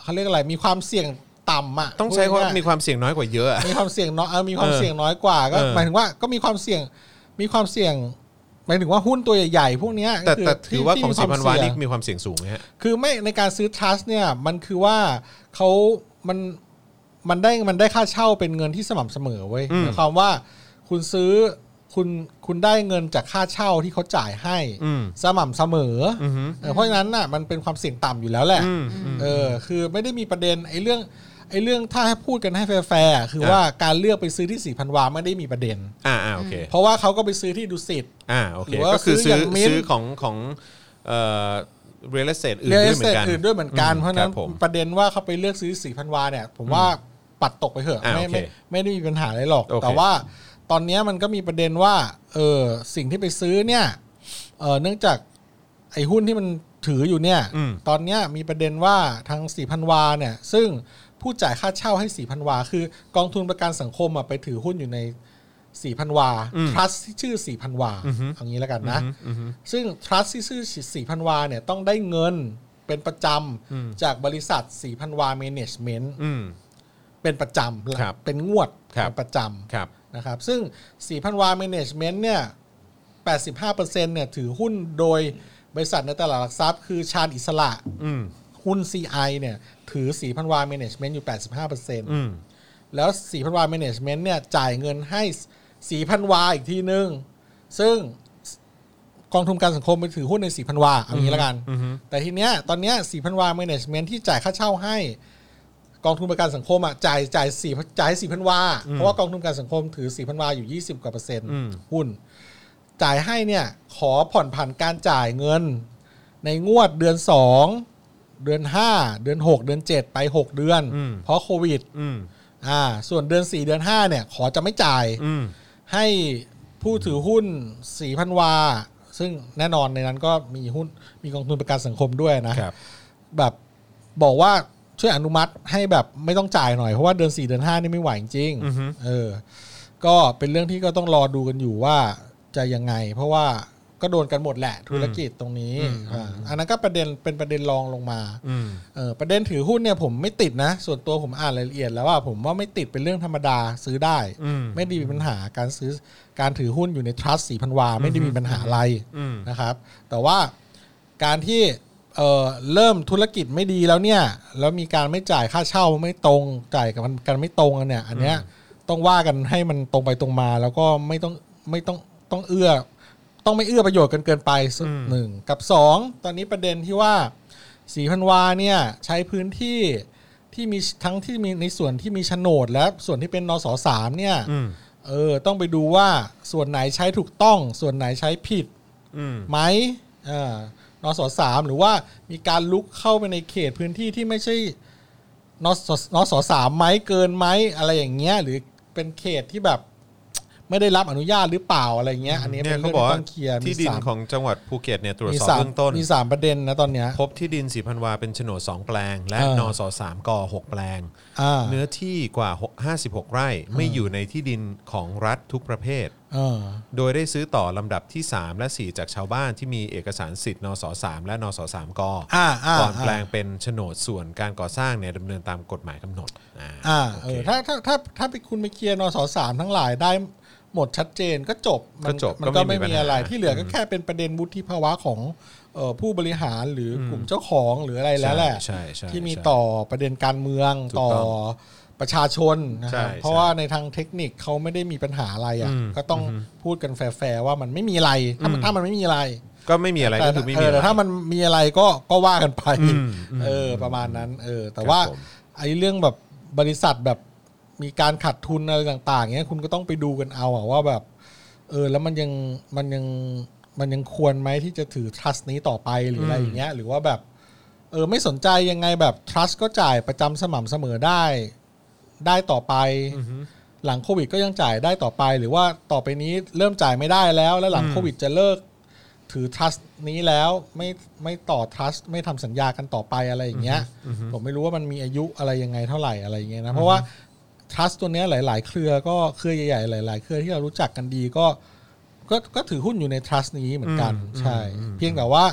เขาเรียกอะไรมีความเสี่ยงต่ำอ่ะ ต้องใช้ค พู วา ด ม ง่ยๆ มีความเสี่ยงน้อยกว่าเยอะอะ มีความเสี่ยงน้อยเออมีความ เออ เสี่ยงน้อยกว่าก็ เออ หมายถึงว่าก็มีความเสี่ยงมีความเสี่ยงหมายถึงว่าหุ้นตัวใหญ่ๆพวกเนี้ย แต่ ก็ แต่ถือว่าของสิ ที่ พันวานี่ เสี่ยง มีความเสี่ยงสูงไหมฮะ คือไม่ในการซื้อ trust เนี่ยมันคือว่าเขามันมันได้มันได้ค่าเช่าเป็นเงินที่สม่ำเสมอเว้ย อืม หมายความว่าคุณซื้อคุณคุณได้เงินจากค่าเช่าที่เขาจ่ายให้ อืม สม่ำเสมออ อฮึ เออเพราะฉะนั้นน่ะมันเป็นความเสี่ยงต่ำอยู่แล้วแหละ อืมอืม เออคือไม่ได้มีประเด็นไอ้เรื่องไอ้เรื่องถ้าให้พูดกันให้แฟร์ๆอ่ะคือ อ่ะ ว่าการเลือกไปซื้อที่สี่พันวาไม่ได้มีประเด็น อ่าอ่าโอเค เพราะว่าเขาก็ไปซื้อที่ดุสิต อ่าโอเค หรือว่า ก็คือ ซื้ซื้ออ อย่างมิ้น ซื้อของของเอ่อ real estate อื่น เรีย ด้วยลเอส เหมื เต อนทกัน อื่นด้วยเหมือนกัน เพราะฉะนั้ คน บผม ประเด็นว่าเขาไปเลือกซื้อสี่พันวาเนี่ยผมว่าปัดตกไปเถอะ อ่า ไม่ โอเค ไม่ไม่ได้มีปัญหาอะไรหรอก โอเค แต่ว่าตอนเนี้ยมันก็มีประเด็นว่าเออสิ่งที่ไปซื้อเนี่ยเออเนื่องจากไอ้หุ้นที่มันถืออยู่เนี่ย อืม ตอนเนี้ยมีประเด็นว่าทางสี่พันวาเนี่ยซึ่งผู้จ่ายค่าเช่าให้สี่พันวา คือกองทุนประกันสังคมอ่ะไปถือหุ้นอยู่ในสี่พันวาทรัสที่ชื่อสี่พันวาเอางี้แล้วกันนะ ซึ่ง trust ที่ชื่อสีพันวาเนี่ยต้องได้เงินเป็นประจำจากบริษัทสีพันวา management อืม เป็นประจำ ครับ เป็นงวด ครับ เป็นประจ ครับ ำนะครับ ซึ่งสีพันวา management เนี่ย85%เนี่ยถือหุ้นโดยบริษัทในตลาดหลักทรัพย์คือชาญอิสระ อืม หุ้น CI เนี่ยถือสีพันวา management อยู่ 85% อืม แล้วสีพันวา management เนี่ยจ่ายเงินให้สีพันวาอีกทีนึง ซึ่งกองทุนการสังคมไปถือหุ้นในสีพันวาเอางี้ละกัน อืม แต่ทีเนี้ยตอนเนี้ยสีพันวา management ที่จ่ายค่าเช่าให้ กองทุนประกันสังคมอ่ะจ่ายจ่ายสี่จ่ายสี่พันวา เพราะว่ากองทุนประกันสังคมถือสี่พันวาอยู่ 20 กว่าเปอร์เซ็นต์หุ้น จ่ายให้เนี่ยขอผ่อนผันการจ่ายเงิน ในงวดเดือน 2 เดือน 5 เดือน 6 เดือน 7 ไป 6 เดือน เพราะโควิด อืม อ่าส่วนเดือน 4 เดือน 5 เนี่ย ขอจะไม่จ่าย อืม ให้ผู้ถือหุ้นสี่พันวา ซึ่งแน่นอนในนั้นก็มีหุ้นมีกองทุนประกันสังคมด้วยนะครับ แบบบอกว่าช่วยอนุมัติให้แบบไม่ต้องจ่ายหน่อย เพราะว่าเดือน4เดือน5นี่ไม่ไหวจริงๆเออ ก็เป็นเรื่องที่ก็ต้องรอดูกันอยู่ว่าจะยังไง เพราะว่าก็โดนกันหมดแหละธุรกิจตรงนี้อ่าอันนั้นก็ประเด็นเป็นประเด็นรองลงมา อืม เออประเด็นถือหุ้นเนี่ยผมไม่ติดนะ ส่วนตัวผมอ่านรายละเอียดแล้วว่าผมว่าไม่ติดเป็นเรื่องธรรมดาซื้อได้ อืม ไม่ได้มีปัญหาการซื้อการถือหุ้นอยู่ในทรัสสี่พันวา ไม่ได้มีปัญหาอะไร อืม นะครับ แต่ว่าการที่เอ่อเริ่มธุรกิจไม่ดีแล้วเนี่ยแล้วมีการไม่จ่ายค่าเช่าไม่ตรงจ่ายกับมันกันไม่ตรงกันเนี่ย อันเนี้ยต้องว่ากันให้มันตรงไปตรงมา แล้วก็ไม่ต้องไม่ต้องต้องเอื้อ ต้องไม่เอื้อประโยชน์กันเกินไปส่วนหนึ่งกับสองตอนนี้ประเด็นที่ว่า สีพันวาเนี่ยใช้พื้นที่ที่มีทั้งที่มีในส่วนที่มีโฉนด และส่วนที่เป็นนสสามเนี่ย อืม เออต้องไปดูว่าส่วนไหนใช้ถูกต้อง ส่วนไหนใช้ผิด อืม ไหมเออ นสสามหรือว่ามีการลุกเข้าไปในเขตพื้นที่ที่ไม่ใช่นสนสสามไหมเกินไหมอะไรอย่างเงี้ย หรือเป็นเขตที่แบบไม่ได้รับอนุญาตหรือเปล่าอะไรเงี้ย อันนี้ เนี่ย เป็น เขา เรื่อง บอก ที่ ว่า ต้องเคลียร์มี ที่ดิน สาม ของจังหวัดภูเก็ตเนี่ยตรวจ มี สอบ สาม เบื้องต้น มีสามประเด็นนะตอนเนี้ย พบที่ดินสีพันวาเป็นโฉนด 2 แปลง และ เออ นสสามก6แปลง อ่า เนื้อที่กว่า 56 ไร่ไม่อยู่ในที่ดินของรัฐทุกประเภท เออ โดยได้ซื้อต่อลำดับที่ 3 และ 4 จากชาวบ้านที่มีเอกสารสิทธิ์นสสามและนสสามก อ่าอ่า ก่อนแปลง อ่า เป็นโฉนดส่วนการก่อสร้างเนี่ยดำเนินตามกฎหมายกำหนดอ่า อ่า โอ เอ เค อถ้าถ้าถ้าถ้าไปคุณไปเคลียร์นสสามทั้งหลายได้หมดชัดเจนก็จบมั ก็จบ มั ก็ ก็ ไม่มีไม่มี ปัญหา อะไรที่เหลือก็แค่เป็นประเด็นวุฒิภาวะของเอ่อผู้บริหารหรือกลุ่มเจ้าของหรืออะไรแล้วแหละ ใช่ใช่ใช่ ที่มีต่อประเด็นการเมือง ถูก ต่อ ต้อง ประชาชนนะครับ ใช่ เพราะว่าในทางเทคนิคเขาไม่ได้มีปัญหาอะไรอ่ะ อืม ก็ต้องพูดกันแฟร์ๆว่ามันไม่มีอะไรถ้ามันถ้ามันไม่มีอะไร ก็ไม่มีอะไร แต่ ก็คือไม่มี เออ อะไร แต่ถ้ามันมีอะไรก็ก็ว่ากันไป อืมอืม เออประมาณนั้นเออแต่ ครับ ว่า ผม ไอ้เรื่องแบบบริษัทแบบมีการขาดทุนอะไรต่างๆเงี้ยคุณก็ต้องไปดูกันเอาอะว่าแบบเออแล้วมันยังมันยังมันยังควรไหมที่จะถือ trust นี้ต่อไปหรืออะไรอย่างเงี้ยหรือว่าแบบเออไม่สนใจยังไงแบบ trust ก็จ่ายประจำสม่ำเสมอได้ได้ต่อไป หลังโควิดก็ยังจ่ายได้ต่อไป หรือว่าต่อไปนี้เริ่มจ่ายไม่ได้แล้ว แล้วหลัง อืม โควิดจะเลิก ถือ trust นี้แล้วไม่ไม่ต่อ trust ไม่ทำสัญญากันต่อไปอะไรอย่างเงี้ยผมไม่รู้ว่ามันมีอายุอะไรยังไงเท่าไหร่อะไรอย่างเงี้ยนะเพราะว่า trust ตัวเนี้ยหลาย ๆ เครือก็เครือใหญ่ ๆ หลาย ๆ เครือที่เรารู้จักกันดีก็ก็ก็ถือหุ้นอยู่ใน trust นี้เหมือนกัน อืม ใช่ อืม เพียงแต่ว่า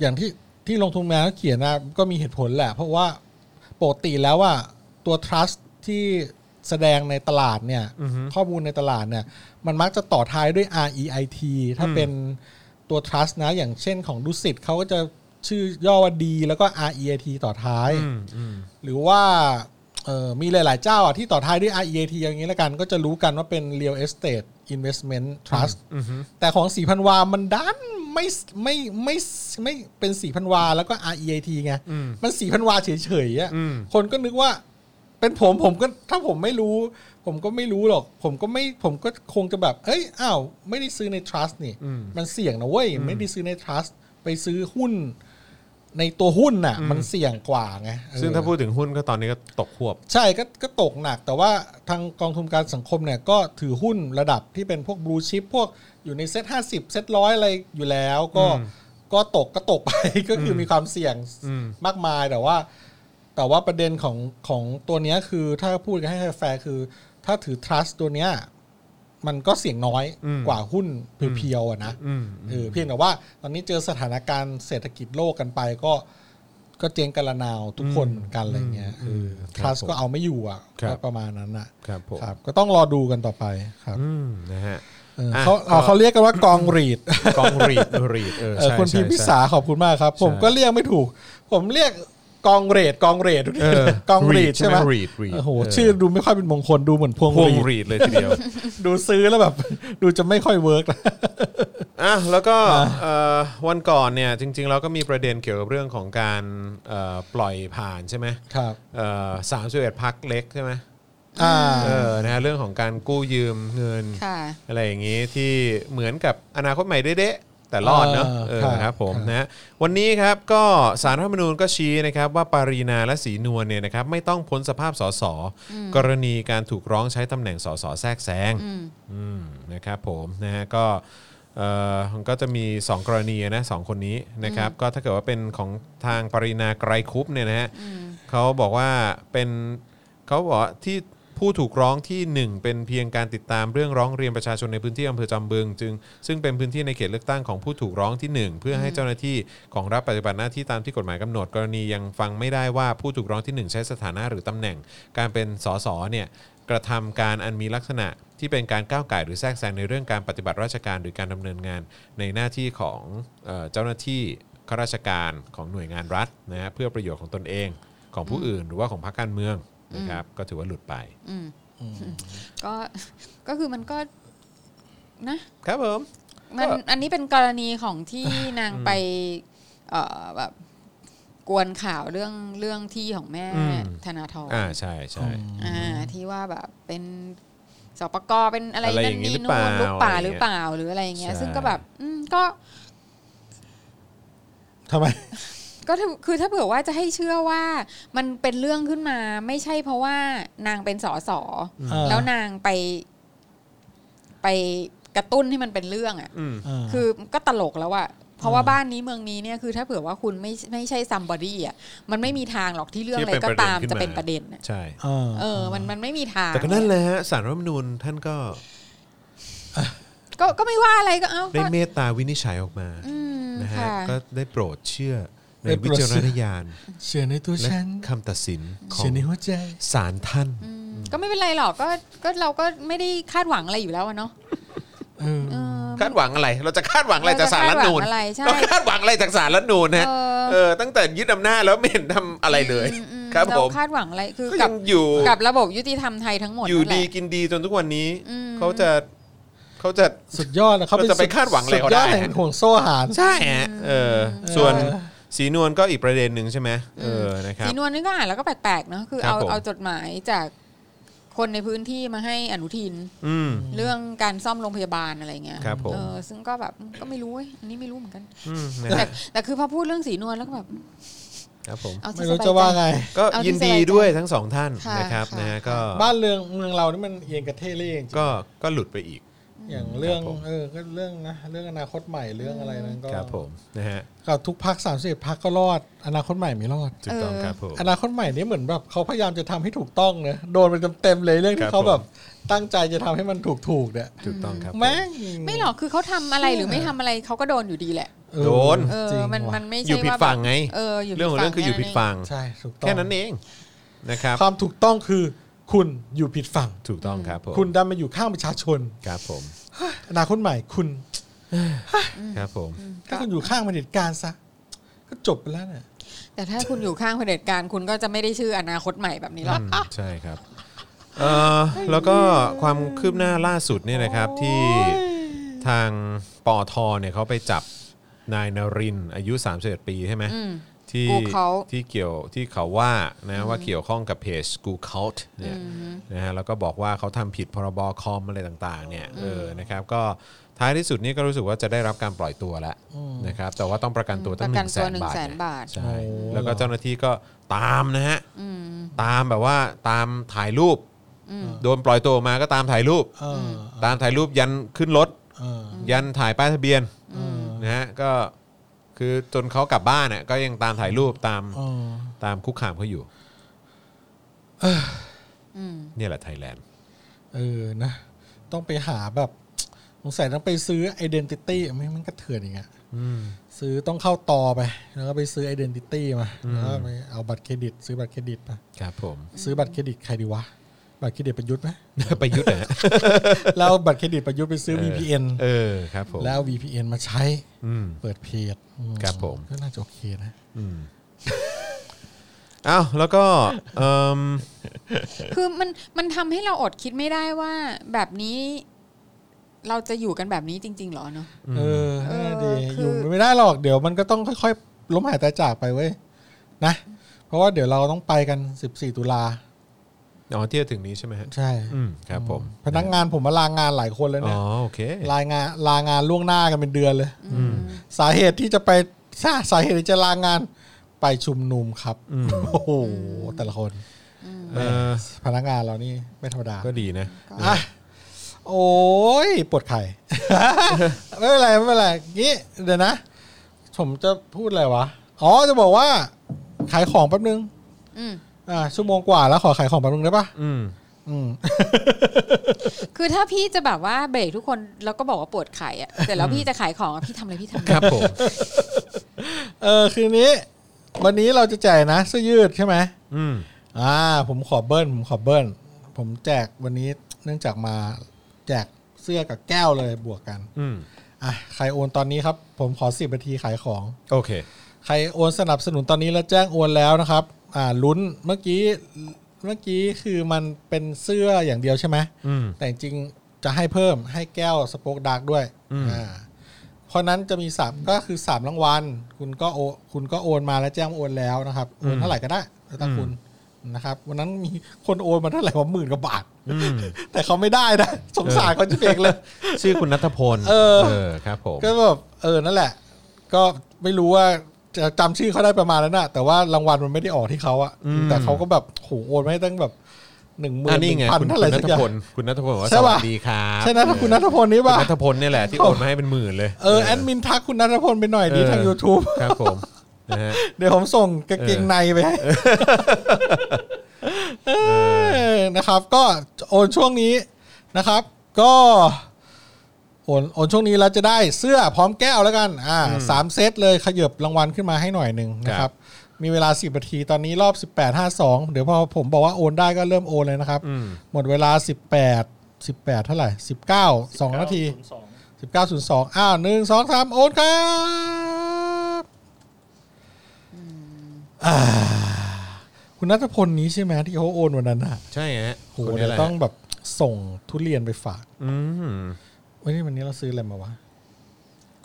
อย่างที่ที่ลงทุนแมนเขาเขียนนะก็มีเหตุผลแหละ เพราะว่าปกติแล้วว่าตัว trust ที่แสดงในตลาดเนี่ย ข้อมูลในตลาดเนี่ย มันมักจะต่อท้ายด้วย REIT ถ้าเป็นตัว trust นะ อย่างเช่นของดุสิตเขาก็จะชื่อย่อว่าดีแล้วก็ REIT ต่อท้าย อืมอืม หรือว่าเอ่อมีหลาย ๆ เจ้าอ่ะที่ต่อท้ายด้วย REIT อย่างนี้ละกัน ก็จะรู้กันว่าเป็น Real Estate Investment Trust แต่ของสีพันวา มันดันไม่ไม่ไม่ไม่เป็นสีพันวา แล้วก็ REIT ไง มันสีพันวาเฉยๆอ่ะ อืม คนก็นึกว่าเป็นผมผมก็ถ้าผมไม่รู้ ผมก็ไม่รู้หรอก ผมก็ไม่ผมก็คงจะแบบ เอ้ยอ้าวไม่ได้ซื้อใน trust นี่ มันเสี่ยงนะเว้ย ไม่ได้ซื้อใน trust ไปซื้อหุ้น ในตัวหุ้นน่ะ มันเสี่ยงกว่าไงเออ ซึ่งถ้าพูดถึงหุ้นก็ตอนนี้ก็ตกควบ ใช่ก็ก็ตกหนัก แต่ว่าทางกองทุนการสังคมเนี่ยก็ถือหุ้นระดับที่เป็นพวกบลูชิพพวกอยู่ในเซ็ตห้าสิบเซ็ตร้อยอะไรอยู่แล้ว ก็ก็ตกก็ตกไป ก็คือมีความเสี่ยง อืม มากมายแต่ว่า แต่ว่าประเด็นของของตัวเนี้ยคือถ้าพูดกันให้แฟร์คือ ถ้าถือ trust ตัวเนี้ยมันก็เสี่ยงน้อยกว่าหุ้นเพียวๆอะนะ อืม เออเพียงแต่ว่าตอนนี้เจอสถานการณ์เศรษฐกิจโลกกันไปก็ก็เจงกันละนาวทุกคนเหมือนกันอะไรเงี้ยเออ ครับ คลาส ผม ก็เอาไม่อยู่อ่ะ ครับ ก็ประมาณนั้นอ่ะ ครับผม ครับ ก็ต้องรอดูกันต่อไปครับ อืมนะฮะ เออ อ่ะ เขา ก็ เอาเขาเรียกกันว่ากองรีด กองรีดรีดเออ เออ ใช่ คุณพิมพิ ใช่ สาขอบคุณมากครับ ผมก็เรียกไม่ถูก ผมเรียกกองเรดกองเรด เออก องรีด read ใช่ ใช่ ไห ไห ม ม read read โอ้โห เออ ชื่อดูไม่ค่อยเป็นมงคลดูเหมือนพวง พวง รีด รีดเลยทีเดียว ดูซื้อแล้วแบบ ดูจะไม่ค่อยเวิร์ก แล้ว อ่ะแล้วก็เอ่อวันก่อนเนี่ยจริงๆเราก็มีประเด็นเกี่ยวกับเรื่องของการเอ่อปล่อยผ่านใช่ไหม ครับ สามสิบเอ่อ็ดพักเล็กใช่ไหม อ่า เออนะฮะเรื่องของการกู้ยืมเงิน ค่ะ อะไรอย่างนี้ที่เหมือนกับอนาคตใหม่เด๊ะๆแต่รอดเนอะ เออ เออ ครับ ครับผม ครับ นะฮะวันนี้ครับก็สารรัฐธรรมนูญก็ชี้นะครับว่าปารีนาและสีนวลเนี่ยนะครับไม่ต้องพ้นสภาพสสกรณีการถูกร้องใช้ตำแหน่งสสแทรกแซงอืมนะครับผมนะฮะก็เอ่อมันก็จะมี 2 กรณีนะสองคนนี้นะครับก็ถ้าเกิดว่าเป็นของทางปรินาไกรคุปเนี่ยนะฮะเขาบอกว่าเป็นเขาบอกว่าที่ ผู้ถูกร้องที่ 1 เป็นเพียงการติดตามเรื่องร้องเรียนประชาชนในพื้นที่อำเภอจำบึงจึงซึ่งเป็นพื้นที่ในเขตเลือกตั้งของผู้ถูกร้องที่ 1 เพื่อให้เจ้าหน้าที่ของรับปฏิบัติหน้าที่ตามที่กฎหมายกำหนด กรณียังฟังไม่ได้ว่าผู้ถูกร้องที่ 1 ใช้สถานะหรือตำแหน่ง การเป็นสสเนี่ยกระทำการอันมีลักษณะที่เป็นการก้าวไก่ายหรือแทรกแซงในเรื่องการปฏิบัติราชการหรือการดำเนินงานในหน้าที่ของเอ่อเจ้าหน้าที่ข้าราชการของหน่วยงานรัฐนะฮะเพื่อประโยชน์ของตนเองของผู้อื่น หรือว่าของพรรคการเมืองนะครับก็ถือว่าหลุดไป อืมก็ ก็คือมันก็นะ ครับผม มัน ก็ อันนี้เป็นกรณีของที่นางไปเอ่อแบบกวนข่าวเรื่องเรื่องที่ของแม่ธนาธร อ่าใช่ใช่ อ่าที่ว่าแบบเป็นสปกเป็นอะไร อะไรอ นั่ ย่านงนี้ นี่ หรือเป นู่ ล่าน ลูกป่า อะไร หรือเปล่าหรืออะไรอย่างเงี้ย ใช่ ซึ่งก็แบบ อืมก็ ทำไม ก็ถ้าคือถ้าเผื่อว่าจะให้เชื่อว่ามันเป็นเรื่องขึ้นมาไม่ใช่เพราะว่านางเป็นสอสอ เออ แล้วนางไป ไปกระตุ้นให้มันเป็นเรื่องอ่ะ เออ คือก็ตลกแล้วอะเพราะว่า อ่า บ้านนี้เมืองนี้เนี่ยคือถ้าเผื่อว่าคุณไม่ไม่ใช่ซัมบอดี้อะมันไม่มีทางหรอกที่เรื่อง ที่ อะไร เป็น ก็ ประเด็น ตาม ขึ้น จะ มา เป็นประเด็นอะ ใช่ เออ เออ มันมันไม่มีทาง แต่ก็นั่นแหละฮะสารรัฐธรรมนูญท่านก็ ก็ก็ไม่ว่าอะไรก็เอา ได้ ก็ เมตตาวินิจฉัยออกมา อืม นะฮะ ค่ะ ก็ได้โปรดเชื่อในวิจารณญาณ เชื่อในตัว และ ฉัน คำตัดสินขอ เชื่อง ในหัวใจ ศาลท่าน อืมก็ไม่เป็นไรหรอกก็ก็เราก็ไม่ได้คาดหวังอะไรอยู่แล้วอะเนาะ เออ เออ คาดหวังอะไร เราจะคาดหวังอะไรจากสารรัฐธรรมนูญ เราจะคาดหวังอะไรใช่ เราคาดหวังอะไรจากสารรัฐธรรมนูญนะฮะ เออ เออตั้งแต่ยึดอำนาจแล้วไม่เห็นทำอะไรเลย อือื ครับ เรา ผม คาดหวังอะไรคือ ก็ กั ยั บ งอยู่ กับระบบยุติธรรมไทยทั้งหมด อยู่ นั่นแห ดี ละ กินดีจนทุกวันนี้ อืม เขาจะเขาจะ สุดยอดนะเขาเป็น เราจะไปคาดหวังอะไรเขา สุยอด ได้ แห่งห่วงโซ่อาหาร ใช่ฮะเออ ส่วน เออ สีนวลก็อีกประเด็นหนึ่งใช่ไหมเออนะครับ สีนวลนี่ก็อ่านแล้วก็แปลกๆเนาะคือ ครับ เอา ผม เอาจดหมายจากคนในพื้นที่มาให้อนุทิน อืม เรื่องการซ่อมโรงพยาบาลอะไรเงี้ย ครับผม เออซึ่งก็แบบก็ไม่รู้เว้ยอันนี้ไม่รู้เหมือนกัน อืมนะ แต่แต่คือพอพูดเรื่องสีนวลแล้วก็แบบ ครับผม เอาที่ ไม่รู้ สบย จะว่า จ ไง ก็ เอาที่ ยินดี สบายใจ ด้วยทั้งสองท่าน ค่ะ นะครับ ค่ะ นะฮะก็ บ้านเรืองเมืองเรานี่มันเอียงกระเทเล่จริง ก็ก็หลุดไปอีก ๆอย่างเรื่อง ครับผม เออก็เรื่องนะเรื่องอนาคตใหม่เรื่องอะไรนั้นก็ ครับผมนะฮะ ก็ทุกพักสามสิบพักก็รอด อนาคตใหม่ไม่รอด ถูกต้อง เออ ครับผม อนาคตใหม่นี่เหมือนแบบเขาพยายามจะทำให้ถูกต้องนะโดนไปเต็มๆเลยเรื่อง ครั ที่ บ เขาแบบ ผม ตั้งใจจะทำให้มันถูกๆเนี่ย ถูกต้องครับผม แม่ง ไม่หรอกคือเขาทำอะไรหรือไม่ทำอะไรเขาก็โดนอยู่ดีแหละ เออ โดน เออ จริง มัน ว่ะ มันไม่ใช่ อยู่ผิด ว่า ฝั่งไง เอออยู่ผิ เรื่องของเรื่องคืออยู่ผิดฝั่ง ใช่ถูกต้อง แค่นั้นเองนะครับ ความถูกต้องคือคุณอยู่ผิดฝั่ง ถูกต้องครับผม คุณดันมาอยู่ข้างประชาชน ครับผม อนาคตใหม่คุณ ครับผม ถ้าคุณอยู่ข้างเผด็จการซะก็จบไปแล้วเนี่ย แต่ถ้าคุณอยู่ข้างเผด็จการคุณก็จะไม่ได้ชื่ออนาคตใหม่แบบนี้หรอก อืมใช่ครับเออแล้วก็ความคืบหน้าล่าสุดเนี่ยนะครับที่ทางปอทเนี่ยเขาไปจับนายนรินทร์อายุ 31 ปีใช่ไหม อืม ที่ กูเขา ที่เกี่ยวที่เขาว่านะว่าเกี่ยวข้องกับเพจ g o o g l e เนี่ยนะฮะแล้วก็บอกว่าเขาทำผิดพรบคอมอะไรต่างๆเนี่ยเออนะครับก็ท้ายที่สุดนี่ก็รู้สึกว่าจะได้รับการปล่อยตัวแล้วนะครับแต่ว่าต้องประกันตัวตั้งหประกั นึ่งนแส ตัวน หนึ่ง บาท แสน เนี่ย บาท ใช่ โอ้โห แล้วก็เจ้าหน้าที่ก็ตามนะฮะ อืม ตามแบบว่าตามถ่ายรูป โดนปล่อยตัวออกมาก็ตามถ่ายรูป เออ ตามถ่ายรูปยันขึ้นรถ เออ ยันถ่ายป้ายทะเบียน เออ นะฮะก็คือจนเขากลับบ้านน่ะก็ยังตามถ่ายรูปตาม เออ ตามคุกคามเขาอยู่ อืม เนี่ยแหละไทยแลนด์ เออนะ ต้องไปหาแบบสงสัยต้องไปซื้อ identity ไม่มันก็เถื่อนอย่างเงี้ยซื้อต้องเข้าต่อไป แล้วก็ไปซื้อ identity มาแล้วก็ไปเอาบัตรเครดิต ซื้อบัตรเครดิตมา ครับผม ซื้อบัตรเครดิตใครดีวะบัตรเครดิตประยุทธ์ไหม ประยุทธ์นะฮะ แล้วเอาบัตรเครดิตประยุทธ์ไปซื้อ VPN เออครับผม แล้วเอา VPN มาใช้ อืม เปิดเพจอื ครับผม ก็น่าจะโอเคนะ อ้าวแล้วก็เอิ่ม คือมันมันทำให้เราอดคิดไม่ได้ว่าแบบนี้ เราจะอยู่กันแบบนี้จริง ๆ เหรอเนาะ เออน่าดี คือ อ อ ยู่ไม่ได้หรอก เดี๋ยวมันก็ต้องค่อยๆ ล้มหายตายจากไปเว้ย นะ เพราะว่าเดี๋ยวเราต้องไปกัน 14 ตุลา อ๋อที่จะถึงนี้ใช่ไหมฮะ ใช่ อืมครับผม พนักงานผมมาลางานหลายคนแล้ว อ๋ เนี่ อย โอเค ลางานลางานล่วงหน้ากันเป็นเดือนเลย สาเหตุที่จะไปสาสาเหตุที่จะลางานไปชุมนุมครับ โอ้โห แต่ละคน เออ พนักงานเรานี่ไม่ธรรมดา ก็ดีนะ อ่ะโอ้ยปวดไข่ ไม่เป็นไรไม่เป็นไรงี้เดี๋ยวนะ ผมจะพูดอะไรวะ อ๋อจะบอกว่า ขายของแป๊บนึง อืม อ่าชั่วโมงกว่าแล้วขอขายของแป๊บนึงได้ปะ อืม อืม คือถ้าพี่จะแบบว่าเบรกทุกคนแล้วก็บอกว่าปวดไข่อะแต่แล้วพี่จะขายของอะพี่ทำอะไรพี่ทำ ครับผม เออคืนนี้ วันนี้เราจะแจกนะเสื้อยืดใช่ไหม อืม อ่า ผมขอเบิ้ลผมขอเบิ้ลผมแจกวันนี้เนื่องจากมาแจกเสื้อกับแก้วเลยบวกกัน อืม อ่ะใครโอนตอนนี้ครับ ผมขอสิบนาทีขายของ โอเค ใครโอนสนับสนุนตอนนี้และแจ้งโอนแล้วนะครับ อ่าลุ้นเมื่อกี้เมื่อกี้คือมันเป็นเสื้ออย่างเดียวใช่ไหม อืม แต่จริงๆจะให้เพิ่มให้แก้วสป็อกดาร์กด้วยอ่าเพราะนั้นจะมีสามก็คือสามรางวัลคุณก็โอคุณก็โอนมาแล้วแจ้งว่าโอนแล้วนะครับโอนเท่าไหร่ก็ได้แล้วแต่คุณนะครับวันนั้นมีคนโอนมาเท่าไหร่ว่าหมื่นกว่าบาท แต่เขาไม่ได้นะสงสารเขาจะเอง เลย ชื่อคุณนัทพล เออ ครับผม ก็แบบเออนั่นแหละ ก็ไม่รู้ว่า จะจำชื่อเขาได้ประมาณนั้นนะแต่ว่ารางวัลมันไม่ได้ออกที่เขาอะแต่เขาก็แบบโหโอนไม่ตั้งแบบหนึ่งหมื่ อั น นนี้ไง พัน คุณ เท่าไหร่ นั สัก ท อย่าง พลคุณนัทพลบอกว่า ใช่ ส ปะ วัสดีครับ ใช่นะถ้าคุณนัทพลนี่ คุณ ป่ะ นัทพลเนี่ยแหละที่โอนมาให้เป็นหมื่นเลย เออแอดมินทักคุณนัทพลไปหน่อยดีทาง เออ YouTube ครับผมนะฮะ เดี๋ยวผมส่งกางเกงในไปให้เออนะครับ ก็โอนช่วงนี้นะครับ ก็โอนโอนช่วงนี้เราจะได้เสื้อพร้อมแก้วแล้วกัน อ่าสามเซตเลยขยับรางวัลขึ้นมาให้หน่อยหนึ่งนะค ครั รับ บ มีเวลา 10นาทีตอนนี้รอบ 1852 เดี๋ยวพอผมบอกว่าโอนได้ก็เริ่มโอนเลยนะครับ หมดเวลา 18 18 เท่าไหร่ 19 2 นาที ศูย์สอง 1902 อ้าวหนึ่งสองสามโอนครับอ่าคุณนัทพลนี้ใช่ไหมที่เขาโอนวันนั้นอ่ะ ใช่ฮะ โห คนนี้เดี๋ยว แหละ ต้องแบบส่งทุเรียนไปฝาก อืม เวันนี้วันนี้เราซื้ออะไรมาวะ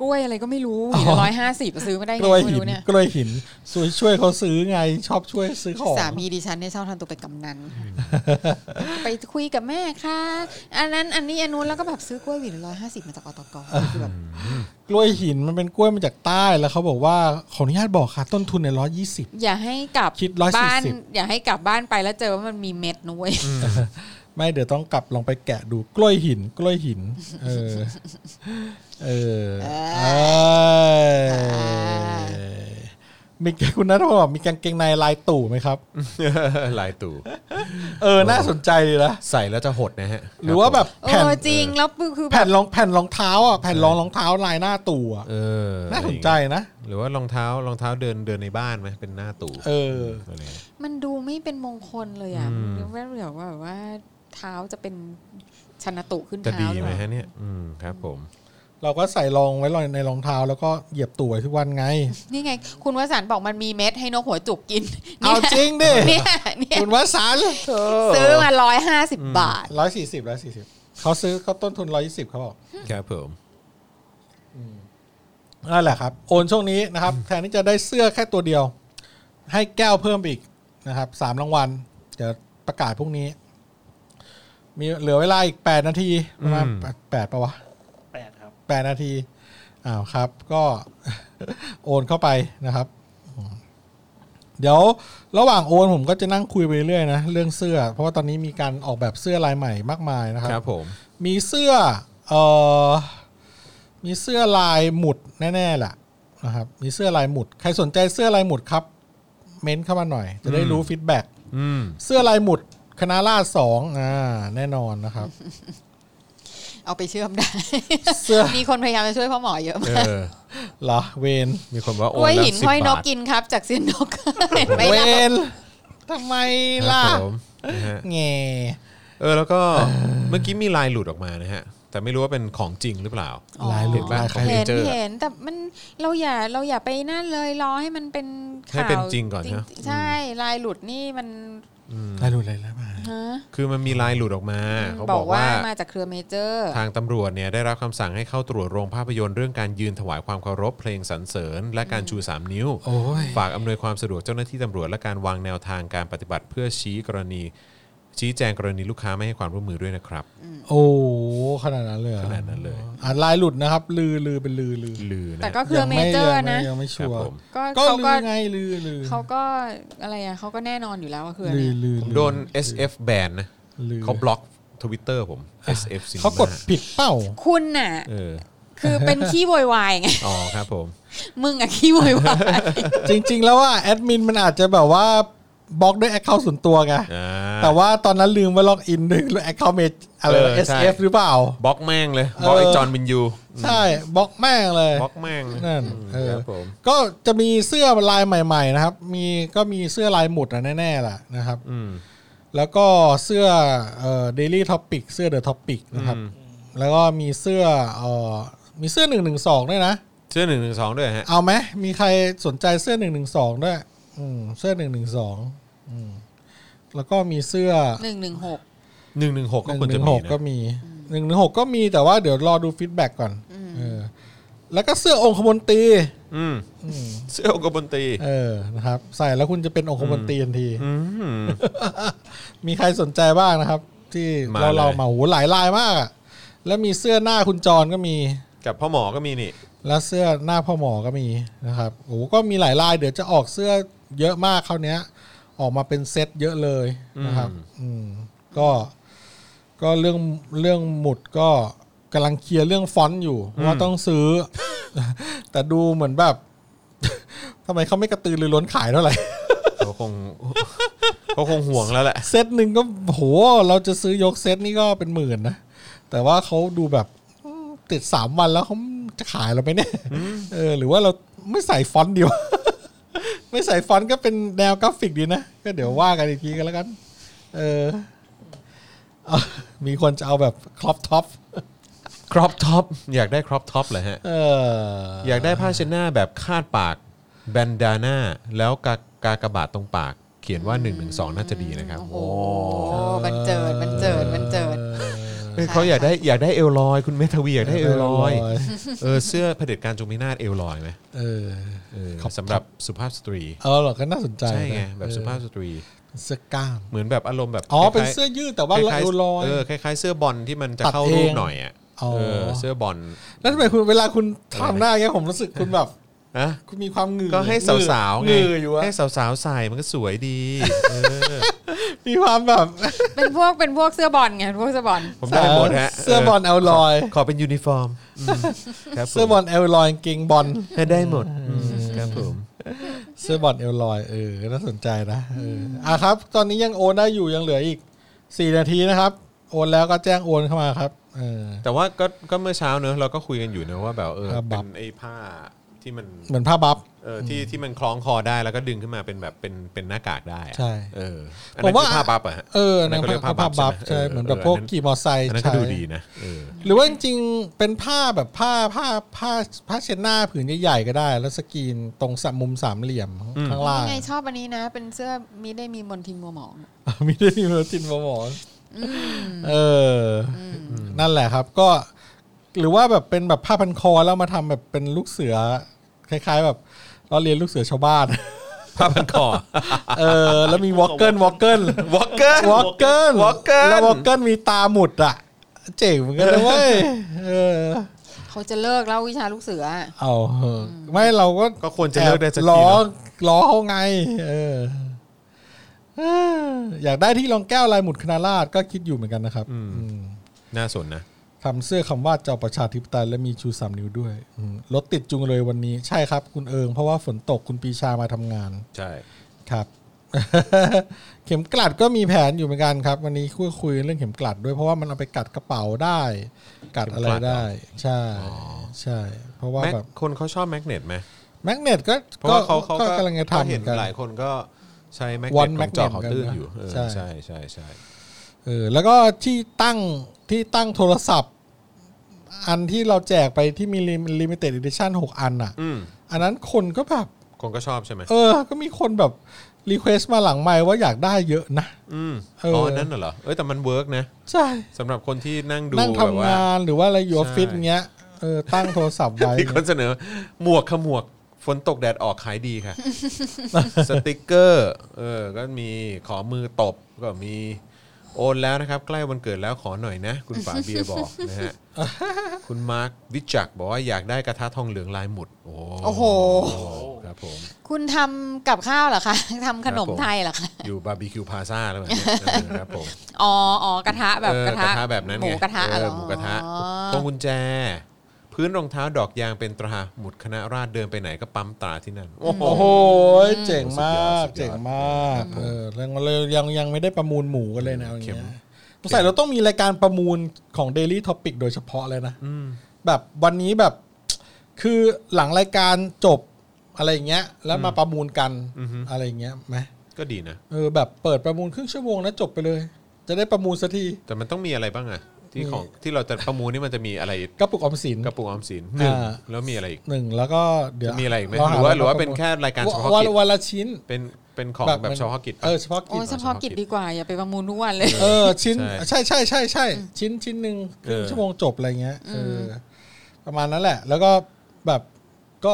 กล้วยอะไรก็ไม่รู้หวีละร้อยห้าสิบซื้อไม่ได้ไง กล้วย ก็ไม่ หิน รู้เนี่ย กล้วยหินช่วยช่วยเขาซื้อไงชอบช่วยซื้อของ สามีดิฉันเนี่ยชอบทำตัวเป็นกำนันไปคุยกับแม่ค่ะ อันนั้นอันนี้อันนู้นแล้วก็แบบซื้อกล้วยหวีละร้อยห้าสิบมาจากอตกคือแบบ กล้วยหินมันเป็นกล้วยมาจากใต้แล้วเขาบอกว่าขออนุญาตบอกค่ะต้นทุนเนี่ยร้อยยี่สิบ อย่าให้กลับ คิด140 บ้าน อย่าให้กลับบ้านไปแล้วเจอว่ามันมีเม็ดนุ้ย ไม่เดี๋ยวต้องกลับลองไปแกะดูกล้วยหิน กล้วยหิน เออ เออเอ้ยมีคุณนัทพลบอกมีกางเกงในลายตู่ไหมครับ ลายตู่ เออ น่าสนใจดีนะ ใส่แล้วจะหดนะฮะ หรือว่าแบบ เอ แผ่น อจริงแล้วคือแบบ แผ่นรองแผ่นรองเท้าอ่ะแผ่นรองรองเท้าลายหน้าตู่อ่ะ เออ น่าสนใจนะ หรือว่ารองเท้ารองเท้าเดินเดินในบ้านไหมเป็นหน้าตู่ เออ ะไร มันดูไม่เป็นมงคลเลยอ่ะ อืม มันไม่เหลือว่าแบบว่าเท้าจะเป็นชนะตุขึ้น จะ เท้า ดี หรือ ไหม เปล่า ฮะเนี่ยอืมครับผม เราก็ใส่รองไว้ในรองเท้าแล้วก็เหยียบตู่ไว้ทุกวันไง นี่ไง คุณวสันต์บอกมันมีเม็ดให้นกหัวจุกกิน เอาจริงดิ เนี่ยเนี่ย คุณว่าสาร ซื้อมาร้อยห้าสิบบาท ร้อยสี่สิบร้อยสี่สิบเขาซื้อเขาต้นทุนร้อยยี่สิบเขาบอก ครับผม นั่นแหละครับโอนช่วงนี้นะครับ แทนที่จะได้เสื้อแค่ตัวเดียว ให้แก้วเพิ่มอีกนะครับสามรางวัลเดี๋ยวประกาศพรุ่งนี้ มีเหลือเวลาอีกแปดนาทีประมาณ อืม แปดปะวะ แปดครับ แปดนาทีอ้าวครับ ก็ โอนเข้าไปนะครับอืมเดี๋ยวระหว่างโอนผมก็จะนั่งคุยไปเรื่อยนะเรื่องเสื้อ เพราะว่าตอนนี้มีการออกแบบเสื้อลายใหม่มากมายนะครับ ครับผม มีเสื้อเอ่อมีเสื้อลายหมุดแน่ๆแหละนะครับ มีเสื้อลายหมุด ใครสนใจเสื้อลายหมุดครับ เม้นเข้ามาหน่อย จะได้รู้ฟีดแบ็ก อืม เสื้อลายหมุดคณะราษฎรสองอ่าแน่นอนนะครับ เอาไปเชื่อมได้ เสื้อ มีคนพยายามจะช่วยพ่อหมอเยอะ เอ มาก อ เหรอเวน มีคนว่าโอก ล้วย น หิน สิบ ห้อยนก บาท กินครับ จากเซียนน กเห็นไหม เว ล่ะ นทำไม ค ล่ะ รับผมนะฮะ แง เออแล้วก็เมื่อกี้มีลายหลุดออกมานะฮะ แต่ไม่รู้ว่าเป็นของจริงหรือเปล่า ลายหลุด บ้า ลาน ย ข ใค อ รง เห็น เจอ เห็นแต่มันเราอย่าเราอย่าไปนั่นเลยรอให้มันเป็น ให้ ข่าว เป็นจริงก่อนนะ ใช่ลายหลุดนี่มัน ลายหลุดลายแล้วมา ฮะ คือมันมีลายหลุดออกมา เขา บบ อ อก ก ว่า ว่า มาจากเครือเมเจอร์ ทางตำรวจเนี่ยได้รับคำสั่งให้เข้าตรวจโรงภาพยนตร์เรื่องการยืนถวายความเคารพเพลงสรรเสริญ และการชู 3 นิ้ว โอ้ย ฝากอำนวยความสะดวกเจ้าหน้าที่ตำรวจและการวางแนวทางการปฏิบัติเพื่อชี้กรณี ชี้แจงกรณีลูกค้าไม่ให้ความร่วมมือด้วยนะครับ โอ้ขนาดนั้นเลยเหรอ ขนาดนั้นเลย อ่ะลายหลุดนะครับ ลือลือเป็นลือลือ ลือนะ แต่ก็เครือเมเจอร์นะ ยังไม่ ค ชั รับ วร์ ผม ก็ ก็ เขา ลื ก็ อไงลือลือ เขาก็อะไรอ่ะเขาก็แน่นอนอยู่แล้วว่าคืออันเนี้ลือยลือ ผมโดน SF ban นะ ลือ เขาบล็อกทวิตเตอร์ผม SF Cinema เขากดผิดเป้า คุณน่ะ เออ คือเป็นขี้โวยวายไง อ๋อครับผม มึงอะขี้โวยวาย จริง ๆ แล้วว่าแอดมินมันอาจจะแบบว่าบล็อกด้วยแอคเคาท์ส่วนตัวไง อ่า แต่ว่าตอนนั้นลืมว่าล็อกอินด้วยแอคเคาท์เมจอะไร เออ เอส ใช่ เอฟหรือเปล่า บล็อกแม่งเลยบล็อกไอ้ เออ จอห์นบินยู ใช่บล็อกแม่งเลย บล็อกแม่งเลย นั่นเออ ครับผม ก็จะมีเสื้อลายใหม่ ๆ นะครับ มีก็มีเสื้อลายหมุดอะแน่ๆแหละนะครับ อืม แล้วก็เสื้อเอ่อ daily topic เสื้อ the topic นะครับ แล้วก็มีเสื้อเอ่อมีเสื้อหนึ่งหนึ่งสองด้วยนะ เชื่อหนึ่งหนึ่งสองด้วยฮะ เอาไหมมีใครสนใจเสื้อหนึ่งหนึ่งสองด้วย อืม เสื้อหนึ่งหนึ่งสองแล้วก็มีเสื้อ หนึ่งหนึ่งหก หนึ่งหนึ่งหก ห ก็ นึ่ง ควร ห จะ นึ่งห มี ก นะ ก็มีหนึ่งหนึ่งหกก็มีแต่ว่าเดี๋ยวรอดูฟีดแบ็กก่อนเออ แล้วก็เสื้อองคมนตรี อืมเสื้อโอกบนตรี เออนะครับ ใส่แล้วคุณจะเป็นองคมนตรีทันที อืม มีใครสนใจบ้างนะครับ ที่ มา เรา เลย เรามาโหหลายลายมากอะแล้วมีเสื้อหน้าคุณจรก็มี กับพ่อหมอก็มีนี่ แล้วเสื้อหน้าพ่อหมอก็มีนะครับโอ้โหก็มีหลายลายเดี๋ยวจะออกเสื้อเยอะมากคราวเนี้ย ออกมาเป็นเซตเยอะเลยนะครับ อืมก็ก็เรื่องเรื่องหมุดก็กำลังเคลียร์เรื่องฟอนต์อยู่ว่าต้องซื้อ แต่ดูเหมือนแบบ ทำไมเขาไม่กระตือรือร้นขายเท่าไหร่ เขาคง เขาคงห่วงแล้วแหละ เซตหนึ่งก็โหเราจะซื้อยกเซตนี่ก็เป็นหมื่นนะ แต่ว่าเขาดูแบบอืมติดสามวันแล้วเขาจะขายเราไหมเนี่ยเออ หรือว่าเราไม่ใส่ฟอนต์ดีวะ ไม่ใส่ฟอนต์ก็เป็นแนวกราฟิกดีนะ ก็เดี๋ยวว่ากันอีกทีกันแล้วกัน เออ เอามีคนจะเอาแบบครอปท็อป ครอปท็อปอยากได้ครอปท็อปเหรอฮะ เออ อยากได้ผ้าเช็ดหน้าแบบคาดปากแบนดาน่าแล้วกากากบาทตรงปาก เขียนว่า1นึน่าจะดีนะครับ โอ้โหบันเจิดบันเจิดบันเจิด เอ้ยเขาอยากได้อยากได้เอลลอย คุณเมทวีอยากได้เอลลอย เออ เออเสื้อเผด็จการจงมีนาถเอลลอยไหม เออ เออสำหรับสุภาพสตรี เอาหรอก็น่าสนใจ ใช่ไง นะ แบบสุภาพสตรี เสื้อกล้าม เหมือนแบบอารมณ์แบบ อ๋อเป็น คล้ายๆ เสื้อยืดแต่ว่า คล้าย เอว ๆ ลอย เออคล้ายๆ เสื้อบอลที่มันจะ ตัด เข้ารูป เอง หน่อยอ่ะ อ๋อ เออเสื้อบอล แล้วทำไมคุณเวลาคุณทำหน้าอย่างเงี้ยผมรู้สึกคุณแบบ นะ คุณมีความเหงื่อ ก็ให้สาวๆ เห ไง งื่ออยู่อะ ให้สาวๆใส่มันก็สวยดีเออ มีความแบบ เป็นพวกเป็นพวกเสื้อบอลไงเป็นพวกเสื้อบอล ผมได้หมดฮะ เสื้อบอลแอลลอย ขขอเป็นยูนิฟ อร์มอืมครับผม เสื้อบอลเอลลอยกางเกงบอล ให้ได้หมดอืมครับผม เสื้อบอลเอลลอยเออน่าสนใจนะเอออ่ะครับ ตอนนี้ยังโอนได้อยู่ยังเหลืออีกสี่นาทีนะครับ โอนแล้วก็แจ้งโอนเข้ามาครับเออ แต่ว่าก็ก็เมื่อเช้าเนอะเราก็คุยกันอยู่เนอะว่าแบบเออ ผ้าบั เป็ บ นไอ้ผ้าที่มัน เหมือนผ้าบัฟ เออที่ที่มันคล้องคอได้แล้วก็ดึงขึ้นมาเป็นแบบเป็นเป็นหน้ากากได้อะ ใช่ เอออัน ผ นั้ ม น ว่า คือผ้าบับอะฮะ เออ อันนั้นก็นั่นเรียกผ้า ผ้า บัฟผ้าบัฟ ใช่ไหมเอใช่อ เหมือนแบบ เออ พวก อันนั้น ขี่มอไซค์ อันนั้น ใช่ ก็ดูดีนะเออ หรือว่าจริงๆเป็นผ้าแบบผ้าผ้าผ้าผ้าเช็ดหน้าผืนใหญ่ๆก็ได้ แล้วสกรีนตรงสามมุมสามเหลี่ยมข้างล่าง ไงชอบอันนี้นะ เป็นเสื้อมีได้มีมนทินมัวหมอง มีได้มีโรจินบอมอน เอออ นั่นแหละครับก็หรือว่าแบบเป็นแบบผ้าพันคอแล้วมาทำแบบเป็นลูกเสือ คล้าย ๆ แบบเราเรียนลูกเสือชาวบ้าน ผ้าพันคอ เออ แล้วมีวอลเกิลวอลเกิล วอลเกอร์ วอลเกิล Walker แล้ววอลเกิลมีตาหมุดอ่ะ เจ๋งเหมือนกันนะเว้ยเออ เขาจะเลิกแล้ววิชาลูกเสือ เอาเออไม่เราก็ ก็ควรจะเลิกได้สักที ล้อ เนอะ ล้อเขาไง เออเออ อยากได้ที่รองแก้วลายหมุดคณะราษฎรก็คิดอยู่เหมือนกันนะครับ อืม น่าสนนะ ทำเสื้อคำว่าเจ้าประชาธิปไตยและมีชูสามนิ้วด้วยอืมรถติดจุงเลยวันนี้ใช่ครับ คุณเอิง เพราะว่าฝนตกคุณปีชามาทำงาน ใช่ ครับ เข็มกลัดก็มีแผนอยู่เหมือนกันครับ วันนี้คุยคุยเรื่องเข็มกลัดด้วยเพราะว่ามันเอาไปกัดกระเป๋าได้ กัดอะไรได้ ใช่ ใช่ เพราะว่า แม็ก แบบ คนเขาชอบแมกเนตไหม แมกเนตก็ เพราะว่าเขาเขา ก็ ก็ กำลังจะ ก็ ทำเห เห็ มื น อนกัน หลายคนก็ใช้แมกเน ว ต อน ของเจาะ magnet ขอตื้นอยู่เออ ใช่ ใช่ใช่ใช่ เออแล้วก็ที่ตั้งที่ตั้งโทรศัพท์ อันที่เราแจกไปที่มีลิมิเต็ดอีดิชั่นหกอันอ่ะ อืม อันนั้นคนก็แบบ คนก็ชอบใช่ไหม เออ ก็มีคนแบบรีเควสต์มาหลังไมค์ว่าอยากได้เยอะนะ อืม เอ อ๋ อ อ อั อันนั้นน่ะเหรอเอ้ยแต่มันเวิร์กนะ ใช่ สำหรับคนที่นั่งดู นั่ง แบบ ทำ ว่าง านหรือว่าอะไรอยู่ออฟฟิศเงี้ยเออตั้งโทรศัพท์ไว้ มีคนเสนอ หมวกขมวกฝนตกแดดออกขายดีค่ะ สติกเกอร์เออก็มีขอมือตบก็มีโอนแล้วนะครับ ใกล้วันเกิดแล้วขอหน่อยนะ คุณฝาเบียร์บอกนะฮะ คุณมาร์ควิจักบอกว่าอยากได้กระทะทองเหลืองลายหมุด โอ้ โอ้โห ครับผม คุณทำกับข้าวเหรอคะ ทำขนม ครับผม ไทยเหรอคะ อยู่บาร์บีคิวพาซาแล้วแบบนี้ครับผม อ๋ออ๋อกระทะแบบ เออก ระทะ ระทะแบบนั้น หมู ไง กระทะ เอ เหร อ อ หมูกระทะ อ๋อ พวงกุญแจ พื้นรองเท้าดอกยางเป็นตราหมุดคณะราษฎรเดินไปไหนก็ปั๊มตราที่นั่น โอ้โห โอ้โหเจ๋งมาก สุดยอด เจ๋งมากเออแล้วเรายังยังไม่ได้ประมูลหมูกันเลยนะอย่าง เข้ เงี้ย ม สงสัยเราต้องมีรายการประมูลของ Daily Topic โดยเฉพาะเลยนะ อืม แบบวันนี้แบบคือหลังรายการจบอะไรอย่างเงี้ย แล้วมาประมูลกัน อือฮึ อะไรอย่างเงี้ยไหม ก็ดีนะ เออแบบเปิดประมูลครึ่งชั่วโมงแล้วจบไปเลย จะได้ประมูลสักที แต่มันต้องมีอะไรบ้างอะที่ มี ของที่เราจะประมูลนี่มันจะมีอะไร กระปุกออมสิน กระปุกออมสินหนึ่ง อ่า แล้วมีอะไรอีก หนึ่งแล้วก็เดี๋ยว จะมีอะไรอีกไหม เห รือว่าหรือว่าเป็นแค่รายการเฉพาะ วัน กิจ วันละชิ้น เป็นเป็นของแบบเฉพาะกิจปะ เออเฉพาะกิ โอ้ จ ยเฉพาะกิจดีกว่า อย่าไปประมูลทุกวันเลย เออชิ้น ใช่ ใช่ใช่ใช่ใช่ชิ้นชิ้นหนึ่งครึ่ง เออ ชั่วโมงจบอะไรเงี้ยเออประมาณนั้นแหละ แล้วก็แบบก็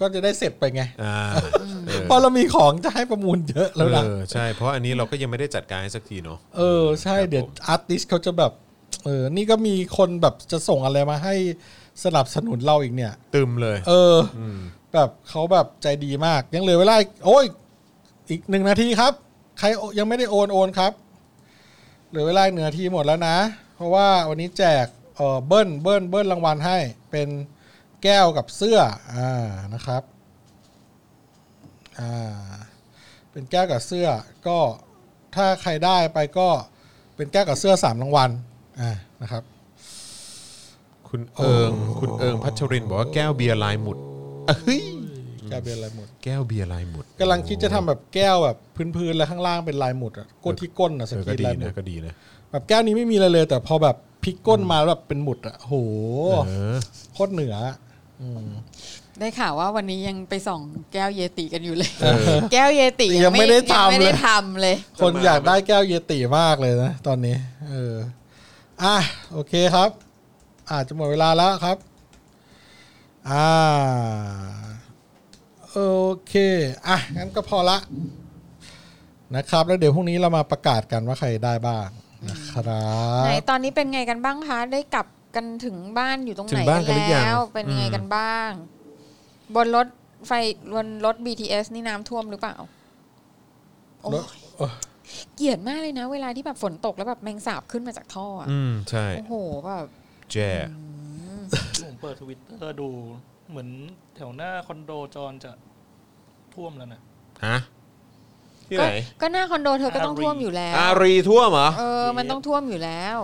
ก็จะได้เสร็จไปไง อ่าเออ เพราะเรามีของจะให้ประมูลเยอะแล้วนะ เออใช่ เพราะอันนี้เราก็ยังไม่ได้จัดการให้สักทีเนาะ เออใช่ ครับ เดี๋ยว ผม อาร์ติสเขาจะแบบเออนี่ก็มีคนแบบจะส่งอะไรมาให้ สนับสนุนเราอีกเนี่ย ตึมเลย เอออแบบเขาแบบใจดีมาก ยังเหลือเวลาอีกโอ้ยอีกหนึ่งนาทีครับ ใครยังไม่ได้โอนโอนครับ เหลือเวลาหนึ่งนาทีหมดแล้วนะ เพราะว่าวันนี้แจกเออเบิ้ลเบิ้ลเบิ้ลรางวัลให้ เป็นแก้วกับเสื้ออ่านะครับอ่าเป็นแก้วกับเสื้อก็ถ้าใครได้ไปก็เป็นแก้วกับเสื้อสามรางวัลอ่านะครับ คุณเอิงคุณเอิงพัชรินบอกว่าแก้วเบียร์ลายหมุดเอ้ย แก้วเป็นอะไรหมด แก้วเบียร์ลายหมุด กำลังคิดจะทำแบบแก้วแบบพื้นๆแล้วข้างล่างเป็นลายหมุดอะก้นที่ก้นอะส เออก ก็ รีน ดี ลายหมุ นะ ด ก็ดีนะ แบบแก้วนี้ไม่มีอะไรเลย แต่พอแบบพลิกก้นมาแล้วแบบเป็นหมุดอะโห เออ โคตรเหนืออะอืม ได้ข่าวว่าวันนี้ยังไปส่องแก้วเยติกันอยู่เลย เออ แก้วเยติ ยังไม่ได้ยังทำไม่ได้ เลย ทำเลย คนอยากได้แก้วเยติมากเลยนะ ตอนนี้ เอออ่ะโอเคครับ อาจจะหมดเวลาแล้วครับ อ่า โอเคอ่ะงั้นก็พอละนะครับ แล้วเดี๋ยวพรุ่งนี้เรามาประกาศกันว่าใครได้บ้างนะครับ ไหนตอนนี้เป็นไงกันบ้างคะได้กลับกันถึงบ้านอยู่ตรง ถึ ไหน งบ้าน กั กัน น หรือยัง แล้วเป็นไงกัน อืม บ้าง บนรถไฟบนรถ BTS นี่น้ำท่วมหรือเปล่าโอ้ย รถเออ เกลียดมากเลยนะ เวลาที่แบบฝนตกแล้วแบบแมงสาบขึ้นมาจากท่ออะ อืมใช่ โอ้โหแบบ แจ้ ผมเปิดทวิตเตอร์ดูเหมือนแถวหน้าคอนโดจรจะท่วมแล้วนะ ฮะที่ ก็ ไหน ก็หน้าคอนโดเธอก็ต้อง อารี ท่วมอยู่แล้ว อารีทั่วเหรอ เออ มันต้องท่วมอยู่แล้ว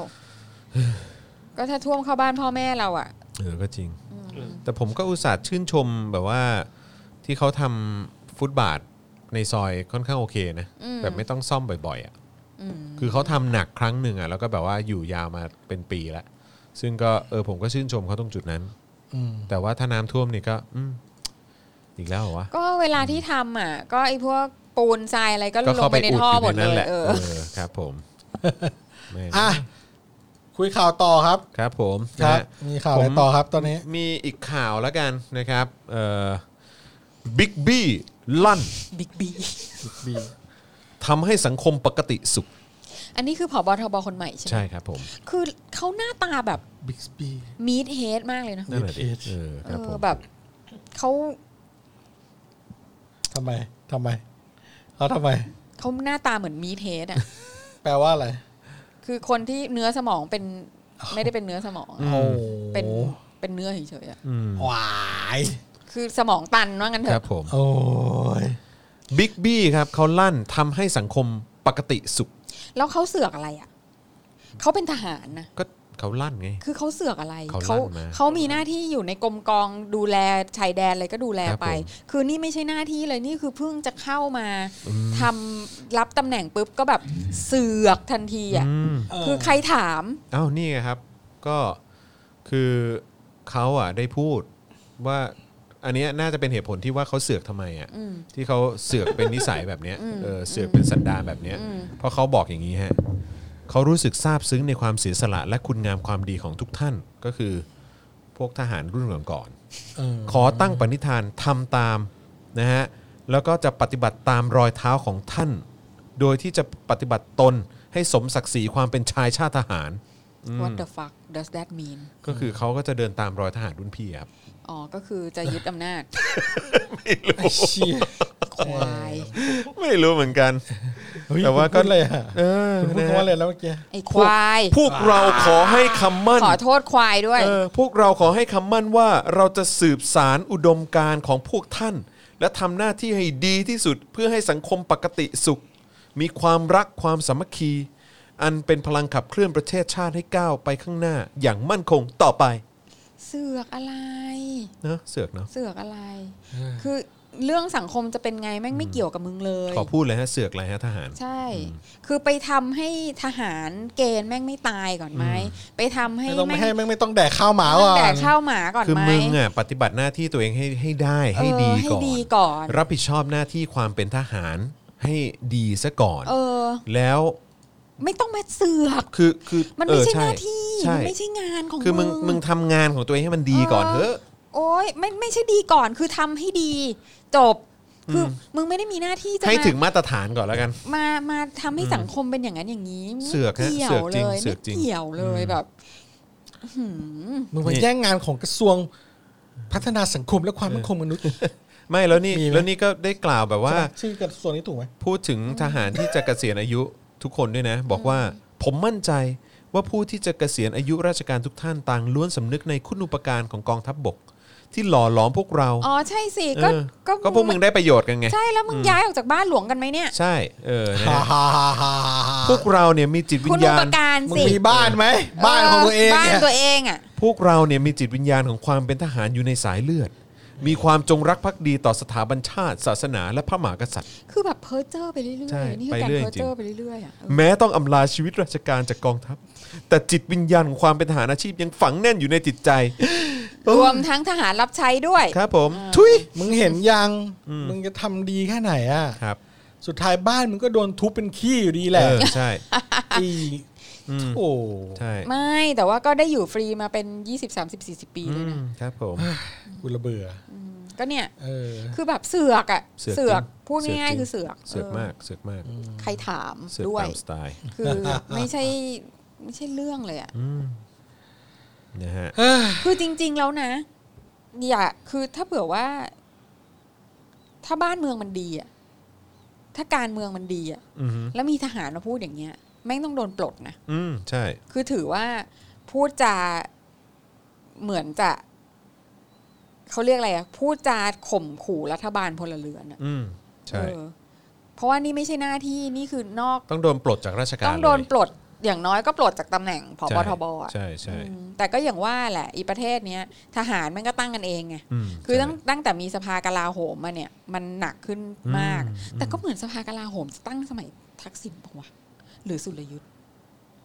ก็ถ้าท่วมเข้าบ้านพ่อแม่เราอ่ะ เออก็จริง แต่ผมก็อุตส่าห์ชื่นชมแบบว่าที่เขาทำฟุตบาทในซอยค่อนข้างโอเคนะ อืม แบบไม่ต้องซ่อมบ่อยๆอ่ะ อืม คือเขาทำหนักครั้งหนึ่งอ่ะแล้วก็แบบว่าอยู่ยาวมาเป็นปีแล้ว ซึ่งก็เออผมก็ชื่นชมเขาตรงจุดนั้น อืม แต่ว่าถ้าน้ำท่วมนี่ก็อืมอีกแล้วเหรอวะ ก็เวลาที่ทำอ่ะ ก็ไอ้พวกปูนทรายอะไรก็ล ก็ ง เข้า ไป ไป ใน อุด ท่อ อยู่ หมด ใน เล นั้น ย แหละ เออ เออครับผมแม่ง อ่ะคุยข่าวต่อครับ ครับผม ครันะบฮะ มีข่าวอะไร ผม ต่อครับตอนนี้ มีอีกข่าวแล้วกันนะครับเอ่อบิ๊กบี้ลั่น บิ๊กบี ทำให้สังคมปกติสุข อันนี้คือผอบทบคนใหม่ใช่ไหม ใช่ครับผม คือเขาหน้าตาแบบ บิ๊กสปี มีดเฮดมากเลยนะ นั่นแหละดิ Wicked เออ เอ ครับผ อ ม แบบเขา ทำไมทำไมเขาทำไม เขาหน้าตาเหมือนมีดเฮดอ่ะ แปลว่าอะไร คือคนที่เนื้อสมองเป็นไม่ได้เป็นเนื้อสมองอะ โอ้ เป็นเป็นเนื้อเฉยๆอะ อืม หวาย คือสมองตันว่างั้นเถ ครับ อะ ผม โอ้ย บิ๊กบี้ครับเขาลั่นทำให้สังคมปกติสุข แล้วเขาเสือกอะไรอ่ะเขาเป็นทหารนะ ก็เขาลั่นไง คือเขาเสือกอะไร เขาลั่นมา เขามีหน้าที่อยู่ในกรมกองดูแลชายแดนอะไรก็ดูแลไป ครับผม คือนี่ไม่ใช่หน้าที่เลยนี่คือเพิ่งจะเข้ามาทำรับตำแหน่งปุ๊บก็แบบเสือกทันทีอ่ะ อืม คือใครถาม อ้าวนี่ไงครับก็คือเขาอ่ะได้พูดว่าอันเนี้ยน่าจะเป็นเหตุผลที่ว่าเขาเสือกทำไมอ่ะ อืม ที่เขาเสือกเป็นนิสัยแบบเนี้ย อืม เออเสือกเป็นสันดานแบบเนี้ย อืม เพราะเขาบอกอย่างนี้ฮะเขารู้สึกซาบซึ้งในความเสียสละและคุณงามความดีของทุกท่านก็คือพวกทหารรุ่นก่อน เออ ๆขอตั้งปณิธานทำตามนะฮะแล้วก็จะปฏิบัติตามรอยเท้าของท่าน โดยที่จะปฏิบัติตนให้สมศักดิ์ศรีความเป็นชายชาติทหาร what the fuck does that mean ก็คือเขาก็จะเดินตามรอยทหารรุ่นพี่ครับ อ๋อก็คือจะยึดอำ นาจ ไอ้เชี่ย ควาย ไม่รู้เหมือนกัน เฮ้ย แต่ว่าก็ คุณพูดเลยอ่ะ เออ คุณพูด นะ คำฮะว่าอะไรแล้วเมื่อกี้ ไอ้ควาย พวกเราขอให้คำมั่น ขอโทษควายด้วย เออพวกเราขอให้คำมั่นว่าเราจะสืบสารอุดมการณ์ของพวกท่าน และทำหน้าที่ให้ดีที่สุดเพื่อให้สังคมปกติสุข มีความรักความสามัคคี อันเป็นพลังขับเคลื่อนประเทศชาติให้ก้าวไปข้างหน้าอย่างมั่นคงต่อไป เสือกอะไร เนอะเสือกเนาะ เสือกอะไร คือเรื่องสังคมจะเป็นไงแม่งไม่เกี่ยวกับมึงเลย ขอพูดเลยฮะเสือกอะไรฮะทหาร ใช่ คือไปทำให้ทหารเกณฑ์แม่งไม่ตายก่อนไหม ไปทำให้ ไม่ต้องไม่ แม่ง ให้แม่งไม่ต้องแดกข้าวหมาก่อน แดกข้าวหมาก่อน คือ ไหม มึงอ่ะปฏิบัติหน้าที่ตัวเองให้ให้ได้ เออ ให้ดี ให้ ก่อน ดีก่อน รับผิดชอบหน้าที่ความเป็นทหารให้ดีซะก่อน เออ แล้ว ไม่ต้องมาเสือก คือคือ มันไม่ เออ ใช่หน้าที่ ใช่ มันไม่ใช่งานของ คือมึงมึ มึ งทำงานของตัวเองให้มันดีก่อนเถอะ โอ้ยไม่ไม่ใช่ดีก่อน คือทำให้ดี จบ คืออมึงไม่ได้มีหน้าที่จะ ให้ มา ถึงมาตรฐานก่อนแล้วกัน มามาทำให้สังคมเป็นอย่างนั้นอย่างนี้ เสือกฮะ ไม่เกี่ย เสื ว อกจ เล ริง ย เสือกจริง ไม่เกี่ยวเลยแบบ มึงมาแย่งงานของกระทรวงพัฒนาสังคมและความมั่นคงมนุษย์ ไม่แล้วนี่ มีไหม แล้วนี่ก็ได้กล่าวแบบว่า ชื่อกระทรวงนี้ถูกไหม พูดถึงทหารที่จะเกษียณอายุทุกคนด้วยนะ บอกว่าผมมั่นใจว่าผู้ที่จะเกษียณอายุราชการทุกท่านต่างล้วนสำนึกในคุณูปการของกองทัพบบก ที่หล่อหลอมพวกเรา อ๋อใช่สิ เอ ก็ อก็พวกมึงได้ประโยชน์กันไง ใช่แล้วมึงย้ายออกจากบ้านหลวงกันไหมเนี่ย ใช่เออนะฮะพวกเราเนี่ยมีจิตวิ คุ ญ ณอุ ญา ป ณ การ มึง สิ มีบ้านไหม บ้านของตัวเอง บ้าน เนี่ย ตัวเองอ่ะ พวกเราเนี่ยมีจิตวิญญาณของความเป็นทหารอยู่ในสายเลือด มีความจงรักภักดีต่อสถาบันชาติ ศาสนาและพระมหากษัตริย์ คือแบบเพ้อเจ้อไปเรื่อย ใช่ ๆ นี่คือการ ไปเรื่อย เพ้อ จริง เจ้อไปเรื่อยๆอ่ะเออ แม้ต้องอำลาชีวิตราชการจากกองทัพ แต่จิตวิญญาณของความเป็นทหารอาชีพยังฝังแน่นอยู่ในจิตใจ รวมทั้งทหารรับใช้ด้วย ครับผม ทุย มึงเห็นยัง มึงจะทำดีแค่ไหนอ่ะ ครับ สุดท้ายบ้านมึงก็โดนทุบเป็นขี้อยู่ดีแหละ เออใช่ อี อืม โอ้ ใช่ ไม่แต่ว่าก็ได้อยู่ฟรีมาเป็น 20 30 40 ปีเลอืยนะ มครับผม กูระเบื่อ ก็เนี่ย เออ คือแบบเสือกอ่ะ เสือกจริง พูดง่ายๆคือเสือก เสือก เออ มากเสือกมาก ใครถาม เสือก ด้วย ตามสไตล์ คือไม่ ใช่ไม่ใช่เรื่องเลยอ่ะ อืมนะฮะ คือจริง ๆ แล้วนะ อย่าคือถ้าเผื่อว่า ถ้าบ้านเมืองมันดีอ่ะถ้าการเมืองมันดีอ่ะ อือหือ แล้วมีทหารมาพูดอย่างเงี้ยแม่งต้องโดนปลดนะ อืมใช่ คือถือว่าพูดจาเหมือนจะเขาเรียกอะไรอะพูดจาข่มขู่รัฐบาลพลเรือนอะ อืมใช่ เออเพราะว่านี่ไม่ใช่หน้าที่นี่คือนอก ต้องโดนปลดจากราชการ ต้องโดน เลย ปลดอย่างน้อยก็ปลดจากตำแหน่งผบทบอะ ใช่ใช่ อืมแต่ก็อย่างว่าแหละ อีประเทศเนี้ยทหารมันก็ตั้งกันเองไง อืม คือ ใช่ ตั้งตั้งแต่มีสภากลาโหมมาเนี่ย มันหนักขึ้นมาก อืม แต่ก็เหมือนสภากลาโหมจะตั้งสมัยทักษิณปะวะหรือสุรยุทธ์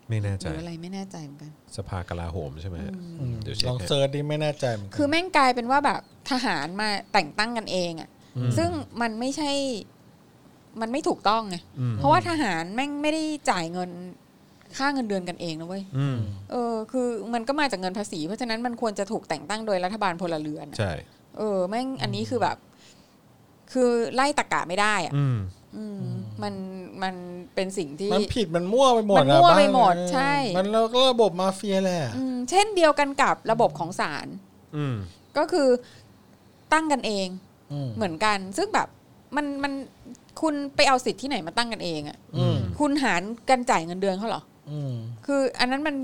ไม่แน่ ห ใจ รืออะไรไม่แน่ใจเหมือนกัน สภากลาโหมใช่ไหมฮะเดี๋ยวเช็ ล ค อง ให้ เซิร์ชดิไม่แน่ใจเหมือนกัน คือแม่งกลายเป็นว่าแบบทหารมาแต่งตั้งกันเองอะ่ะ ซึ่งมันไม่ใช่ มันไม่ถูกต้องไง อืม เพราะว่าทหารแม่งไม่ได้จ่ายเงินค่าเงินเดือนกันเองนะเว้ย อืม เออ คือมันก็มาจากเงินภาษี เพราะฉะนั้นมันควรจะถูกแต่งตั้งโดยรัฐบาลพลเรือนอะ ใช่ เออ แม่งอันนี้คือแบบ คือไล่ตะกะไม่ได้อะ อืม อืมมันมันเป็นสิ่งที่ มันผิดมันมั่วไปหมด มัน อะ มั่ว บ้า ไปหมด เออ ใช่ มันแล้วก็ระบบมาเฟียแหละ อืมเช่นเดียวกันกับระบบของศาล อืม ก็คือตั้งกันเอง อืม เหมือนกัน ซึ่งแบบมันมันคุณไปเอาสิทธิ์ที่ไหนมาตั้งกันเองอะ่ะ อืม คุณหารกันจ่ายเงินเดือนเขาเหรอ อืม คืออันนั้นมัน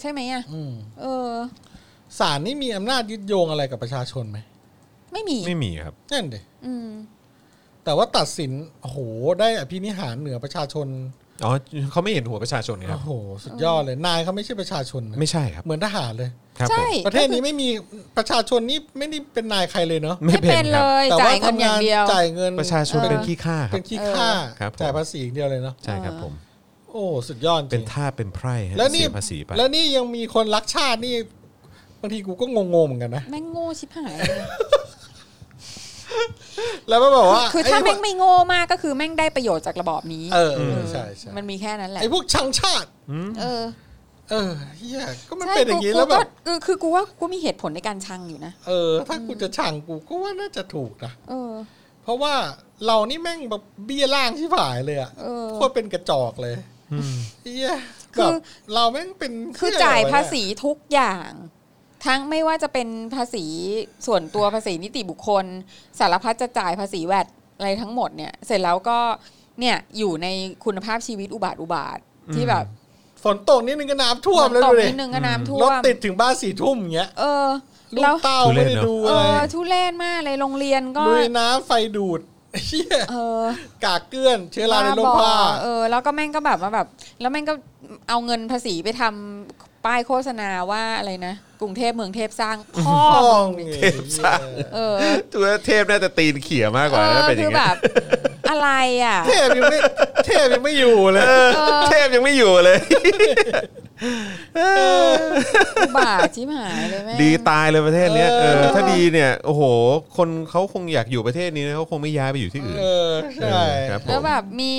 ใช่ไหมอะ่ะ อืม เออ ศาลนี่มีอำนาจยึดโยงอะไรกับประชาชนไหม ไม่มี ไม่มีครับ นั่นดิ อืม แต่ว่าตัดสินโอ้โหได้อภินิหารเหนือประชาชน อ๋อเขาไม่เห็นหัวประชาชนไงครั โอ้ บ โห สุดยอดเลยนายเขาไม่ใช่ประชาชนนะ ไม่ใช่ครับ เหมือนทหารเลย ครับ ใช่ ผม ประเทศนี้ไม่มีประชาชนนี่ไม่ได้เป็นนายใครเลยเนาะ ไม่เป็น ค เล รับ ย แต่ จ่ายเงินอย่างเดียว จ่ายเงิน ประชาชนเป็นขี้ข้าครับเป็นขี้ค่า ครับผม จ่ายภาษีอย่างเดียวเลยเนาะ ใช่ครับผม โอ้สุดยอดจ เป็ ริ น ง ท่าสเป็นไพร่ฮะ แล้วนี่ เสียภาษีไป แล้วนี่ยังมีคนรักชาตินี่บางทีกูก็งงๆเหมือนกันนะ แม่งโง่ชิบหายเลย แล้วก็บอกว่า คือถ้า ไอ้ แม่งไม่โง่มากก็คือแม่งได้ประโยชน์จากระบอบนี้ เออเออใช่ใช่ มันมีแค่นั้นแหละ ไอ้พวกชังชาติ เออ เออเฮียก็มัน ใช่ เป็นกูอย่างนี้ กู แล้วแบ ก็ บ คือคือกูว่ากูมีเหตุผลในการชังอยู่นะ เออ ถ้ากูจะชังกูก็ว่าน่าจะถูกนะ เออ เพราะว่าเรานี่แม่งแบบเบี้ยล่างที่ผายเลยอะ เออ โคตรเป็นกระจอกเลยเฮีย คื แบ อ บเราแม่งเป็น คือ เหี้ จ่าย อะไรวะ ภาษีทุกอย่าง ทั้งไม่ว่าจะเป็นภาษีส่วนตัวภาษีนิติบุคคล สารพัดจะจ่ายภาษีแวดอะไรทั้งหมดเนี่ย เสร็จแล้วก็เนี่ยอยู่ในคุณภาพชีวิตอุบาทอุบาทที่แบบ ฝนตกนิดนึงก็น้ำท่วมแล้ว ต ดู ก ดิ นิดนึงก็น้ำท่ ร ว ถ ม ติดถึงบ้านสี่ทุ่มอย่างเงี้ย เออ ลู แล้ ก ว เต้าไม่ได้ดู เอ อะไร อทุเรศมากเลยโรงเรียนก็ ลุยน้ำไฟดูดเฮีย เออก ากเกลื่อนเชื้อราในโล บ้ กผ้า เออ แล้วก็แม่งก็แบบว่าแบบ แล้วแม่งก็เอาเงินภาษีไปทำป้ายโฆษณาว่าอะไรนะกรุงเทพเมืองเทพสร้างพ่อ ห้อง มึง เท ดิ พสร้าง เออ ตัวเทพน่าจะตีนเขี่ยมากกว่าถ้าเป็นอ คื ย่า อเงี้งแบ ย บ อะไรอ่ะ เทพยังไม่เทพยังไม่อยู่เลย เออเทพยังไม่อยู่เลย อุบาทชิบหายเลยแม่ง ดีตายเลยประเทศเนี้ยเออ เออ ถ้าดีเนี่ยโอ้โห คนเขาคงอยากอยู่ประเทศนี้นะเขาคงไม่ย้ายไปอยู่ที่อื่น เออใช่ เออครับ แล้วแบบมี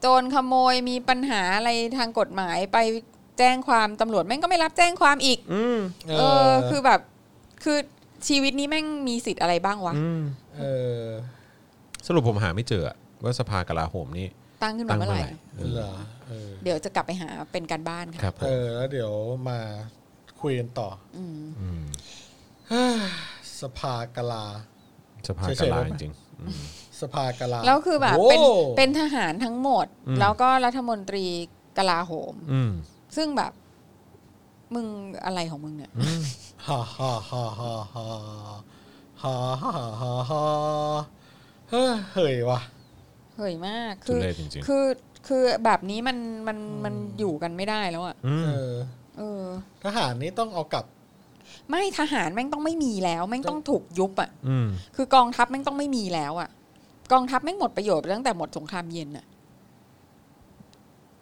โจรขโมยมีปัญหาอะไรทางกฎหมายไปแจ้งความตำรวจแม่งก็ไม่รับแจ้งความอีก อืม เอ เออ คือแบบ คือชีวิตนี้แม่งมีสิทธิ์อะไรบ้างวะ อืม เออ สรุปผมหาไม่เจออะว่าสภากลาโหมนี่ ตั้งขึ้นมาเมื่อไหร่ ตั้งเมื่อไหร่ เหรอเออ เดี๋ยวจะกลับไปหาเป็นการบ้าน ค ค่ะ รับผ เอ ม อแล้วเดี๋ยวมา คุยกันต่ออฮ่าสภากลา สภากลาจริงๆอืม สภากลา แล้วคือแบบเป็น โว้ เป็นทหารทั้งหมด อืม แล้วก็รัฐมนตรีกลาโหม อืม ซึ่งแบบ มึงอะไรของมึงเนี่ย ฮ่าฮ่าฮ่าฮ่าฮ่าฮ่าฮ่าฮ่าฮ่าเฮ้ยเฮ้ยวะ เห่ยมาก ทุ คือ เรศจริง คือคือแบบนี้มันมันมันอยู่กันไม่ได้แล้วอ่ะ ๆอืมเออ เออ ทหารนี่ต้องเอากลับ ไม่ทหารแม่งต้องไม่มีแล้ว แม่งต้องถูกยุบอ่ะ อืม คือกองทัพแม่งต้องไม่มีแล้วอ่ะ กองทัพแม่งหมดประโยชน์ไปตั้งแต่หมดสงครามเย็นอ่ะ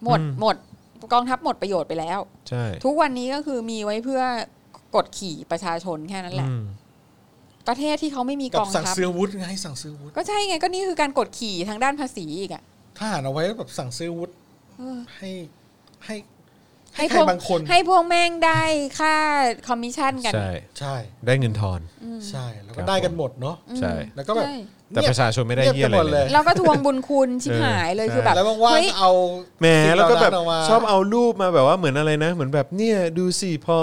หมดหมด กองทัพหมดประโยชน์ไปแล้ว ใช่ ทุกวันนี้ก็คือมีไว้เพื่อกดขี่ประชาชนแค่นั้นแหละ อืม ประเทศที่เขาไม่มี กั ก บ อง สั่ง ทัพ ซื้ออาวุธไงสั่งซื้ออาวุธ ก็ใช่ไงก็นี่คือการกดขี่ทางด้านภาษีอีกอ่ะ ทหารเอาไว้แบบสั่งซื้ออาวุธ เออ ให้ให้ ให้ใค พ ร วก บางคน ให้พวกแม่งได้ค่าคอมมิชชั่นกัน ใช่ ใช่ ได้เงินทอน อืม ใช่ แล้ว ครั ก็ บ ได้กันหมดเนาะ อืม ใช่ แล้วก็แบบ ใช่ แต่ประชาชนไม่ได้เยี่ยอะไรเลย เราก็ทวงบุญคุณชิบหายเลย เออ คือแบบ แล้วว่าง เฮ้ย ๆเอา แหม สิ่ง แล้วก็แบบ เหานั้นกม ชอบเอารูปมาแบบว่าเหมือนอะไรนะ เหมือนแบบเนี่ยดูสิพอ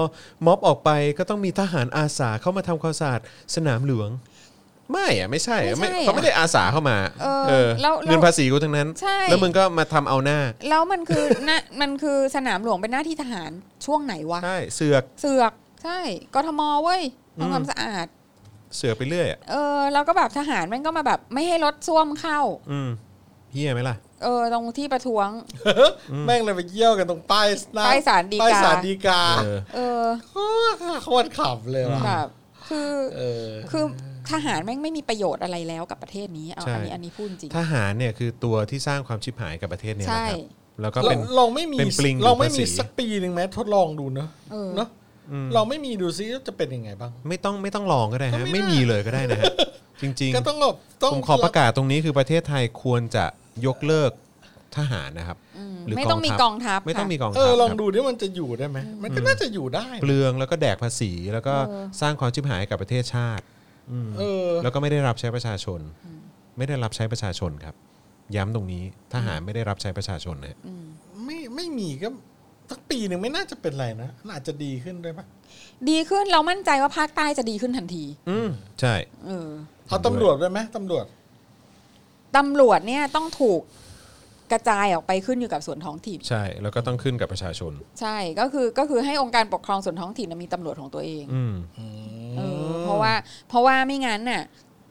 ม็อบออกไปก็ต้องมีทหารอาสาเข้ามาทำความสะอาดสนามหลวง ไม่อะไม่ใช่อะ ไม่ ไม่ ใช่ เขาไม่ได้อาสาเข้ามา เออ เออ แล้วแล้ว เงินภาษีกูทั้งนั้น ใช่ แล้วมึงก็มาทำเอาหน้า แล้วมันคือ นะมันคือสนามหลวงเป็นหน้าที่ทหารช่วงไหนวะ ใช่เสือก เสือก ใช่กทมเว้ยทำความสะอาด เสือกไปเรื่อยอะ เออแล้วก็แบบทหารแม่งก็มาแบบ ไม่ให้รถส้วมเข้า อืมเฮียไหมล่ะ เออตรงที่ประท้วง แม่งเลยไปเยี่ยวกันตรงป้ายหน้ ป้ายศาลฎีกา ป้ายศาลฎีกา เออ เออ โคตรขับเลยว่ะ แบบคือ เออ คือทหารแม่งไม่มีประโยชน์อะไรแล้วกับประเทศนี้เอา ใช่ อันนี้อันนี้พูดจริง ทหารเนี่ยคือตัวที่สร้างความชิบหายกับประเทศเนี่ย ใช่ นะครับแล้วก็เป็น เราเราไม่มี เป็นปลิง เราไม่ หรือ มี ภาษี สักปีหนึ่งไหมทดลองดูเนอะ เออ เนอะเราไม่มีดูซิว่าจะเป็นยังไงบ้าง ไม่ต้องไม่ต้องลองก็ได้ฮะก็ไม่ ไม่ ได้ มีเลยก็ได้นะฮะจริง ๆ ก็ต้องหลบต้อง ผมขอประกาศตรงนี้คือประเทศไทยควรจะยกเลิกทหารนะครับ อืม หรื ไม่ต้องมีกองทัพ ไม่ต้องมี ค่ะ กองทัพ เออลอง ครับ ดูดิมันจะอยู่ได้ไหมมันก็น่าจะอยู่ได้ เปลืองแล้วก็แดกภาษีแล้วก็ เออ สร้างความชิบหายกับประเทศชาติอืม เออ แล้วก็ไม่ได้รับใช้ประชาชน ไม่ได้รับใช้ประชาชนครับ ย้ำตรงนี้ทหารไม่ได้รับใช้ประชาชนนะฮะ อืม ไม่ไม่มีก็สักปีหนึ่งไม่น่าจะเป็นไรนะน่าจะดีขึ้นด้วยปะ ดีขึ้นเรามั่นใจว่าภาคใต้จะดีขึ้นทันที อืมใช่ เออ เอาตำรวจไปไหมตำรวจ ตำรวจเนี่ยต้องถูกกระจายออกไปขึ้นอยู่กับส่วนท้องถิ่น ใช่แล้วก็ต้องขึ้นกับประชาชน ใช่ก็คือก็คือให้องค์การปกครองส่วนท้องถิ่นน่ะมีตำรวจของตัวเอง อืม เออเพราะว่าเพราะว่าไม่งั้นน่ะ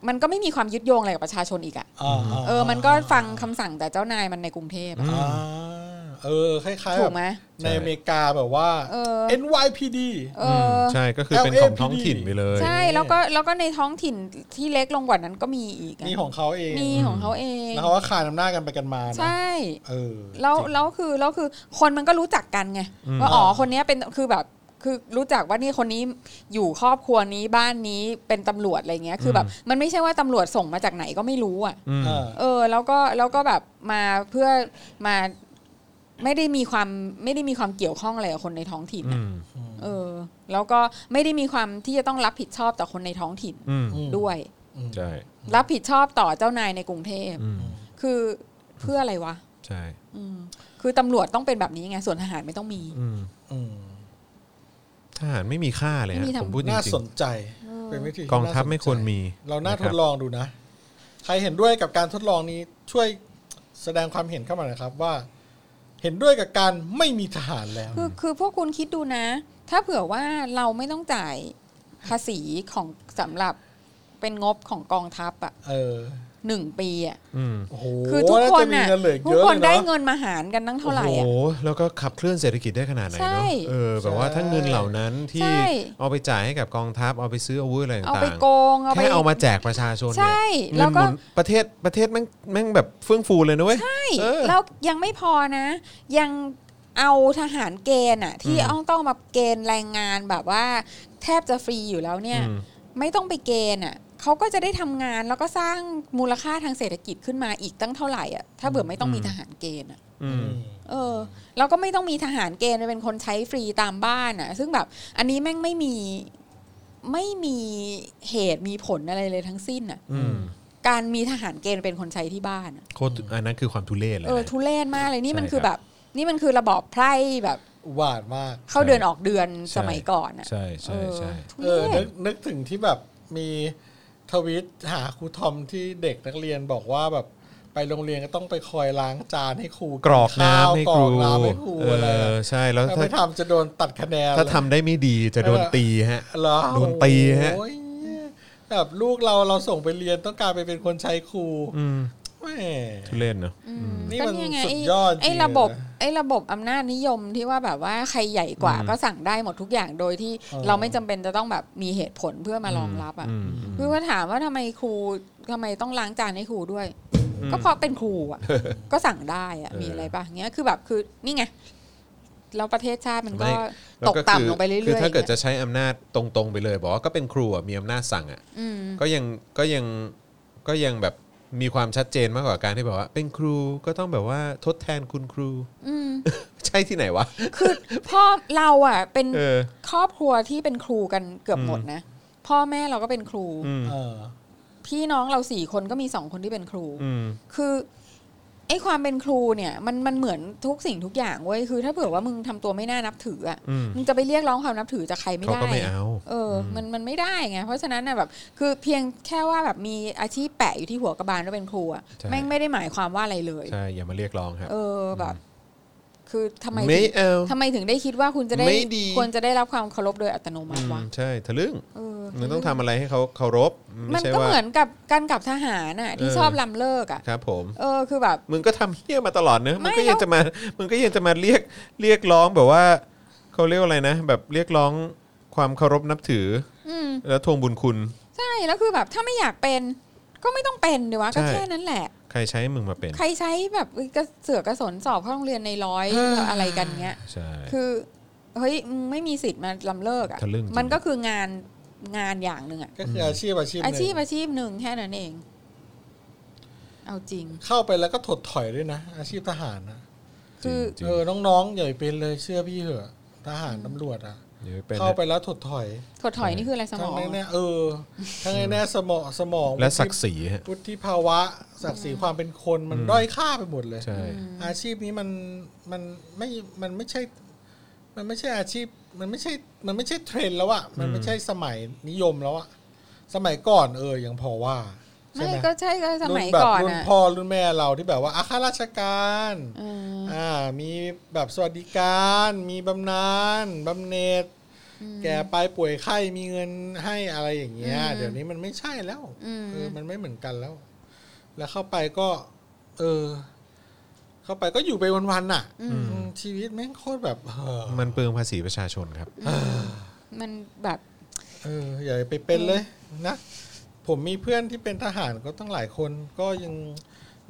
มันก็ไม่มีความยึดโยงอะไรกับประชาชนอีกอ่ะ อ่า เออ มันก็ฟังคำสั่งแต่เจ้านายมันในกรุงเทพอะ อ่าเออคล้ายๆ ถู แบ ก บ ไหม ในอเมริกาแบบว่า เออ NYPD เอ ม อ ใช่ก็คือเป็นของท้องถิ่นไปเลย ใช่แล้วก็แล้วก็ในท้องถิ่นที่เล็กลงกว่านั้นก็มีอีกอะ นี่ของเขาเอง มีของเขาเอง แล้วเขาก็ขานอำนาจกันไปกันมานะ ใช่ เออ แล้วแล้วคือแล้วคือคนมันก็รู้จักกันไงว่าอ๋อคนเนี้ยเป็นคือแบบคือรู้จักว่านี่คนนี้อยู่ครอบครัวนี้บ้านนี้เป็นตำรวจอะไรเงี้ยคือแบบมันไม่ใช่ว่าตำรวจส่งมาจากไหนก็ไม่รู้อ่ะ อืม เออ เออแล้วก็แล้วก็แบบมาเพื่อมาไม่ได้มีความไม่ได้มีความเกี่ยวข้องอะไรกับคนในท้องถิ่น อื อะ ม เออ แล้วก็ไม่ได้มีความที่จะต้องรับผิดชอบต่อคนในท้องถิ่น อืม ด้วย ใช่ รับผิดชอบต่อเจ้านายในกรุงเทพ อืม คือเพื่ออะไรวะ ใช่ อืมคือตำรวจต้องเป็นแบบนี้ไง ส่วนทหารไม่ต้องมี อืม อืม ทหารไม่มีค่าเลยฮะ ไม่มีทาง ผมพูดจริ น่าง สนใจเป็นวิธี ๆ ที่ กองทัพ น่าสนใจ ไม่ควรมี เราน่าท ะค ด บ ลองดูนะ ใครเห็นด้วยกับการทดลองนี้ช่วยแสดงความเห็นเข้ามาหน่อยครับว่า เห็นด้วยกับการไม่มีทหารแล้ว คือคือพวกคุณคิดดูนะ ถ้าเผื่อว่าเราไม่ต้องจ่ายภาษีของสำหรับเป็นงบของกองทัพอะ เออ หนึ่งปีอะ อืม โอ้โห คือทุกคน น่า อะ จะมีเงินเหลือ ทุ เย ก อะ คน เลย ได้ นะ เงินมาหารกันตั้งเท่าไหร่อะ โอ้โแล้วก็ขับเคลื่อนเศรษฐกิจได้ขนาดไหน ใช่ เนาะเออแบบว่า ใช่ ถ้าเงินเหล่านั้นที่ ใช่ เอาไปจ่ายให้กับกองทัพเอาไปซื้ออาวุธอะไรต่างๆ เอาไปโกงเอาไป แค่เอามาแจกประชาชนเนี่ย ใช่ เงิน แล้วก็ หมุนประเทศประเทศแม่งแม่งแบบเฟื่องฟูเลยนะเว้ย ใช่ เออ แล้วยังไม่พอนะ ยังเอาทหารเกณฑ์อะที่ อืม ต้องต้องมาเกณฑ์แรงงานแบบว่า แทบจะฟรีอยู่แล้วเนี่ย อืม ไม่ต้องไปเกณฑ์อ่ะเขาก็จะได้ทำงานแล้วก็สร้างมูลค่าทางเศรษฐกิจขึ้นมาอีกตั้งเท่าไหร่อ่ะถ้าเบื่อไม่ต้องมีทหารเกณฑ์อ่ะ อืม เออแล้วก็ไม่ต้องมีทหารเกณฑ์ไปเป็นคนใช้ฟรีตามบ้านอ่ะ ซึ่งแบบอันนี้แม่งไม่มีไม่มีเหตุมีผลอะไรเลยทั้งสิ้นอ่ะ อืม การมีทหารเกณฑ์เป็นคนใช้ที่บ้านอะ โคตรอันนั้นคือความทุเรศเลย เออ นะ ทุเรศมากเลยนี่มัน ใช่ คือ ค แบ รับ บ นี่มันคือระบอบไพร่แบบ อุบาทมาก เข้า ใช่ เดือนออกเดือนสมัยก่อนอ่ะ ใช่ใช่ใช่ ทุ เอ เร อนึ ศ กนึกถึงที่แบบมีทวิตหาครูทอมที่เด็กนักเรียนบอกว่าแบบไปโรงเรียนก็ต้องไปคอยล้างจานให้ครู กรอกน้ำให้ ก ค ร รู อกน้ำให้ครู เอ อะไร อใช่แล้วถ้าถ้าไม่ทำจะโดนตัดคะแนน ถ้าทำได้ไม่ดีจะโดนตีฮะ เหรอ โดนตีฮะ โอ้ยแบบลูกเราเราส่งไปเรียนต้องการไปเป็นคนใช้ครู อืม แหม ทุเล่นเนอะ อืม นี่ ก็ มัน เนี่ยไง สุ ไอ้ ดยอดจริง ไอ้ระบบ เลยนะ ไอ้ระบบอำนาจนิยมที่ว่าแบบว่าใครใหญ่กว่าก็สั่งได้หมดทุกอย่างโดยที่ เออ เราไม่จำเป็นจะต้องแบบมีเหตุผลเพื่อมารองรับอ่ะ คือว่าถามว่าทำไมครูทำไมต้องล้างจานให้ครูด้วย ก็เพราะเป็นครูอ่ะ ก็สั่งได้อ่ะ มีอะไรปะเงี้ยคือแบบคือนี่ไงแล้วประเทศชาติมันก็ ไม่ แว ตกต่ำลงไปเรื่อยๆ คือถ้าเกิด นี่ย จะใช้อำนาจตรงๆไปเลยบอกว่าก็เป็นครูอะมีอำนาจสั่งอ่ะ อืม ก็ยังก็ยังก็ยังแบบมีความชัดเจนมากกว่าการที่แบบว่า เป็นครูก็ต้องแบบว่าทดแทนคุณครู อืม ใช่ที่ไหนวะ คือพ่อเราอ่ะ เป็น เออ ครอบครัวที่เป็นครูกันเกือบหมดนะ พ่อแม่เราก็เป็นครู อืม เออ พี่น้องเราสี่คนก็มีสองคนที่เป็นครู อืม คือไอ้ความเป็นครูเนี่ยมันมันเหมือนทุกสิ่งทุกอย่างเว้ยคือถ้าเผื่อว่ามึงทำตัวไม่น่านับถืออ่ะ อืม มึงจะไปเรียกร้องความนับถือจากใครไม่ เขา ได้ ก็ไม่เอา เอออ มัน มันไม่ได้ไง เพราะฉะนั้นนะแบบ คือเพียงแค่ว่าแบบมีอาชีพแปะอยู่ที่หัวกระบาลว่าเป็นครูอะ ใช่ แม่งไม่ได้หมายความว่าอะไรเลย ใช่อย่ามาเรียกร้องครับ เออแบบ คือทำไม ไม่ ถึง เอา ทำไมถึงได้คิดว่าคุณจะได้ ไม่ดี ควรจะได้รับความเคารพโดยอัตโนมั อื ติ ม วะ ใช่ทะลึ่ง เออ มึงต้องทำอะไรให้เขาเคารพ มั ไม่ น ใช่ ก็ ว่า เหมือนกับการกลับทหารน่ะ ที่ เออ ชอบลำเลิกอ่ะ ครับผม เออ คือแบบ มึงก็ทำเฮี้ยมาตลอดเนอะ ไม่ มึงก็ยัง แล้ว จะมา มึงก็ยังจะมาเรียกเรียกร้องแบบว่าเขาเรียกว่าอะไรนะ แบบเรียกร้องความเคารพนับถือ อืม แล้วทวงบุญคุณ ใช่ แล้วคือแบบ ถ้าไม่อยากเป็น ก็ไม่ต้องเป็นเดี๋ยววะ ก็ ใช่ แค่นั้นแหละ ใครใช้มึงมาเป็น ใครใช้แบบกระเสือกกระสนสอบเข้าโรงเรียนในร้อยอะไรกันเงี้ย ใช่ คือเฮ้ยมึงไม่มีสิทธิ์มาลำเลิกอ่ะ ทะลึ่งจริง มันก็คืองานงานอย่างหนึ่งอ่ะ ก็คืออาชีพอาชีพหนึ่ อาชีพ ง อาชีพหนึ่งแค่นั้นเอง เอาจริง เข้าไปแล้วก็ถดถอยด้วยนะ อาชีพทหารนะ จริ คื ง อ จริง เออน้องๆอย่าไปเป็นเลยเชื่อพี่เถอะทหารตำรวจอ่ะ เดี๋ยวเป็น เข้าไปแล้วถดถอย ถดถอยนี่คืออะไรสม ทั้ องง ในแน่เออทั้งในแน่สมองสมอง และศักดิ์ศรีฮะ วุฒิภาวะศักดิ์ศรีความเป็นคนมันด้อยค่าไปหมดเลย ใช่ อาชีพนี้มันมันไม่มันไม่ใช่ มันไม่ใช่อาชีพ มันไม่ใช่มันไม่ใช่เทรนด์แล้วอะมันไม่ใช่สมัยนิยมแล้วอะสมัยก่อนเออยังพอว่าใช่ ไม่ ไหม ก็ใช่ก็สมัย รุ่นแบบ ก่อน รุ่น อ่ะ พ่อรุ่นแม่เราที่แบบว่าอาข้าราชการ เออ อ่ามีแบบสวัสดิการมีบำนาญบำเหน็จ อืม แก่ไปป่วยไข้มีเงินให้อะไรอย่างเงี้ย อืม เดี๋ยวนี้มันไม่ใช่แล้ว อืม เออมันไม่เหมือนกันแล้ว แล้วเข้าไปก็ เออ เข้าไปก็อยู่ไปวันๆน่ะอืมชีวิตแม่งโคตรแบบเออ มันเปลืองภาษีประชาชนครับ มันแบบ เอออย่าไปเป็นเลยนะผมมีเพื่อนที่เป็นทหารก็ตั้งหลายคนก็ยัง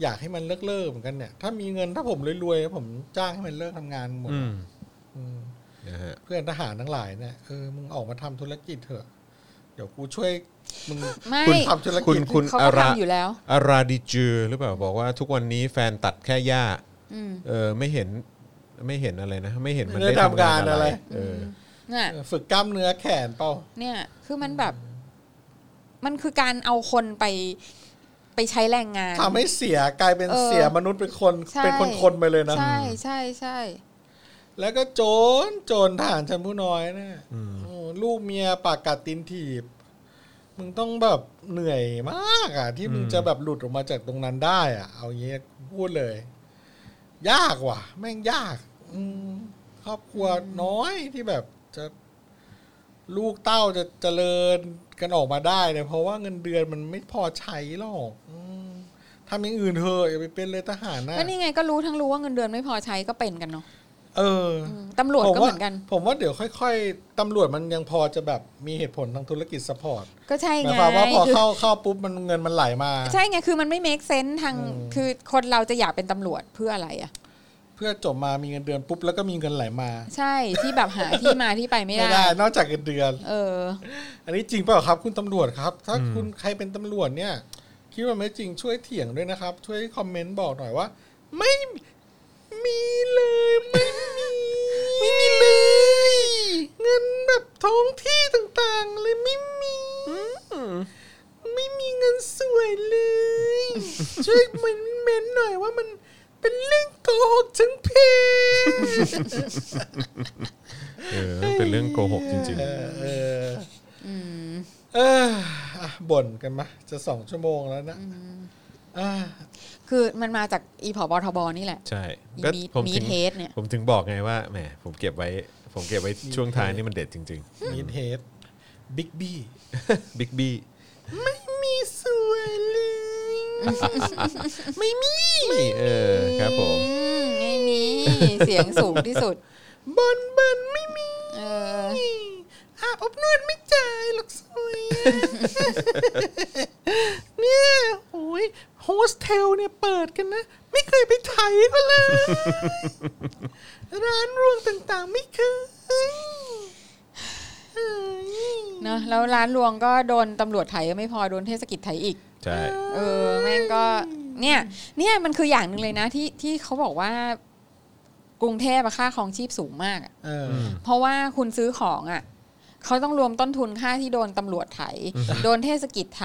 อยากให้มันเลิกเลิกๆเหมือนกันเนี่ยถ้ามีเงินถ้าผมรวยๆผมจ้างให้มันเลิกทำงานหมด อืม อืม นะฮะ เพื่อนทหารทั้งหลายเนี่ยเออมึงออกมาทำธุรกิจเถอะ เดี๋ยวกูช่วยมึง ไม่ ทำธุร คุ กิ ณ จ คุณ เขา อา ก็ รา ทำอยู่แล้ว อาราดิจูหรือเปล่าบอกว่าทุกวันนี้แฟนตัดแค่หญ้า อืม เออไม่เห็นไม่เห็นอะไรนะ ไม่เห็นมัน ได้ ได้ทำทำงาง าน น อะ อะไร ไรเออ น่ะ เออฝึกกล้ามเนื้อแขนเปล่า เนี่ย คือมันแบบ มันคือการเอาคนไปไปใช้แรงงาน ทำให้เสียกลายเป็น เออ เสียมนุษย์เป็นคน ใช่ เป็นคนคนๆไปเลยนะ ใช่ใช่ใช่ แล้วก็โจรโจรทหารชั้นผู้น้อยเนี่ยโอ้ลูกเมียปากกัดตีนถีบ มึงต้องแบบเหนื่อยมากอ่ะ ที่มึงจะแบบหลุดออกมาจากตรงนั้นได้อ่ะ เอาอย่างงี้พูดเลย ยากว่ะ แม่งยาก อืมครอบครัวน้อยที่แบบจะลูกเต้าจะเจริญกันออกมาได้เนี่ยเพราะว่าเงินเดือนมันไม่พอใช้หรอกอืมทำอย่างอื่นเถอะอย่าไปเป็นเลยทหารนะ ก็นี่ไงก็รู้ทั้งรู้ว่าเงินเดือนไม่พอใช้ก็เป็นกันเนาะ เออ อืมตำรวจก็เหมือนกัน ผมว่าผมว่าเดี๋ยวค่อย ๆ ตำรวจมันยังพอจะแบบมีเหตุผลทางธุรกิจสปอร์ต ก็ใช่ ห ไง มายความว่าพอ คือ เข้าเข้าปุ๊บมันเงินมันไหลมา ใช่ไง คือมันไม่ make sense ทาง อืม คือคนเราจะอยากเป็นตำรวจเพื่ออะไรอ่ะ เพื่อจบมามีเงินเดือนปุ๊บแล้วก็มีเงินไหลมา ใช่ ที่แบบหาที่มาที่ไปไม่ได้ นอกจากเงินเดือน เออ อันนี้จริงเปล่าครับ คุณตำรวจครับ ถ้าคุณใครเป็นตำรวจเนี่ยคิดว่าไม่จริงช่วยเถียงด้วยนะครับ ช่วยคอมเมนต์บอกหน่อยว่า ไม่มีเลยไม่มีไม่มีเลย เงินแบบท้องที่ต่างๆเลยไม่มี ไม่มีเงินสวยเลย ช่วยเม้นเม้นหน่อยว่ามันเป็นเรื่องโกหกทั้งเพจ เออเป็นเรื่องโกหกจริง เออเออ อืม เอออ่ะบ่นกันมะจะสองชั่วโมงแล้วนะอ่ะ คือมันมาจากอีผอบอทบนี่แหละ ๆ ใช่ อี ก็ มีด ผม มี ถึ ด ง เทสเนี่ย ผมถึงบอกไงว่าแหมผมเก็บไว้ ผมเก็บไว้ช่วงท้ายนี่มันเด็ดจริง มีนเฮดบิ๊ก บี้ ๆบิ๊กบี้ มีสวยเลยไม่มี เออครับผม อืมไม่มีเสียงสูงที่สุด บอลบอลไม่มี เออ อาบอบนวดไม่จ่ายหรอกสวยอะเนี่ยโอ้ยโฮสเทลเนี่ยเปิดกันนะ ไม่เคยไปไทยก็เลย ร้านรวงต่างๆไม่เคยเอ้ย เนอะแล้วร้านรวงก็โดนตำรวจไทยไม่พอโดนเทศกิจไทยอีก ใช่ เออแม่งก็เนี่ยเนี่ยมันคืออย่างหนึ่งเลยนะที่ที่เขาบอกว่ากรุงเทพอะค่าครองชีพสูงมากอะ เออ เพราะว่าคุณซื้อของอะเขาต้องรวมต้นทุนค่าที่โดนตำรวจไถ โดนเทศกิจไถ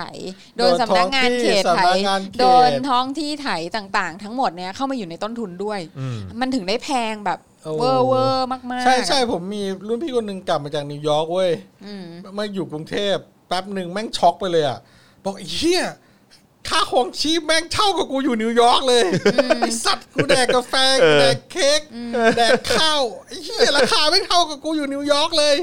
โดนสำนักงานเขตไถ สำนักงานเขต โดนท้องที่ไถต่างๆ ทั้งหมดเนี่ยเข้ามาอยู่ในต้นทุนด้วย อืม มันถึงได้แพงแบบ โอ้ เวอร์เวอร์มากๆ ใช่ใช่ผมมีรุ่นพี่คนหนึ่งกลับมาจากนิวยอร์กเว้ย อืม มาอยู่กรุงเทพแป๊บหนึ่งแม่งช็อกไปเลยอ่ะ บอกไอ้เฮียค่าของชีพแม่งเท่ากับกูอยู่นิวยอร์กเลยไอสัตว์กูแดกกาแฟแดกเค้กแดกข้าวไอ้เฮียราคาแม่งเท่ากับกูอยู่นิวยอร์กเลย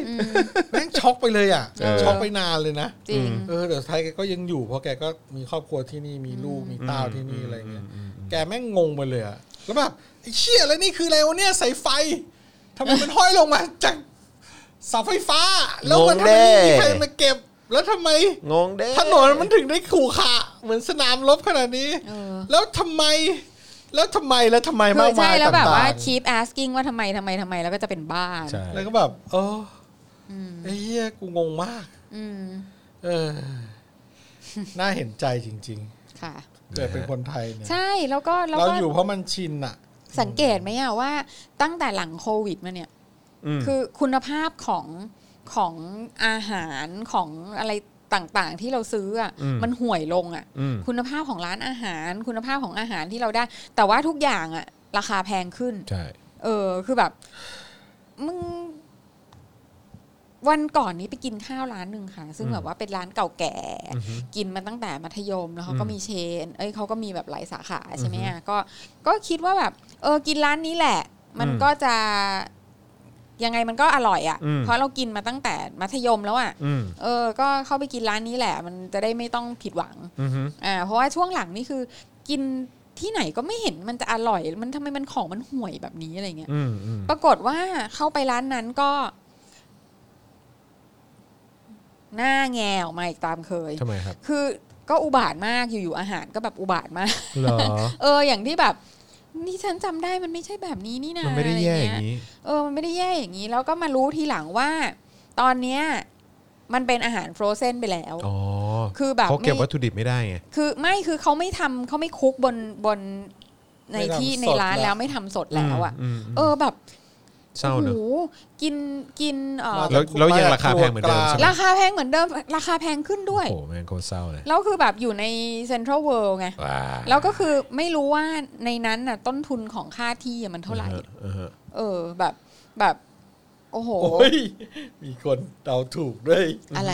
แม่งช็อกไปเลยอ่ะ เออ ช็อกไปนานเลยนะ จริง เออเดี๋ยวไทยแกก็ยังอยู่เพราะแกก็มีครอบครัวที่นี่มีลูกมีเต้าที่นี่อะไรเงี้ยแกแม่งงงไปเลยอะแล้วแบบไอ้เชี่ยแล้วนี่คืออะไรวะเนี่ยสายไฟทำไมมันห้อยลงมาจากเสาไฟฟ้า แล้วมันทำไมไม่มีใครมาเก็บ แล้วทำไม งงเด้ ถนนมันถึงได้ขรุขระเหมือนสนามรบขนาดนี้ เออ แล้วทำไม แล้วทำไมแล้วทำไม คื มา อก ใช่ มาย แล้วแบบว่า ต่าง keep asking ว่าทำไมทำไมทำไมแล้วก็จะเป็นบ้าน ใช่ ๆแล้วก็แบบเออ อืม ไอ้เหี้ยกูงงมาก อืม เออ น่าเห็นใจจริง ๆ ค่ะ เกิดเป็นคนไทยเนี่ย ใช่แล้วก็แล้ว เรา ก็ อยู่เพราะมันชินอะ สังเกตไหมอะว่าตั้งแต่หลังโควิดมาเนี่ย อืม คือคุณภาพของของอาหารของอะไรต่างๆ ที่เราซื้ออะมันห่วยลงอะ อืม คุณภาพของร้านอาหาร คุณภาพของอาหารที่เราได้ แต่ว่าทุกอย่างอะราคาแพงขึ้น ใช่ เออ คือแบบมึงวันก่อนนี้ไปกินข้าวร้านหนึ่งค่ะ ซึ่งแบบว่าเป็นร้านเก่าแก่ กินมาตั้งแต่มัธยมแล้วเขาก็มีเชน เอ้ยเขาก็มีแบบหลายสาขาใช่ไหมอะก็ก็คิดว่าแบบ เออ กินร้านนี้แหละ มันก็จะยังไงมันก็อร่อยอะ่ะ เพราะเรากินมาตั้งแต่มัธยมแล้วอะ่ะ อืม เออ ก็เข้าไปกินร้านนี้แหละ มันจะได้ไม่ต้องผิดหวัง อืม อ่าเพราะว่าช่วงหลังนี่คือกินที่ไหนก็ไม่เห็นมันจะอร่อย มันทำไมมันของมันห่วยแบบนี้อะไรเงี้ย อืมอืม ปรากฏว่าเข้าไปร้านนั้นก็ หน้าแงออกมาอีกตามเคย ทำไมครับ คือก็อุบาทมากอยู่ๆอาหารก็แบบอุบาทมาก เหรอ เออ อย่างที่แบบ นี่ฉันจำได้มันไม่ใช่แบบนี้นี่นะ มันไม่ได้แย่ ะอรเ ย่างนี้ เออ มันไม่ได้แย่อย่างนี้ แล้วก็มารู้ทีหลังว่า ตอนเนี้ย มันเป็นอาหารฟรอเซนไปแล้ว อ๋อ คือแบบ เขาเก็บ ไม่ วัตถุดิบไม่ได้ไง คือไม่คือเขาไม่ทำเขาไม่คุกบนบนในที่ในร้านแล้วไม่ทำสดแล้วอ่ะ อืมม เออแบบ เศร้า โอ้ เน โห อะ กินกินเออ แล้วแล้วยังราคาแพงเหมือนเดิมใช่ไหม ราคาแพงเหมือนเดิม ราคาแพงขึ้นด้วย โอ้โหแม่งโคตรเศร้าเลย แล้วคือแบบอยู่ในเซ็นทรัลเวิลด์ไง ว้า แล้วก็คือไม่รู้ว่าในนั้นน่ะ ต้นทุนของค่าที่อะมันเท่าไหร่ ออฮะ เออแบบแบบ โอ้โห โอ้ย มีคนเดาถูกด้วย อะไร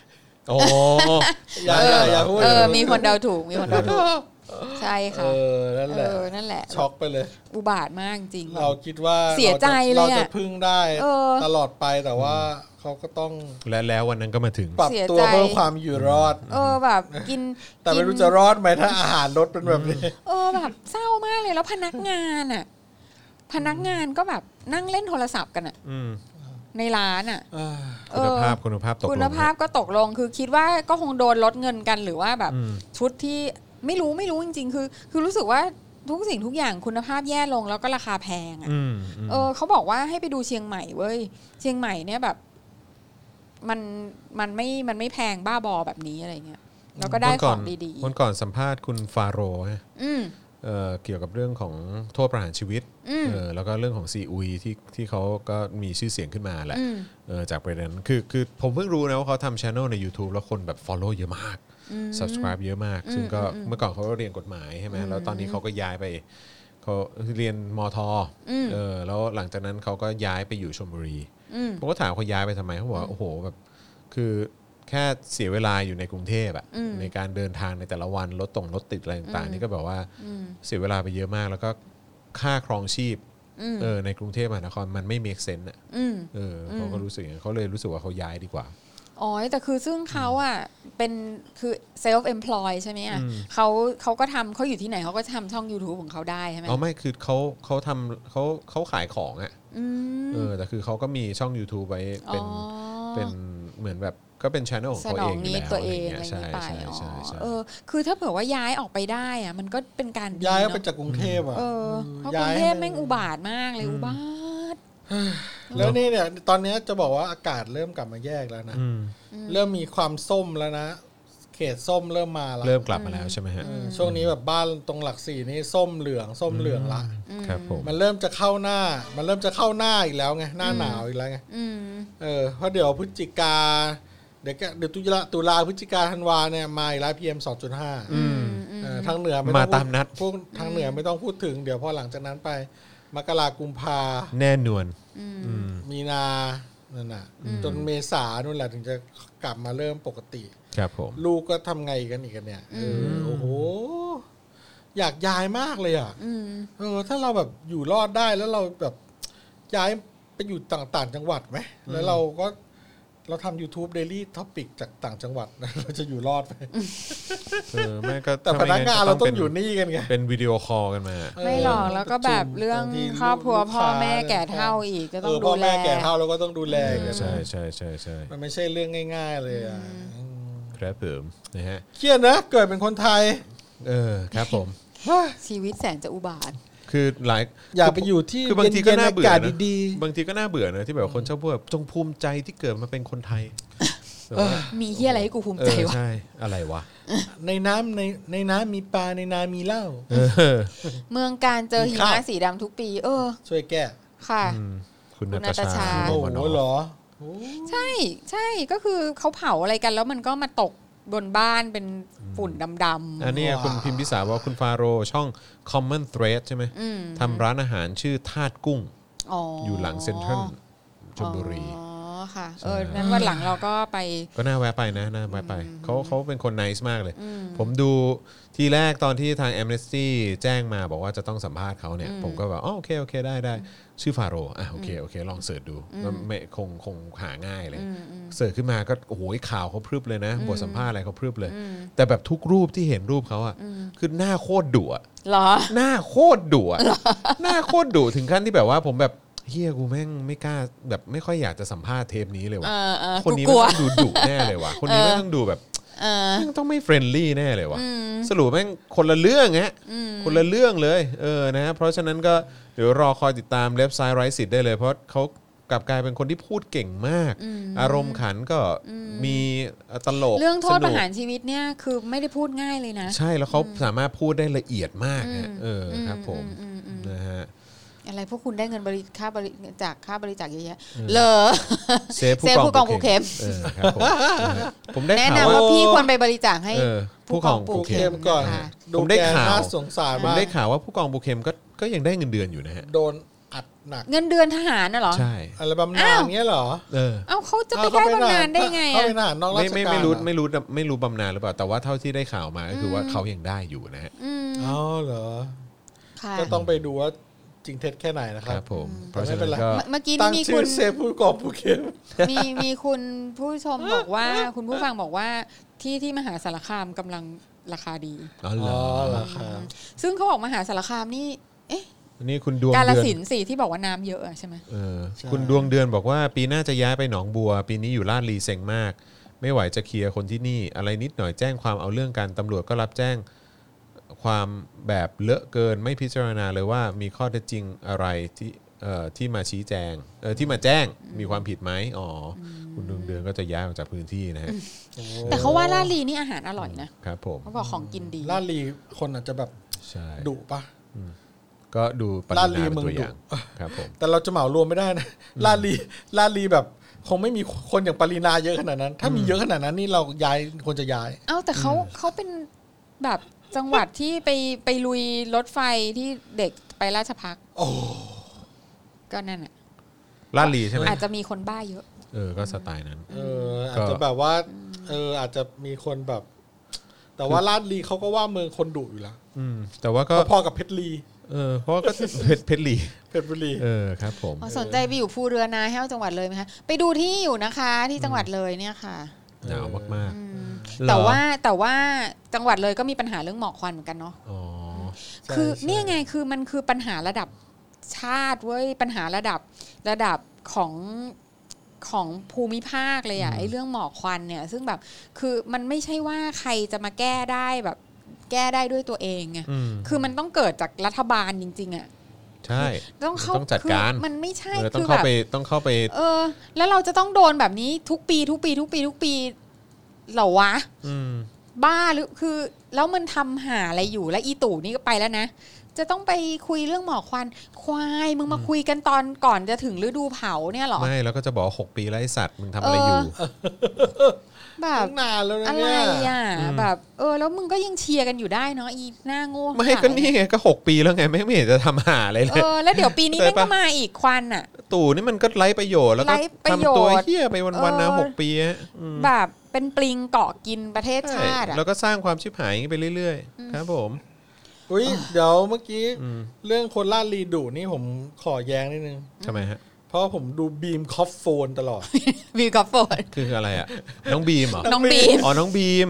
โอ้โห อย่า เอ อย่า อ อย่าพูด เออ มีคนเดาถูกมีคนเดาถูกใช่ เอ ค่ะ อนั่นแห เอ ละ อนั่นแหละ ช็อกไปเลย อุบาทมากจริง เราคิดว่า เสียใจเลยอะ เราจะพึ่งได้ เออ ตลอดไปแต่ว่าเขาก็ต้อง และแล้ววันนั้นก็มาถึง ปรับ เสีย ตัว ใจ เพื่อความอยู่รอด เออแบบกิน แต่ไม่รู้จะ กิน รอดไหมถ้าอาหารลดเป็นแบบนี้ เออแบบเศร้ามากเลยแล้วพนักงานอ่ะ พนักงานก็แบบนั่งเล่นโทรศัพท์กันอ่ะ อืม ในร้านอ่ะเอ คุณ อ ภาพคุณภาพตกลง คุณภาพก็ตกลงคือคิดว่าก็คงโดนลดเงินกันหรือว่าแบบ ชุดที่ไม่รู้ไม่รู้จริง ๆ คือ คือรู้สึกว่าทุกสิ่งทุกอย่างคุณภาพแย่ลงแล้วก็ราคาแพงอ่ะ อืมอืม เออเขาบอกว่าให้ไปดูเชียงใหม่เว้ย เชียงใหม่เนี่ยแบบ มันมันไม่มันไม่แพงบ้าบอแบบนี้อะไรเงี้ยแล้วก็ได้ วัน ข ก่ อน งดี วันก่อนสัมภาษณ์คุณฟาโรห์ฮะ ๆอืม เอ่อเกี่ยวกับเรื่องของโทษประหารชีวิต อืม เออแล้วก็เรื่องของซีอุยที่ที่เขาก็มีชื่อเสียงขึ้นมาแหละ อืม เออจากประเด็นนั้นคือคือผมเพิ่งรู้นะว่าเขาทำช anel ใน YouTube แล้วคนแบบ Follow เยอะมาก subscribe เยอะมาก ซึ่งก็เมื่อก่อนเขาก็เรียนกฎหมายใช่ไหมแล้วตอนนี้เขาก็ย้ายไป เขาเรียนมอทอ อืม เออแล้วหลังจากนั้นเขาก็ย้ายไปอยู่ชลบุรี อืม ผมก็ถามเขาย้ายไปทำไมเขาบอกว่าโอ้โหแบบคือแค่เสียเวลาอยู่ในกรุงเทพอะ อืม ในการเดินทางในแต่ละวันรถตรงรถติดอะไรต่าง อื ๆ ม นี่ก็แบบว่า อืม เสียเวลาไปเยอะมาก แล้วก็ค่าครองชีพ อืม เออในกรุงเทพมหานครมันไม่ make sense อะ อืม เออเขาก็รู้สึกอย่างนั้นเขาเลยรู้สึกว่าเขาย้ายดีกว่า อ๋อแต่คือซึ่งเขาอ่ะเป็นคือ self employ ใช่ไหมอ่ะ อืม เขาเขาก็ทำเขาอยู่ที่ไหนเขาก็ทำช่อง YouTube ของเขาได้ใช่ไหม เอาไม่คือเขาเขาทำเขาเขาขายของอะ อืม เออแต่คือเขาก็มีช่อง YouTube ไว้เป็น อ๋อ เป็นเหมือนแบบก็เป็นช anel ของ ส ตัวน เอ อง งอยู่ นี้ แล้ว ตัวเองอะไร ใช่ นี้ไป ใช่ อ๋อ ใช่ใช่ เออ คือถ้าเผื่อว่าย้ายออกไปได้อ่ะมันก็เป็นการดี ย้ายออกไป เนะ จากกรุงเทพอ่ะ เออเพราะก ย้ รุงเทพ ย แม่งอุบาทมากเลยอุบาท แล้วนี่เนี่ย ตอนเนี้ยจะบอกว่าอากาศเริ่มกลับมาแยกแล้วนะ อืม เริ่มมีความส้มแล้วนะ เขตส้มเริ่มมาแล้ว เริ่มกลับมาแล้วใช่ไหมฮะ เออช่วงนี้แบบบ้านตรงหลักสี่นี่ส้มเหลืองส้มเหลืองละ ครับผม มันเริ่มจะเข้าหน้า มันเริ่มจะเข้าหน้าอีกแล้วไง หน้าหนาวอีกแล้วไง อืม เออ เพราะเดี๋ยวพฤศจิกา เดี๋ยวก็เดี๋ยวตุลาตุลาพฤศจิกาธันวาเนี่ยมาอีกแล้วพีเอ็มสองจุดห้าทางเหนือไอง มา พูด ตามนัด พวกทางเหนือไม่ต้องพูดถึง เดี๋ยวพอหลังจากนั้นไป มกรากุมภา แน่นวน อืม อืม มีนานั่นน่ะ จนเมษานู่นแหละถึงจะกลับมาเริ่มปกติ ครับผม ลูกก็ทำไงกันอีกกันเนี่ยเออโอ้โห อยากย้ายมากเลยอ่ะ อืม เออถ้าเราแบบอยู่รอดได้แล้วเราแบบย้ายไปอยู่ต่างต่างจังหวัดไหม แล้วเราก็เราทำ YouTube Daily Topic จากต่างจังหวัด เราจะอยู่รอดไหม เออแม่ก็ แต่พนักงาน ทำไม เราต้อง ป็ อยู่นี่กันไง เป็นวิดีโอคอลกันมา ไม่หรอกแล้วก็แบบเรื่องครอบครัวพ่อแม่แก่เท่าอีกก็ต้อง เพ่ ดู อ แล แม่แก่เท่าเราก็ต้องดูแลกัน ใช่ใช่ใช่ใช่ มันไม่ใช่เรื่องง่าย ๆ เลยอ่ะ ครับผมนะฮะ เครียดนะเกิดเป็นคนไทย เออครับผม ชีวิตแสนจะอุบาท คือหลาย อยากไปอยู่ที่ คือบางทีก็ เย็นๆ น่าเบื่อกอาาศ นะ ดี บางทีก็น่าเบื่อนะที่แบบคนชอบพูดแบบจงภูมิใจที่เกิดมาเป็นคนไทยแบบว่า มีเฮียอะไรให้กูภูมิ เอ ใจ อ วะ ใช่อะไรวะ ๆ ในน้ำในในน้ำมีปลาในนามีเหล้า เออ เมืองการเจอหิ ข้าม ะ ว สีดำทุกปี เออ ช่วยแก้ ค่ะ อืมคุณ คุณ นาตาชา นาตาชา โร โอ้ มาน โห อฟ เหรอ ใช่ใช่ก็คือเขาเผาอะไรกันแล้วมันก็มาตกบนบ้านเป็นฝุ่นดำ อันนี้ ว้าว คุณพิมพิสารบอกว่าคุณฟาโรห์ช่อง Common Thread ใช่ไหม ๆอืม ทำร้านอาหารชื่อทาดกุ้ง อ๋อ อยู่หลังเซ็นทรัลชลบุรี อ๋อค่ะ เออ ใช่ นั้นวันหลังเราก็ไป ก็น่าแวะไปนะน่าแวะไปเขาเขาเป็นคน n น c e มากเลย อืม ผมดูทีแรกตอนที่ทาง Amnesty แจ้งมาบอกว่าจะต้องสัมภาษณ์เขาเนี่ย ผมก็แบบอ๋อโอเค โอเค ได้ได้ชื่อฟาโรห์อ่ะโอเค โอเค ลองเสิร์ชดูมันไม่คงคงหาง่ายเลย เสิร์ชขึ้นมาก็โอ้โหข่าวเขาพรึบเลยนะ บทสัมภาษณ์อะไรเขาพรึบเลย แต่แบบทุกรูปที่เห็นรูปเขาอะคือหน้าโคตรดุอะ เหรอ หน้าโคตรดุอะหน้าโคตรดุถึงขั้นที่แบบว่าผมแบบเฮียกูแม่งไม่กล้าแบบไม่ค่อยอยากจะสัมภาษณ์เทปนี้เลยว่ะ เออเออ คนนี้ กลั แม่งต้วองดูดุแน่เลยว่ะคนนี้แม่งต้องดูแบบ เออ แม่งต้องไม่เฟรนลี่แน่เลยว่ะสรุปแม่งคนละเรื่องฮะคนละเรื่องเลยเออนะฮะเพราะฉะนั้นก็เดี๋ยวรอคอยติดตามเล็บซ้ายไร้สิทธิ์ได้เลย เพราะเขากลับกลายเป็นคนที่พูดเก่งมาก อารมณ์ขันก็มีตลก เรื่องโทษ สนุประ ก หารชีวิตเนี่ยคือไม่ได้พูดง่ายเลยนะ ใช่แล้วเขาสามารถพูดได้ละเอียดมากฮะเอออ ม ครับผม อืมอืมอืม นะฮะ อะไรพวกคุณได้เงินบริค่าบริจากค่าบริจาคเยอะแยะเหรอ เซฟ เซฟผู้ ผู้ ก ก อ อง ง ปู ปู เข็ เข็ ม มเออครับผมนะฮะผมได้ แนะ ข่าวน ำ ว่า ว่าพี่ควรไปบริจาคให้ เออผู้กองปู ปู เข็ เค็ ม มก่อน ค่ะ ดู ผมได้ แก ข่าว น่าสงสาร ผม มาก ได้ข่าวว่าผู้กองปูเข็มก็ก็ยังได้เงินเดือนอยู่นะฮะ โดนอัดหนัก เงินเดือนทหารน่ะเหรอ ใช่ อะไรบำนา อ้า ญ ว เงี้ยเหรอ เออ เอ้าเขาจะไป อ้ว ได้ เข บำนาญได้ไง เขา อะ เป็นทหารนอกรา ไม่ ชการ ไม่ไม่รู้ เหอ ไม่รู้ไม่รู้บำนาญหรือเปล่าแต่ว่าเท่าที่ได้ข่าวมาก็คือว่าเขายังได้อยู่นะฮะ อืม อ๋อเหรอ ค่ะ ก็ต้องไปดูว่าจริงเท็จแค่ไหนนะค ค รั รับ บผม อืม เพราะฉะ แต่ไม่เป็ นั้น นกไร็ เมื่อกี้ ตั้ นี้ ง มี ชื่ คุ อ ณ เซฟผู้กอบผู้เค็ม มีมีคุณผู้ชมบอกว่า คุณผู้ฟังบอกว่าที่ที่มหาสารคามกำลังราคาดี อ๋อเหร อ๋อ อ เหรอครับ ซึ่งเขาบอกมหาสารคามนี่ เอ๊ะ นี่คุณดวง กาล เดือน สินธุ์สิที่บอกว่าน้ำเยอะอะใช่ไหม เออคุณดวงเดือนบอกว่า ปีหน้าจะย้ายไปหนองบัว ปีนี้อยู่ลาดลีเซ็งมาก ไม่ไหวจะเคลียร์คนที่นี่ อะไรนิดหน่อยแจ้งความเอาเรื่องกันตำรวจก็รับแจ้ง ความแบบเลอะเกินไม่พิจารณาเลยว่ามีข้อเท็จจริงอะไรที่เอ่อที่มาชี้แจงเออที่มาแจ้งมีความผิดไหมอ๋ออคุณดวงเดือนก็จะย้ายออกจากพื้นที่นะฮะ แต่เขาว่าลาดลีนี่อาหารอร่อยนะครับ ผม เขาบอกของกินดี ลาดลีคนอาจจะแบบ ใช่ ดุปะ ก็ดูปรินา ลาดลี เป็น เมือง ตัวอย่าง ดุ ครับผม แต่เราจะเหมารวมไม่ได้นะลาดลีลาดลีแบบคงไม่มีคนอย่างปรินาเยอะขนาดนั้น ถ้ามีเยอะขนาดนั้นนี่เราย้ายควรจะย้าย เอ้าแต่เขาเขาเป็นแบบจังหวัดที่ไปไปลุยรถไฟที่เด็ก ไปราชพักก็นั่นอ่ะ ลาดลีใช่ไหม อาจจะมีคนบ้าเยอะ เออก็สไตล์นั้น เอออาจจะแบบว่า เออ อาจจะมีคนแบบ แต่ว่าลาดลีเขาก็ว่าเมืองคนดุอยู่แล้ว อืมแต่ว่าก็ พอๆกับเพชรลี เออเพราะว่าก็ เพชรเพชรลี เพชรบุรี เออครับผม อ๋อสนใจไปอยู่ภูเรือนาแห้วจังหวัดเลยไหมคะ ไปดูที่อยู่นะคะที่จังหวัดเลยเนี่ยค่ะ หนาวมาก อืม เหรอ แต่ว่าแต่ว่าจังหวัดเลยก็มีปัญหาเรื่องหมอกควันเหมือนกันเนาะ ๆอ๋อ ใช่ คือ ใช่ เนี่ยไงคือมันคือปัญหาระดับชาติเว้ยปัญหาระดับระดับของของภูมิภาคเลยอะไอเรื่องหมอกควันเนี่ย ซึ่งแบบคือมันไม่ใช่ว่าใครจะมาแก้ได้แบบแก้ได้ด้วยตัวเองไง อืม คือมันต้องเกิดจากรัฐบาลจริง ๆอะ ใช่ ต้องเข้า ต้องจัดการ คือมันไม่ใช่ เออต้อง คือ เข้า แบบ ไปต้องเข้าไป เออ แล้วเราจะต้องโดนแบบนี้ทุกปีทุกปีทุกปีทุกปีเหรอวะ อืม บ้าหรือคือแล้วมันทำหาอะไรอยู่และอีตู่นี่ก็ไปแล้วนะ จะต้องไปคุยเรื่องหมอกควันควายมึงมาคุยกันตอนก่อนจะถึงฤดูเผาเนี่ยเหรอ ไม่แล้วก็จะบอกว่าหกปีไร้สัตว์มึงทำอะไรอยู่ แบบ ตั้งนานแล้วนะ อะไร เนี่ย อ่ะ อืม แบบ เออ แล้วมึงก็ยังเชียร์กันอยู่ได้เนาะอีหน้าโง่ ไม่ก็นี่ไงก็หกปีแล้วไงไม่ไม่เห็นจะทำหาอะไรเล เอย อแล้วเดี๋ยวปีนี้ ใช่ แม่ง ปะ ก็มาอีกควันอ่ะ ตู่นี่มันก็ไร้ประโยชน์แล้วก็ ไร้ประโยชทำน์ตัวเฮี้ยไปวันๆนะ เออ หกปีอะอืม แบบเป็นปลิงเกาะกินประเทศ ใช่ ชาติอ่ะ แล้วก็สร้างความชิบหายอย่างงี้ไปเรื่อยๆ ครับผม อุ้ยเดี๋ยวเมื่อกี้ อืม เรื่องคนลาดลีดุนี่ผมขอแย้งนิดนึง ทำไมฮะ เพราะผมดูบีมคอฟโฟนตลอ ด วีกับโฟน คืออะไรอ่ะ น้องบีมเหรอ น้องบีม อ๋อน้องบีม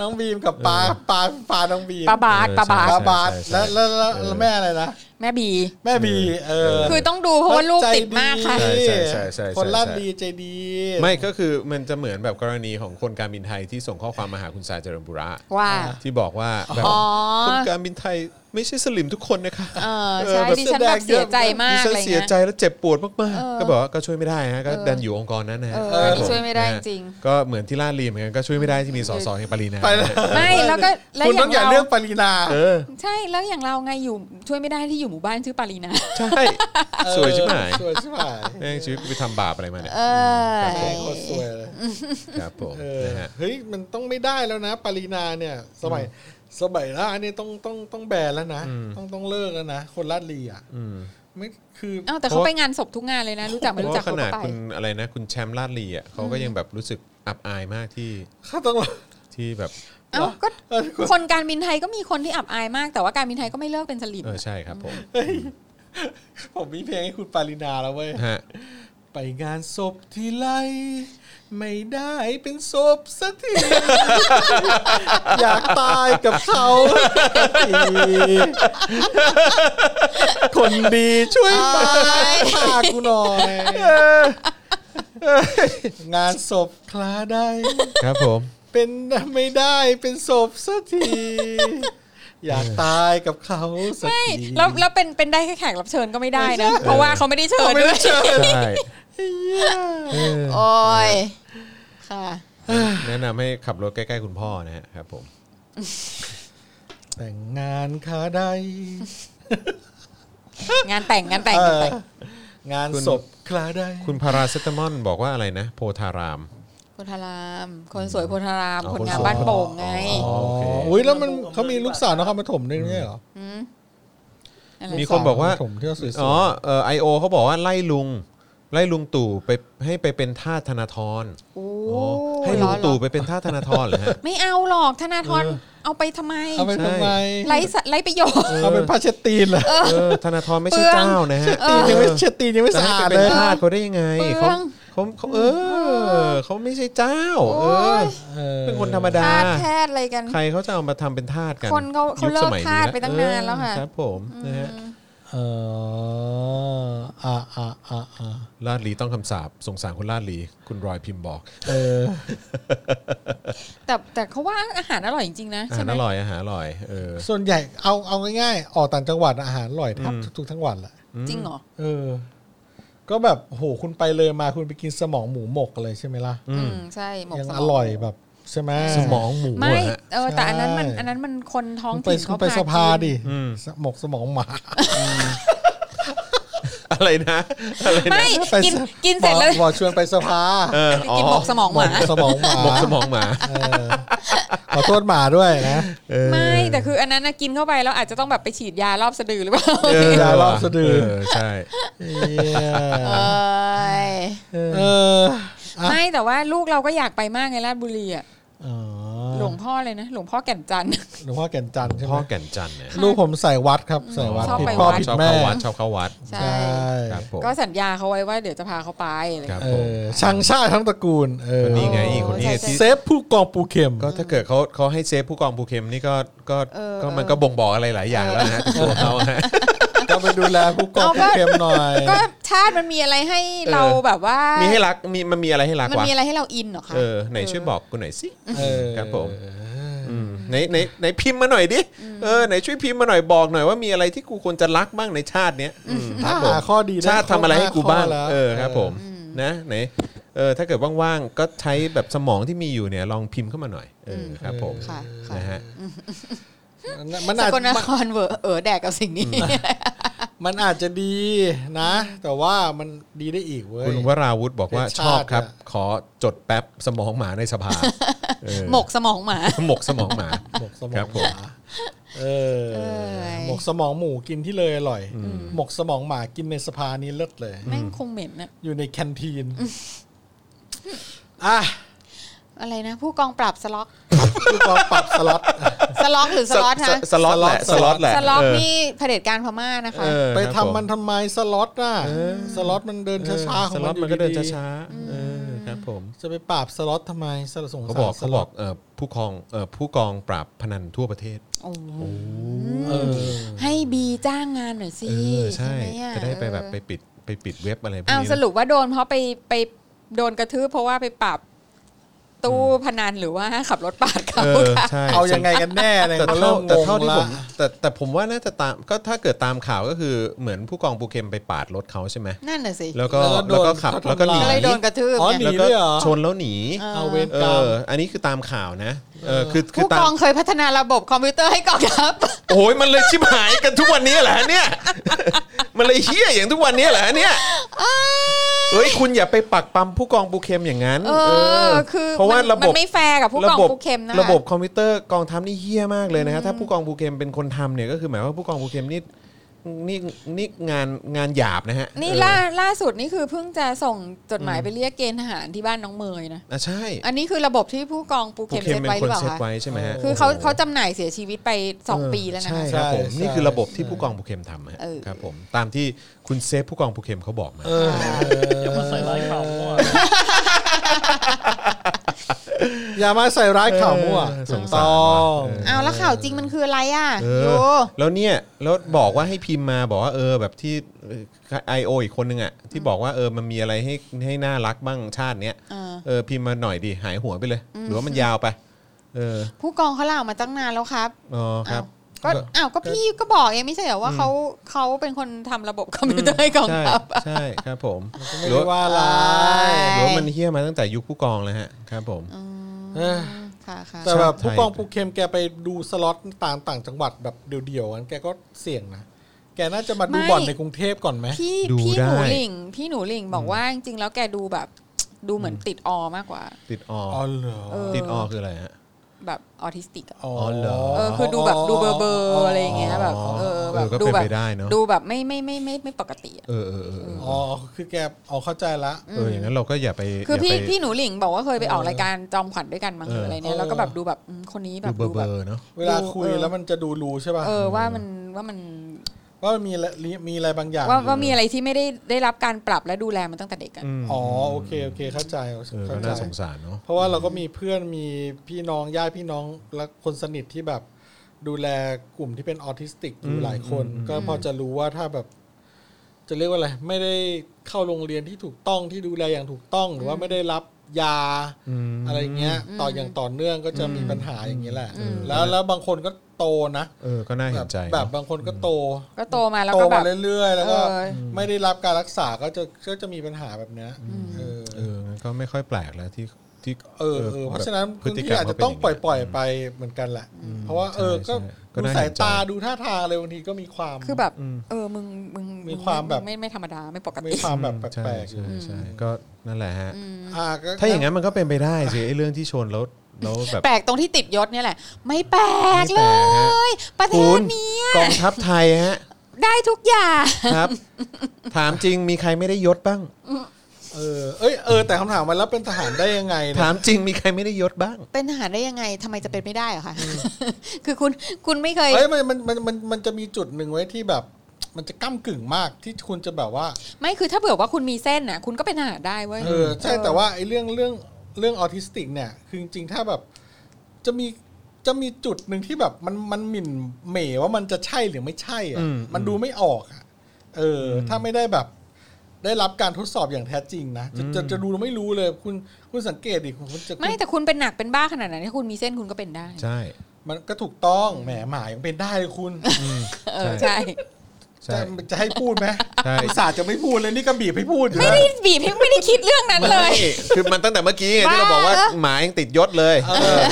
น้องบีมกับปลาปลาปลาน้องบีม ปาบาทปาบาท ปลาบาท ใช่ใช่ และและและ เออ และแม่อะไรนะ แม่บี แม่บีเออ คือต้องดูเพราะว่าลูกติดมากค่ะ ใจดี ใช่ใช่ใช่ใช่ คนลาดลีใจดี ไม่ก็คือมันจะเหมือนแบบกรณีของคนการบินไทยที่ส่งข้อความมาหาคุณสายเจริญบุระ ว่า ที่บอกว่าแบบ อ๋อ คนการบินไทยไม่ใช่สลิมทุกคนนะคะ เออใช่ดิฉันแบบเสียใจมาก ดิฉัน อะไร เสีย เงี้ย ใจแล้วเจ็บปวดมาก เออ ๆ ก็บอกว่าก็ช่วยไม่ได้ฮะก็ เออ ดันอยู่องค์กรนั้นนะฮะ เออ ครับผ ช่วยไม่ได้ นะฮะ จริง ก็เหมือนที่ลาดลีเหมือนกันก็ช่วยไม่ได้ที่มีสสอย่างปรีนา ไปแล้ว ไม่แล้วก็แล้ว คุณ อย่า ต้อง ง อย่า เรา เรื่องปรินา เออ ใช่แล้วอย่างเราไงอยู่ช่วยไม่ได้ที่อยู่หมู่บ้านชื่อปารีนา ใช่ สวยชิบหาย สวยชิบหาย แม่งชีวิตกูไปทำบาปอะไรมาเนี่ย เออ แม่งโคตรสวยเลย ครับผม เออ นะฮะ เฮ้ยมันต้องไม่ได้แล้วนะปรินาเนี่ย สมัยสมัยละอันนี้ต้องต้องต้องแบนแล้วนะต้องต้องเลิกแล้วนะคนลาดลีอ่ะ อืม ไม่คือ เอ้าแต่เขาไปงานศพทุกงานเลยนะ รู้จักไม่ เพราะ รู้จัก ว่าข เขาก็ นาด ไป คุณอะไรนะ คุณแชมป์ลาดลีอ่ะเขาก็ยังแบบรู้สึกอับอายมากที่ ข้าต้อง รอ ที่แบบ เอ้าก็ เออคุณ คนการบินไทยก็มีคนที่อับอายมาก แต่ว่าการบินไทยก็ไม่เลิกเป็นสลิม เออใช่ครับผม ผมมีเพลงให้คุณปารินาแล้วเว้ย ฮะ ไปงานศพทีไรไม่ได้เป็นศพสักที อยากตายกับเขาสักที คนดีช่วยตายพากูหน่อย งานศพคลาได้ ครับผม เป็นไม่ได้เป็นศพสักที อยากตายกับเขาสัก ไม่ ที แล้วแล้วเป็นเป็นได้แค่แขกรับเชิญก็ไม่ได้นะ ไม่ใช่ เพราะว่าเขาไม่ได้เชิญด้วย ใช่เออ โอ้ยค่ะ แนะนำให้ขับรถใกล้ๆคุณพ่อนะฮะครับผม แต่งงานคาได้ งานแต่งงานแต่งงานแต่ง งานศพคลาได้ คุณพาราเซตามอนบอกว่าอะไรนะ โพธาราม โพธาราม คนสวยโพธาราม อ๋อ คนคนสงานวย บ้านโป่งไง อ๋อโอเค อุ้ยแล้วมันเขามีลูกสาวนครปฐมด้วยไม่ใช่เหรอ มอะไร มีคนบอกว่า สนรปฐมที่เขาสวยๆ อ๋อเออไอโอเขาบอกว่าไล่ลุง ไล่ลุงตู่ไปให้ไปเป็นท่าสธนาธร โอ้ อ๋อให้ ย ลุ ร้อง น ตู่ไปเป็นท่าสธนาธรเหรอฮะ ไม่เอาหรอกธนาธรเอาไปทำไม เอาไปทำไม ไรสะไรประโยชน์ เอาเป็นผ้าเช็ดตีนเหรอ เออธนาธรไม่ใช่ เปลือง เจ้านะฮะ ตีนยังไม่เช็ดตีนยังไม่ จะ สะ ให้ อา ไป ด เป็ เล น ย ทาสเขาได้ยังไง เปลื เขา อง เขาเขาเออเขาไม่ใช่เจ้า เอ โอ้ อ ย เออ เป็นคนธรรมดา ทาสแพทย์อะไรกัน ใครเขาจะเอามาทำเป็นทาสกัน คนเขาเขา ยุคสมัย เลิกทาสไปตั้งนานแล้วค่ะ เออครับผมนะฮะ เอออ่ะอ่ะอ่ะอ่ะ ลาดลีต้องคำสาปสงสารคนลาดลีคุณรอยพิมพ์บอก เออ แต่แต่เขาว่าอาหารอร่อยจริงๆนะ อา ใช่ หาร ไหม อร่อยอาหารอร่อยเออ ส่วนใหญ่เอาเอาง่ายๆ ออกต่างจังหวัดอาหารอร่อยแทับทุกๆทั้งวันแหละ จริงเหรอ เออ ก็แบบโหคุณไปเลยมาคุณไปกินสมองหมูหมกเลยใช่ไหมล่ะ อืมใช่หมก ยัง สม อร่อยแบบใช่ไหม สมองหมู ไม่ อะฮะ เออแต่อันนั้นมัน ใช่ อันนั้นมันคนท้อง คุณไป ถิ่น คุ เขา ณไป พา สภา กิน ดิหมกสมองหมา อะไรนะอะไรนะ ไม่กินกินเสร็จแล้ว บอกชวนไปสภา เอออ๋อ กินหมกสมองหมา สมองหมา หมกสมองหมา เออขอโทษหมาด้วยนะ ไม่แต่คืออันนั้นนะกินเข้าไปแล้วอาจจะต้องแบบไปฉีดยารอบสะดือหรือเปล่า เออ ยารอบสะดือ เออใช่ เหี้ย เอ้ย เอออ่ะ ไม่แต่ว่าลูกเราก็อยากไปมากในราชบุรีอ่ะ อ๋อ หลวงพ่อเลยนะ หลวงพ่อแก่นจันทร์ หลวงพ่อแก่นจันทร์ใช่ไหม พ่อแก่นจันทร์เนี่ย ลูกผมใส่วัดครับใส่วัด ชอบ ผิด ไป พ่อ วัด ผิด ชอบ แม่ เข้าวัดชอบเข้าวัด ใช่ ใช่ ครับผม ก็สัญญาเขาไว้ว่าเดี๋ยวจะพาเขาไปอะไร ครับ เออช่างชาติทั้งตระกูลเออ คนนี้ไงคนนี้ที่ เซฟผู้กองปูเข็ม ก็ถ้าเกิดเขาเขาให้เซฟผู้กองภูเข็มนี่ก็ก็ เออ ก็มันก็บ่งบอกอะไรหลายอย่างแล้วนะฮะถึงตัวเขาฮะ ก็ไปดูแลผู้กอง เอาก็ ผู้เข็มหน่อย ก็ชาติมันมีอะไรให้เรา เออ แบบว่า มี มี ให้รักมีมันมีอะไรให้รัก มัน วะ มีอะไรให้เราอินเหรอคะ เออไหนช่วยบอกกูหน่อยสิ เออ ครับผม มไหนไหนไหนพิมพ์มาหน่อยดิเออไหนช่วยพิมพ์มาหน่อยบอกหน่อยว่ามีอะไรที่กูควรจะรักบ้างในชาติเนี้ยอืม ถ้าหาข้อดีด้ ชาติทำอะไรให้กูบ้าง ข้แล้ว เออครับผมนะไหนเออถ้าเกิดว่างๆก็ใช้แบบสมองที่มีอยู่เนี่ยลองพิมพ์เข้ามาหน่อยเออครับผม ค่ะค่ะ นะฮะ มัน ส อาจ กลนครเวอเออแดกกับสิ่งนี้ มันอาจจะดีนะ แต่ว่ามันดีได้อีกเว้ย คุณวราวุธบอกว่า ใน ช ชาติ อบครับ อะ ขอจดแป๊บสมองหมาในส ภาเออ หมกสมองหมา หมกสมองหมา หมกสม ค อ รั ง บ ห ผม มาเออ เอ้ย หมกสมองหมูกินที่เลยอร่อย หมกสมองหมากินในสภานี้เลิศเลย แม่งคงเหม็นอะ อยู่ในแคน ทีนอ่ะ อะไรนะ ผู้กองปราบสล็อก ผู้กองปรับสล็อต สล็อกหรือสล็อตฮะ สล็อตแหละสล็อตแหละ สล็อก เออ นี่เผด็จการพม่านะคะ เออ ไป ครับ ทำ ผ มันทำไมสล็อตน่ะสล็อตมันเดินช้าๆของ ส มั ล็อต นอยู่ มันก็เดิน ดีๆ ช้าๆเออครับผม จะไปปราบสล็อตทำไมสลสงสาร เขาบอก ส เขาบ ล็ อ อก ต เอ่อผู้กองเอ่อผู้กองปราบพนันทั่วประเทศ โอ้โห เออ ให้บีจ้างงานหน่อยสิ เออใช่ หมอ จะได้ไปแบบไปปิดไปปิดเว็บอะไรพวก อ้าว นี้ ส นะ รุปว่าโดนเพราะไปไปโดนกระทืบเพราะว่าไปปรับตู้พนันหรือว่าขับรถปาดเขา เออ ค่ะ ใช่ เอายังไงกันแน่เนี่ย แต่ มัน เท่า เริ่ม แต่เท่าที่ งง ผ ละ มแต่แต่ผมว่าน่าจะตามก็ถ้าเกิดตามข่าวก็คือเหมือนผู้กองปูเข็มไปปาดรถเขาใช่ไหม นั่นน่ะสิ แล้วก็แล้วก็ขับแล้วก็หนี ก็เลยโดนกระทืบ อ๋อห ไง นี แล้วก็ ด้วยเหรอ ชนแล้วหนี เอาเวร เอก รรม ออันนี้คือตามข่าวนะเออคือคือ ผู้ ตาก อ ม งเคยพัฒนาระบบคอมพิวเตอร์ให้กองทัพ โอ้ยมันเลยชิบหายกันทุกวันนี้แหละเนี่ย มันเลยเฮี้ยอย่างทุกวันนี้แหละเนี่ย เอ้ยคุณอย่าไปปักปั๊มผู้กองปูเข็มอย่างนั้น เออคือ เพราะว่านระบบ มันไม่แฟร์กับผู้กอระงบบ ปูเข็มนะ ระบบคอมพิวเตอร์กองทัพนี่เฮี้ยมากเลยนะฮะถ้าผู้กองปูเข็มเป็นคนทำเนี่ยก็คือหมายว่าผู้กองปูเข็มนี่นี่นี่งานงานหยาบนะฮะ นี่ เออ ล่าล่าสุดนี่คือเพิ่งจะส่งจดหมายไปเรียกเกณฑ์ทหารที่บ้านน้องเมยนะ อ่ะใช่ อันนี้คือระบบที่ผู้กองปู ปู เข็ม เข็ม เซ็ต เป็น ไว้ห ค รื น อเปล่า เซต คะ ไว้ใช่ไหมฮะ คือเขา โโห เขาจำหน่ายเสียชีวิตไป 2 ปีแล้วนะ ใช่ คะ ครับผม ใช่ นี่คือระบบที่ ใช่ ผู้กองปูเข็มทำฮะ เออ ครับผมตามที่คุณเซฟผู้กองปูเข็มเขาบอกมา เออ อย่ามาใส่ร้ายเขาเพราะว่า อย่ามาใส่ร้ายข่าวมั่ว เออส ถู ง ก สารว่ะ ต้อง เอาแล้วข่าวจริงมันคืออะไรอ่ะ เอ โย อแล้วเนี่ยแล้วบอกว่าให้พิมพ์มาบอกว่าเออแบบที่ไอโออีกคนนึงอ่ะที่บอกว่าเออมันมีอะไรให้ให้น่ารักบ้างชาติเนี้ย เออ เออพิมพ์มาหน่อยดิหายหัวไปเลย หรือว่ามันยาวไป เออ ผู้กองเขาลาออกมาตั้งนานแล้วครับ อ๋อครับ อ้าวก็อ้าวก็พี่ก็บอกเองไม่ใช่เหรอว่าเขาเขาเป็นคนทำระบบคอมพิวเตอร์ให้กอง ใช่ ทัพอะ ใช่ครับผม ไม่ หรือ ได้ ว่า ว่าอะไร หรือว่ามันเฮี้ยมาตั้งแต่ยุคผู้กองแล้วฮะครับผม เออ ค่ะค่ะ แต่แบบ ชาติไทย ผู้กองปูเข็มแกไปดูสล็อตต่างต่างจังหวัดแบบเดี่ยวๆกันแกก็เสี่ยงนะแกน่าจะมาดูบ่อนในกรุงเทพก่อนไหม พี่ ดู พี่หนู ได้ หลิงพี่หนูหลิงบอกว่าจริงๆแล้วแกดูแบบดูเหมือนติดออมากกว่า ติดออ อ๋อเหรอ เออ ติดออคืออะไรฮะ แบบออทิสติกอะ อ๋อ เหรอ เออคือดูแบบดูเบอร์เบอร์อะไรอย่างเงี้ยแบบเออแบบ เออก็ ดู เป็น แบ ไป บ ได้เนอะ ดูแบบไม่ไม่ไม่ไม่ไม่ปกติอะ เออเออเออเออ อ๋อคือแกอ๋อเข้าใจละ เอออย่างนั้นเราก็อย่าไป คือพี่ ย่าไป พี่หนูหลิงบอกว่าเคยไปออกรายการจอมขวัญด้วยกันมั้ง เออ หรืออะไรเนี่ย เออ แล้วก็แบบดูแบบอืมคนนี้แบ ดู บ เบอ ดู ร์เบ แบ อบ ร์เนาะ เวลาคุย เออ แล้วมันจะดูรู้ใช่ป่ะ เออว่ามันว่ามัน ว่ามันมีละลิมีอะไรบางอย่าง ว่า อยู่ ว่ามีอะไรที่ไม่ได้ได้รับการปรับและดูแลมันตั้งแต่เด็กอะ อ๋อโอเคโอเคเข้าใจ เออ เข้า ก็ ใจ น่าสงสารเนาะ เพราะว่าเราก็มีเพื่อนมีพี่น้องญาติพี่น้องและคนสนิทที่แบบดูแลกลุ่มที่เป็นออทิสติกอยู่หลายคน ก็พอจะรู้ว่าถ้าแบบ จะเรียกว่าอะไรไม่ได้เข้าโรงเรียนที่ถูกต้องที่ดูแลอย่างถูกต้อง หรือว่าไม่ได้รับยาอะไรเงี้ย ต่ออย่างต่อเนื่องก็จะมีปัญหาอย่างนี้แหละ แล้วแล้วบางคนก็โตนะ เออ ก็น่าเห็ แบบ นใจ แบบบางคนก็โต ก็โตมาแล้ว โต ก็แบ มา บ เรื่อยๆ แล้วก็ เออ ไม่ได้รับการรักษาก็จะก็จะมีปัญหาแบบเนี้ยเออ เอองั้นก็ไม่ค่อยแปลกแล้วที่ ที่ เออเออเพราะฉะนั้น พฤ พื้น ติกรรม ที่อาจจะต้องปล่อยปล่อยๆไปเหมือนกันแหละ เพราะว่าเออ ใช่ ก็ ใช่ก็น่าดูสา เห็ ย นใจ ตาดูท่าทางอะไรบางทีก็มีความ คือแบบ เออ มึง มึง มีความแบบ ไม่ไม่ธรรมดา ไม่ปก มี ติ ความแบบแ ใช่ ปลกๆอยู่ ใช่ใช่ก็นั่นแหละฮะ อ่าก็ ถ้าอย่างนั้นมันก็เป็นไปได้สิไอ้เรื่องที่ชนแล้วแล้วแบบ แปลกตรงที่ติดยศเนี่ยแหละ ไม่แปลกเลย ประเท คุณ ศเนี้ย กองทัพไทยฮะ ได้ทุกอย่าง ครับ ถามจริงมีใครไม่ได้ยศบ้าง เออเอ้ยเออแต่คำถามมันแล้วเป็นทหารได้ยังไง ถา นะ มจริงมีใครไม่ได้ยศบ้าง เป็นทหารได้ยังไงทำไมจะเป็นไม่ได้เหรอคะ คือคุณ คุณไม่เคย เอ้ยมันมันมันมันมันจะมีจุดหนึ่งไว้ที่แบบ มันจะก้ากึ่งมากที่คุณจะแบบว่า ไม่คือถ้าเผื่อว่าคุณมีเส้นน่ะ คุณก็เป็นทหารได้เว้ย เออใช่แต่ว่าไอ้เรื่องเรื่องเรื่องออทิสติกเนี่ยคือจริงๆถ้าแบบจะมีจะมีจุดหนึ่งที่แบบมันมันหมิ่นเหม่ว่ามันจะใช่หรือไม่ใช่อะมันดูไม่ออกอะเอออถ้าไม่ได้แบบได้รับการทดสอบอย่างแท้จริงนะจะจะจะดูไม่รู้เลยคุณคุณสังเกตดิคุณจะ ไม่แต่คุณเป็นหนักเป็นบ้าขนาดนั้นถ้าคุณมีเส้นคุณก็เป็นได้ ใช่ มันก็ถูกต้องแหมหมายยังเป็นได้เลยคุณ เออ ใช่ ใช่ จะจะให้พูดไหม ใช่ อุตส่าห์จะไม่พูดเลยนี่ก็บีบให้พูดอยู่ ไม่ นะ ได้บีบให้ไม่ได้คิดเรื่องนั้นเลย คือมันตั้งแต่เมื่อกี้ไงที่เราบอกว่า บ้าเหรอ หมายังติดยศเลย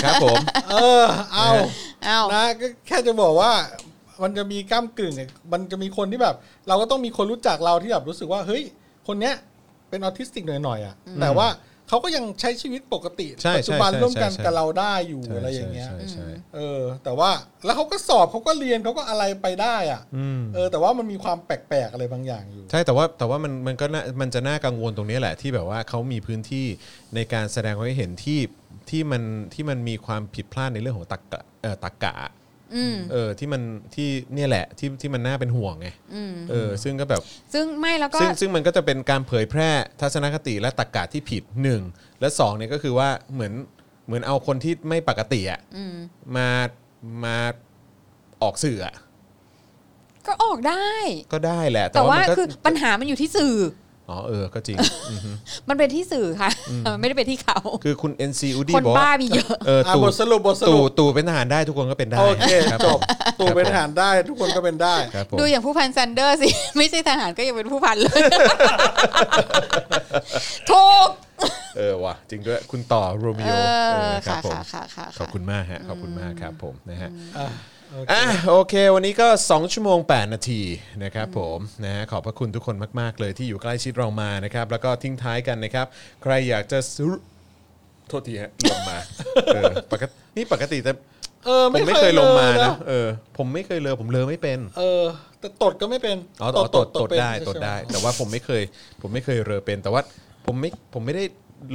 ครับผม เออเอา เอ้า นะก็แค่จะบอกว่ามันจะมีก้ามกึ่งอะมันจะมีคนที่แบบ เราก็ต้องมีคนรู้จักเราที่แบบรู้สึกว่าเฮ้ย คนเนี้ยเป็นออทิสติกหน่อยๆอ่ะแต่ว่าเขาก็ยังใช้ชีวิตปกติ ใช่ ปัจจุบัน ใช่ใช่ ร่วมกัน ใช่ กับเราได้อยู่อะไรอย่างเงี้ย ใช่ใช่ใช่ เออ แต่ว่าแล้วเขาก็สอบเขาก็เรียนเขาก็อะไรไปได้อ่ะ อืม เออ แต่ว่ามันมีความแปลกๆอะไรบางอย่างอยู่ ใช่แต่ว่าแต่ว่ามันมันก็น่ามันจะน่ากังวลตรงนี้แหละที่แบบว่าเขามีพื้นที่ในการแสดงให้เห็นที่ที่มันที่มันมีความผิดพลาดในเรื่องของตักกะเอ่อตักกะ อืม เออที่มันที่เนี่ยแหละที่ที่มันน่าเป็นห่วงไง อืม เออซึ่งก็แบบ ซึ่งไม่แล้วก็ ซึ่งซึ่งมันก็จะเป็นการเผยแพร่ทัศนคติและตักกะที่ผิดหนึ่งและสองเนี่ยก็คือว่าเหมือนเหมือนเอาคนที่ไม่ปกติอ่ะ อืม มามาออกสื่ออะ ก็ออกได้ ก็ได้แหละ แต่ แต่ ว่า ว่า มันก็ คือปัญหามันอยู่ที่สื่อ อ๋อเออก็จริง มันเป็นที่สื่อค่ะ มันไม่ได้เป็นที่เขา คือคุณ NC อูดี้ คน บอก บ้า ว่า มีเยอะ เออ อ่ะ ตู่ บทสรุปบทส ตู่ รุป ตู่เป็นทหารได้ทุกคนก็เป็นได้ โอเค ครับ จ ผม บตัวเป็นทหารได้ทุกคนก็เป็นได้ ครับผม ดูอย่างผู้พันซันเดอร์สิ ไม่ใช่ทหารก็ยังเป็นผู้พันเลย ถูก เออว่ะจริงด้วยคุณต่อโรมิโอเอเอ อ อครั ค่ะ บผม ค่ะค่ะค่ะ ขอบคุณมากฮะขอบคุณมากครับผมนะฮะ อ่ะ อ่ะโอเค วันนี้ก็ 2 ชั่วโมง 8 นาทีนะครับผมนะฮะขอบพระคุณทุกคนมาก ๆ เลยที่อยู่ใกล้ชิดเรามานะครับแล้วก็ทิ้งท้ายกันนะครับ ใครอยากจะซื้อโทษทีฮะลงมาเออปกตินี่ปกติแต่ เออ ผมไม่เคยลงมา เลย นะเออผมไม่เคยเลยผมเลอไม่เป็น เออ แต่ตดก็ไม่เป็น อ๋อตดตดตด เป็น ได้ตด ใช่หม ได้ แต่ว่าผมไม่เคย ผมไม่เคยเรอเป็น แต่ว่าผมไม่ผมไม่ได้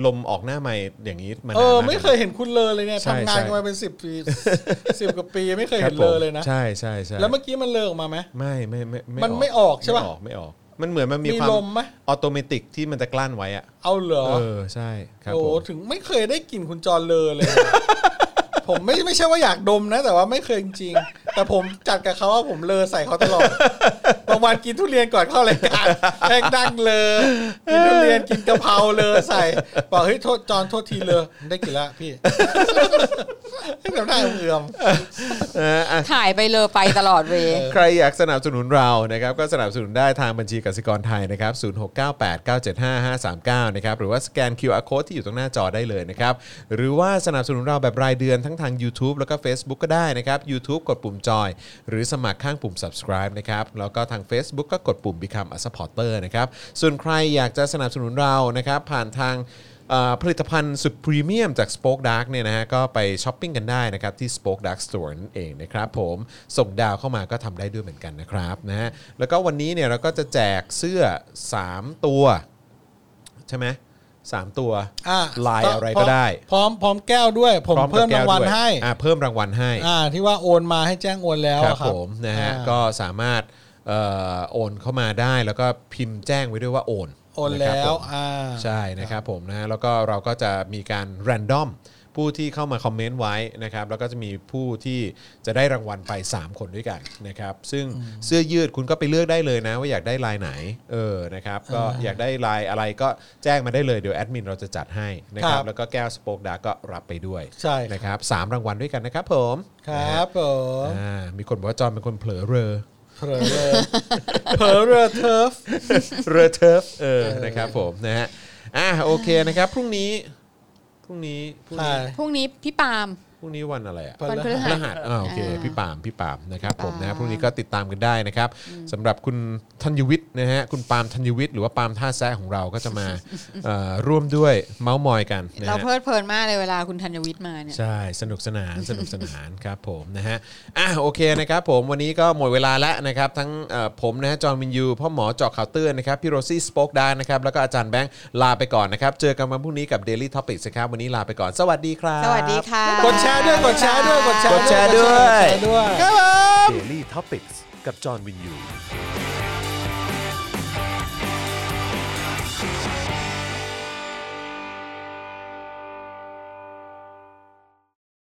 ลมออกหน้าไม่อย่างนี้มานาน เออ าก ไม่เคยเห็นคุณเลอเลยเนี่ย ใช่ ทำงาน ใช่ กันมาเป็นสิบปีสิบกว่าปีไม่เคย ครั เห็ บ น ผ เล ม อเลยนะ ใช่ใช่ใช่ แล้วเมื่อกี้มันเลอออกมาไหม ไม่ไม่ไม่ มันไม่ออกใช่ปะ ไม่ออกไม่ออก มันเหมือนมันมี มี ความ ลมไหม ออโตเมติกที่มันจะกลั้นไว้อะ เอาเหรอ เออใช่ครับ โอ้ ผ โห ม ถึงไม่เคยได้กลิ่นคุณจรเลอเลย ผมไม่ไม่ใช่ว่าอยากดมนะ แต่ว่าไม่เคยจริงๆแต่ผมจัดกับเขาว่าผมเลอใส่เขาตลอ ดบางวันกินทุเรียนก่อนเข้ารายการแม่งดัง เลยกินทุเรียนกินกะเพราเลอใส่บอกเฮ้ยโทษจอนโทษทีเลอได้กินละพี่ ให้แบบหน้าเอื่อม เอออ่ะ ถ่ายไปเลยไปตลอดเวย ใครอยากสนับสนุนเรานะครับก็สนับสนุนได้ทางบัญชีกสิกรไทยนะครับ0698975539นะครับหรือว่าสแกน QR code ที่อยู่ตรงหน้าจอได้เลยนะครับหรือว่าสนับสนุนเราแบบรายเดือนทั้งทาง YouTube แล้วก็ Facebook ก็ได้นะครับ YouTube กดปุ่มจอย หรือสมัครข้างปุ่ม subscribe นะครับแล้วก็ทาง Facebook ก็กดปุ่ม Become a supporter นะครับส่วนใครอยากจะสนับสนุนเรานะครับผ่านทาง เอ่อผลิตภัณฑ์สุดพรีเมียมจาก Spoke Dark เนี่ยนะฮะก็ไปช้อปปิ้งกันได้นะครับที่ Spoke Dark Store นั่นเองนะครับผมส่งดาวเข้ามาก็ทำได้ด้วยเหมือนกันนะครับนะฮะแล้วก็วันนี้เนี่ยเราก็จะแจกเสื้อ 3 ตัว ใช่ไหมสามตัว อ่ะ ลายอะไรก็ได้ พร้อมพร้อมพร้อมแก้วด้วย ผม พร้อกับ เพิ่ม แก้ รางวัล ด้ย ให้ อ่าเพิ่มรางวัลให้ อ่าที่ว่าโอนมาให้แจ้งโอนแล้ว ครับ อะครับ ผมนะฮะ อ่า ก็สามารถเอ่อโอนเข้ามาได้แล้วก็พิมพ์แจ้งไว้ด้วยว่าโอน โอน นะครับ แล้ว ผม อ่า ใช่นะครับผมนะฮะแล้วก็เราก็จะมีการแรนดอมผู้ที่เข้ามาคอมเมนต์ไว้นะครับแล้วก็จะมีผู้ที่จะได้รางวัลไป 3 คนด้วยกันนะครับซึ่งเสื้อยืดคุณก็ไปเลือกได้เลยนะว่าอยากได้ลายไหนเออนะครับก็อยากได้ลายอะไรก็แจ้งมาได้เลยเดี๋ยวแอดมินเราจะจัดให้นะครั ครับ บ แล้วก็แก้วสโปกดาก็รับไปด้วย ใช่ครับ นะครับสามรางวัลด้วยกันนะครับผม ครับผม อ่ามีคนบอกว่าจอห์นเป็นคนเผลอเรอ เผลอเลยเผลอเรือเทิร์ฟ เรือเทิร์ฟเออนะครับผมนะฮะอ่ะโอเคนะครับพรุ่งนี้พ รุ่งนี้พรุ่ง ใช่ นี้ พรุ่งนี้พี่ปาล์ม พรุ่งนี้วันอะไรอ่ะ วันพฤ พ หั ฤ ส หัสอ่าโอเค อ่า พี่ปาล์มพี่ปาล์มนะครับผมนะ อ่า พรุ่งนี้ก็ติดตามกันได้นะครับสำหรับคุณธัญวิทย์นะฮะคุณปาล์มธัญวิทย์หรือว่าปาล์มท่าแซะของเราก็จะ มาเอ่อร่วมด้วยเมาส์มอยกันนะ เรา ฮะ เพลิดเพลินมากเลยเวลาคุณธัญวิทย์มาเนี่ย ใช่สนุกสนานสนุกสนานครับผมนะฮะอ่ะโอเคนะครับผมวันนี้ก็หมดเวลาแล้วนะครับ ทั้งเอ่อผมนะฮะจอห์นวินยูพ่อหมอเจอกข่าวเตือนนะครับพี่โรซี่สป็อกดาร์กนะครับแล้วก็อาจารย์แบงค์ลาไปก่อนนะครับเจอกันวันพรุ่งนี้กับ Daily Topics นะครับวันนี้ลาไปก่อนสวัสดีครับ สวัสดีค่ะ กดแชร์ด้วยกดแชร์ด้วยกดแชร์ด้วย กดแชร์ด้วย Daily Topics กับจอห์นวินยู ค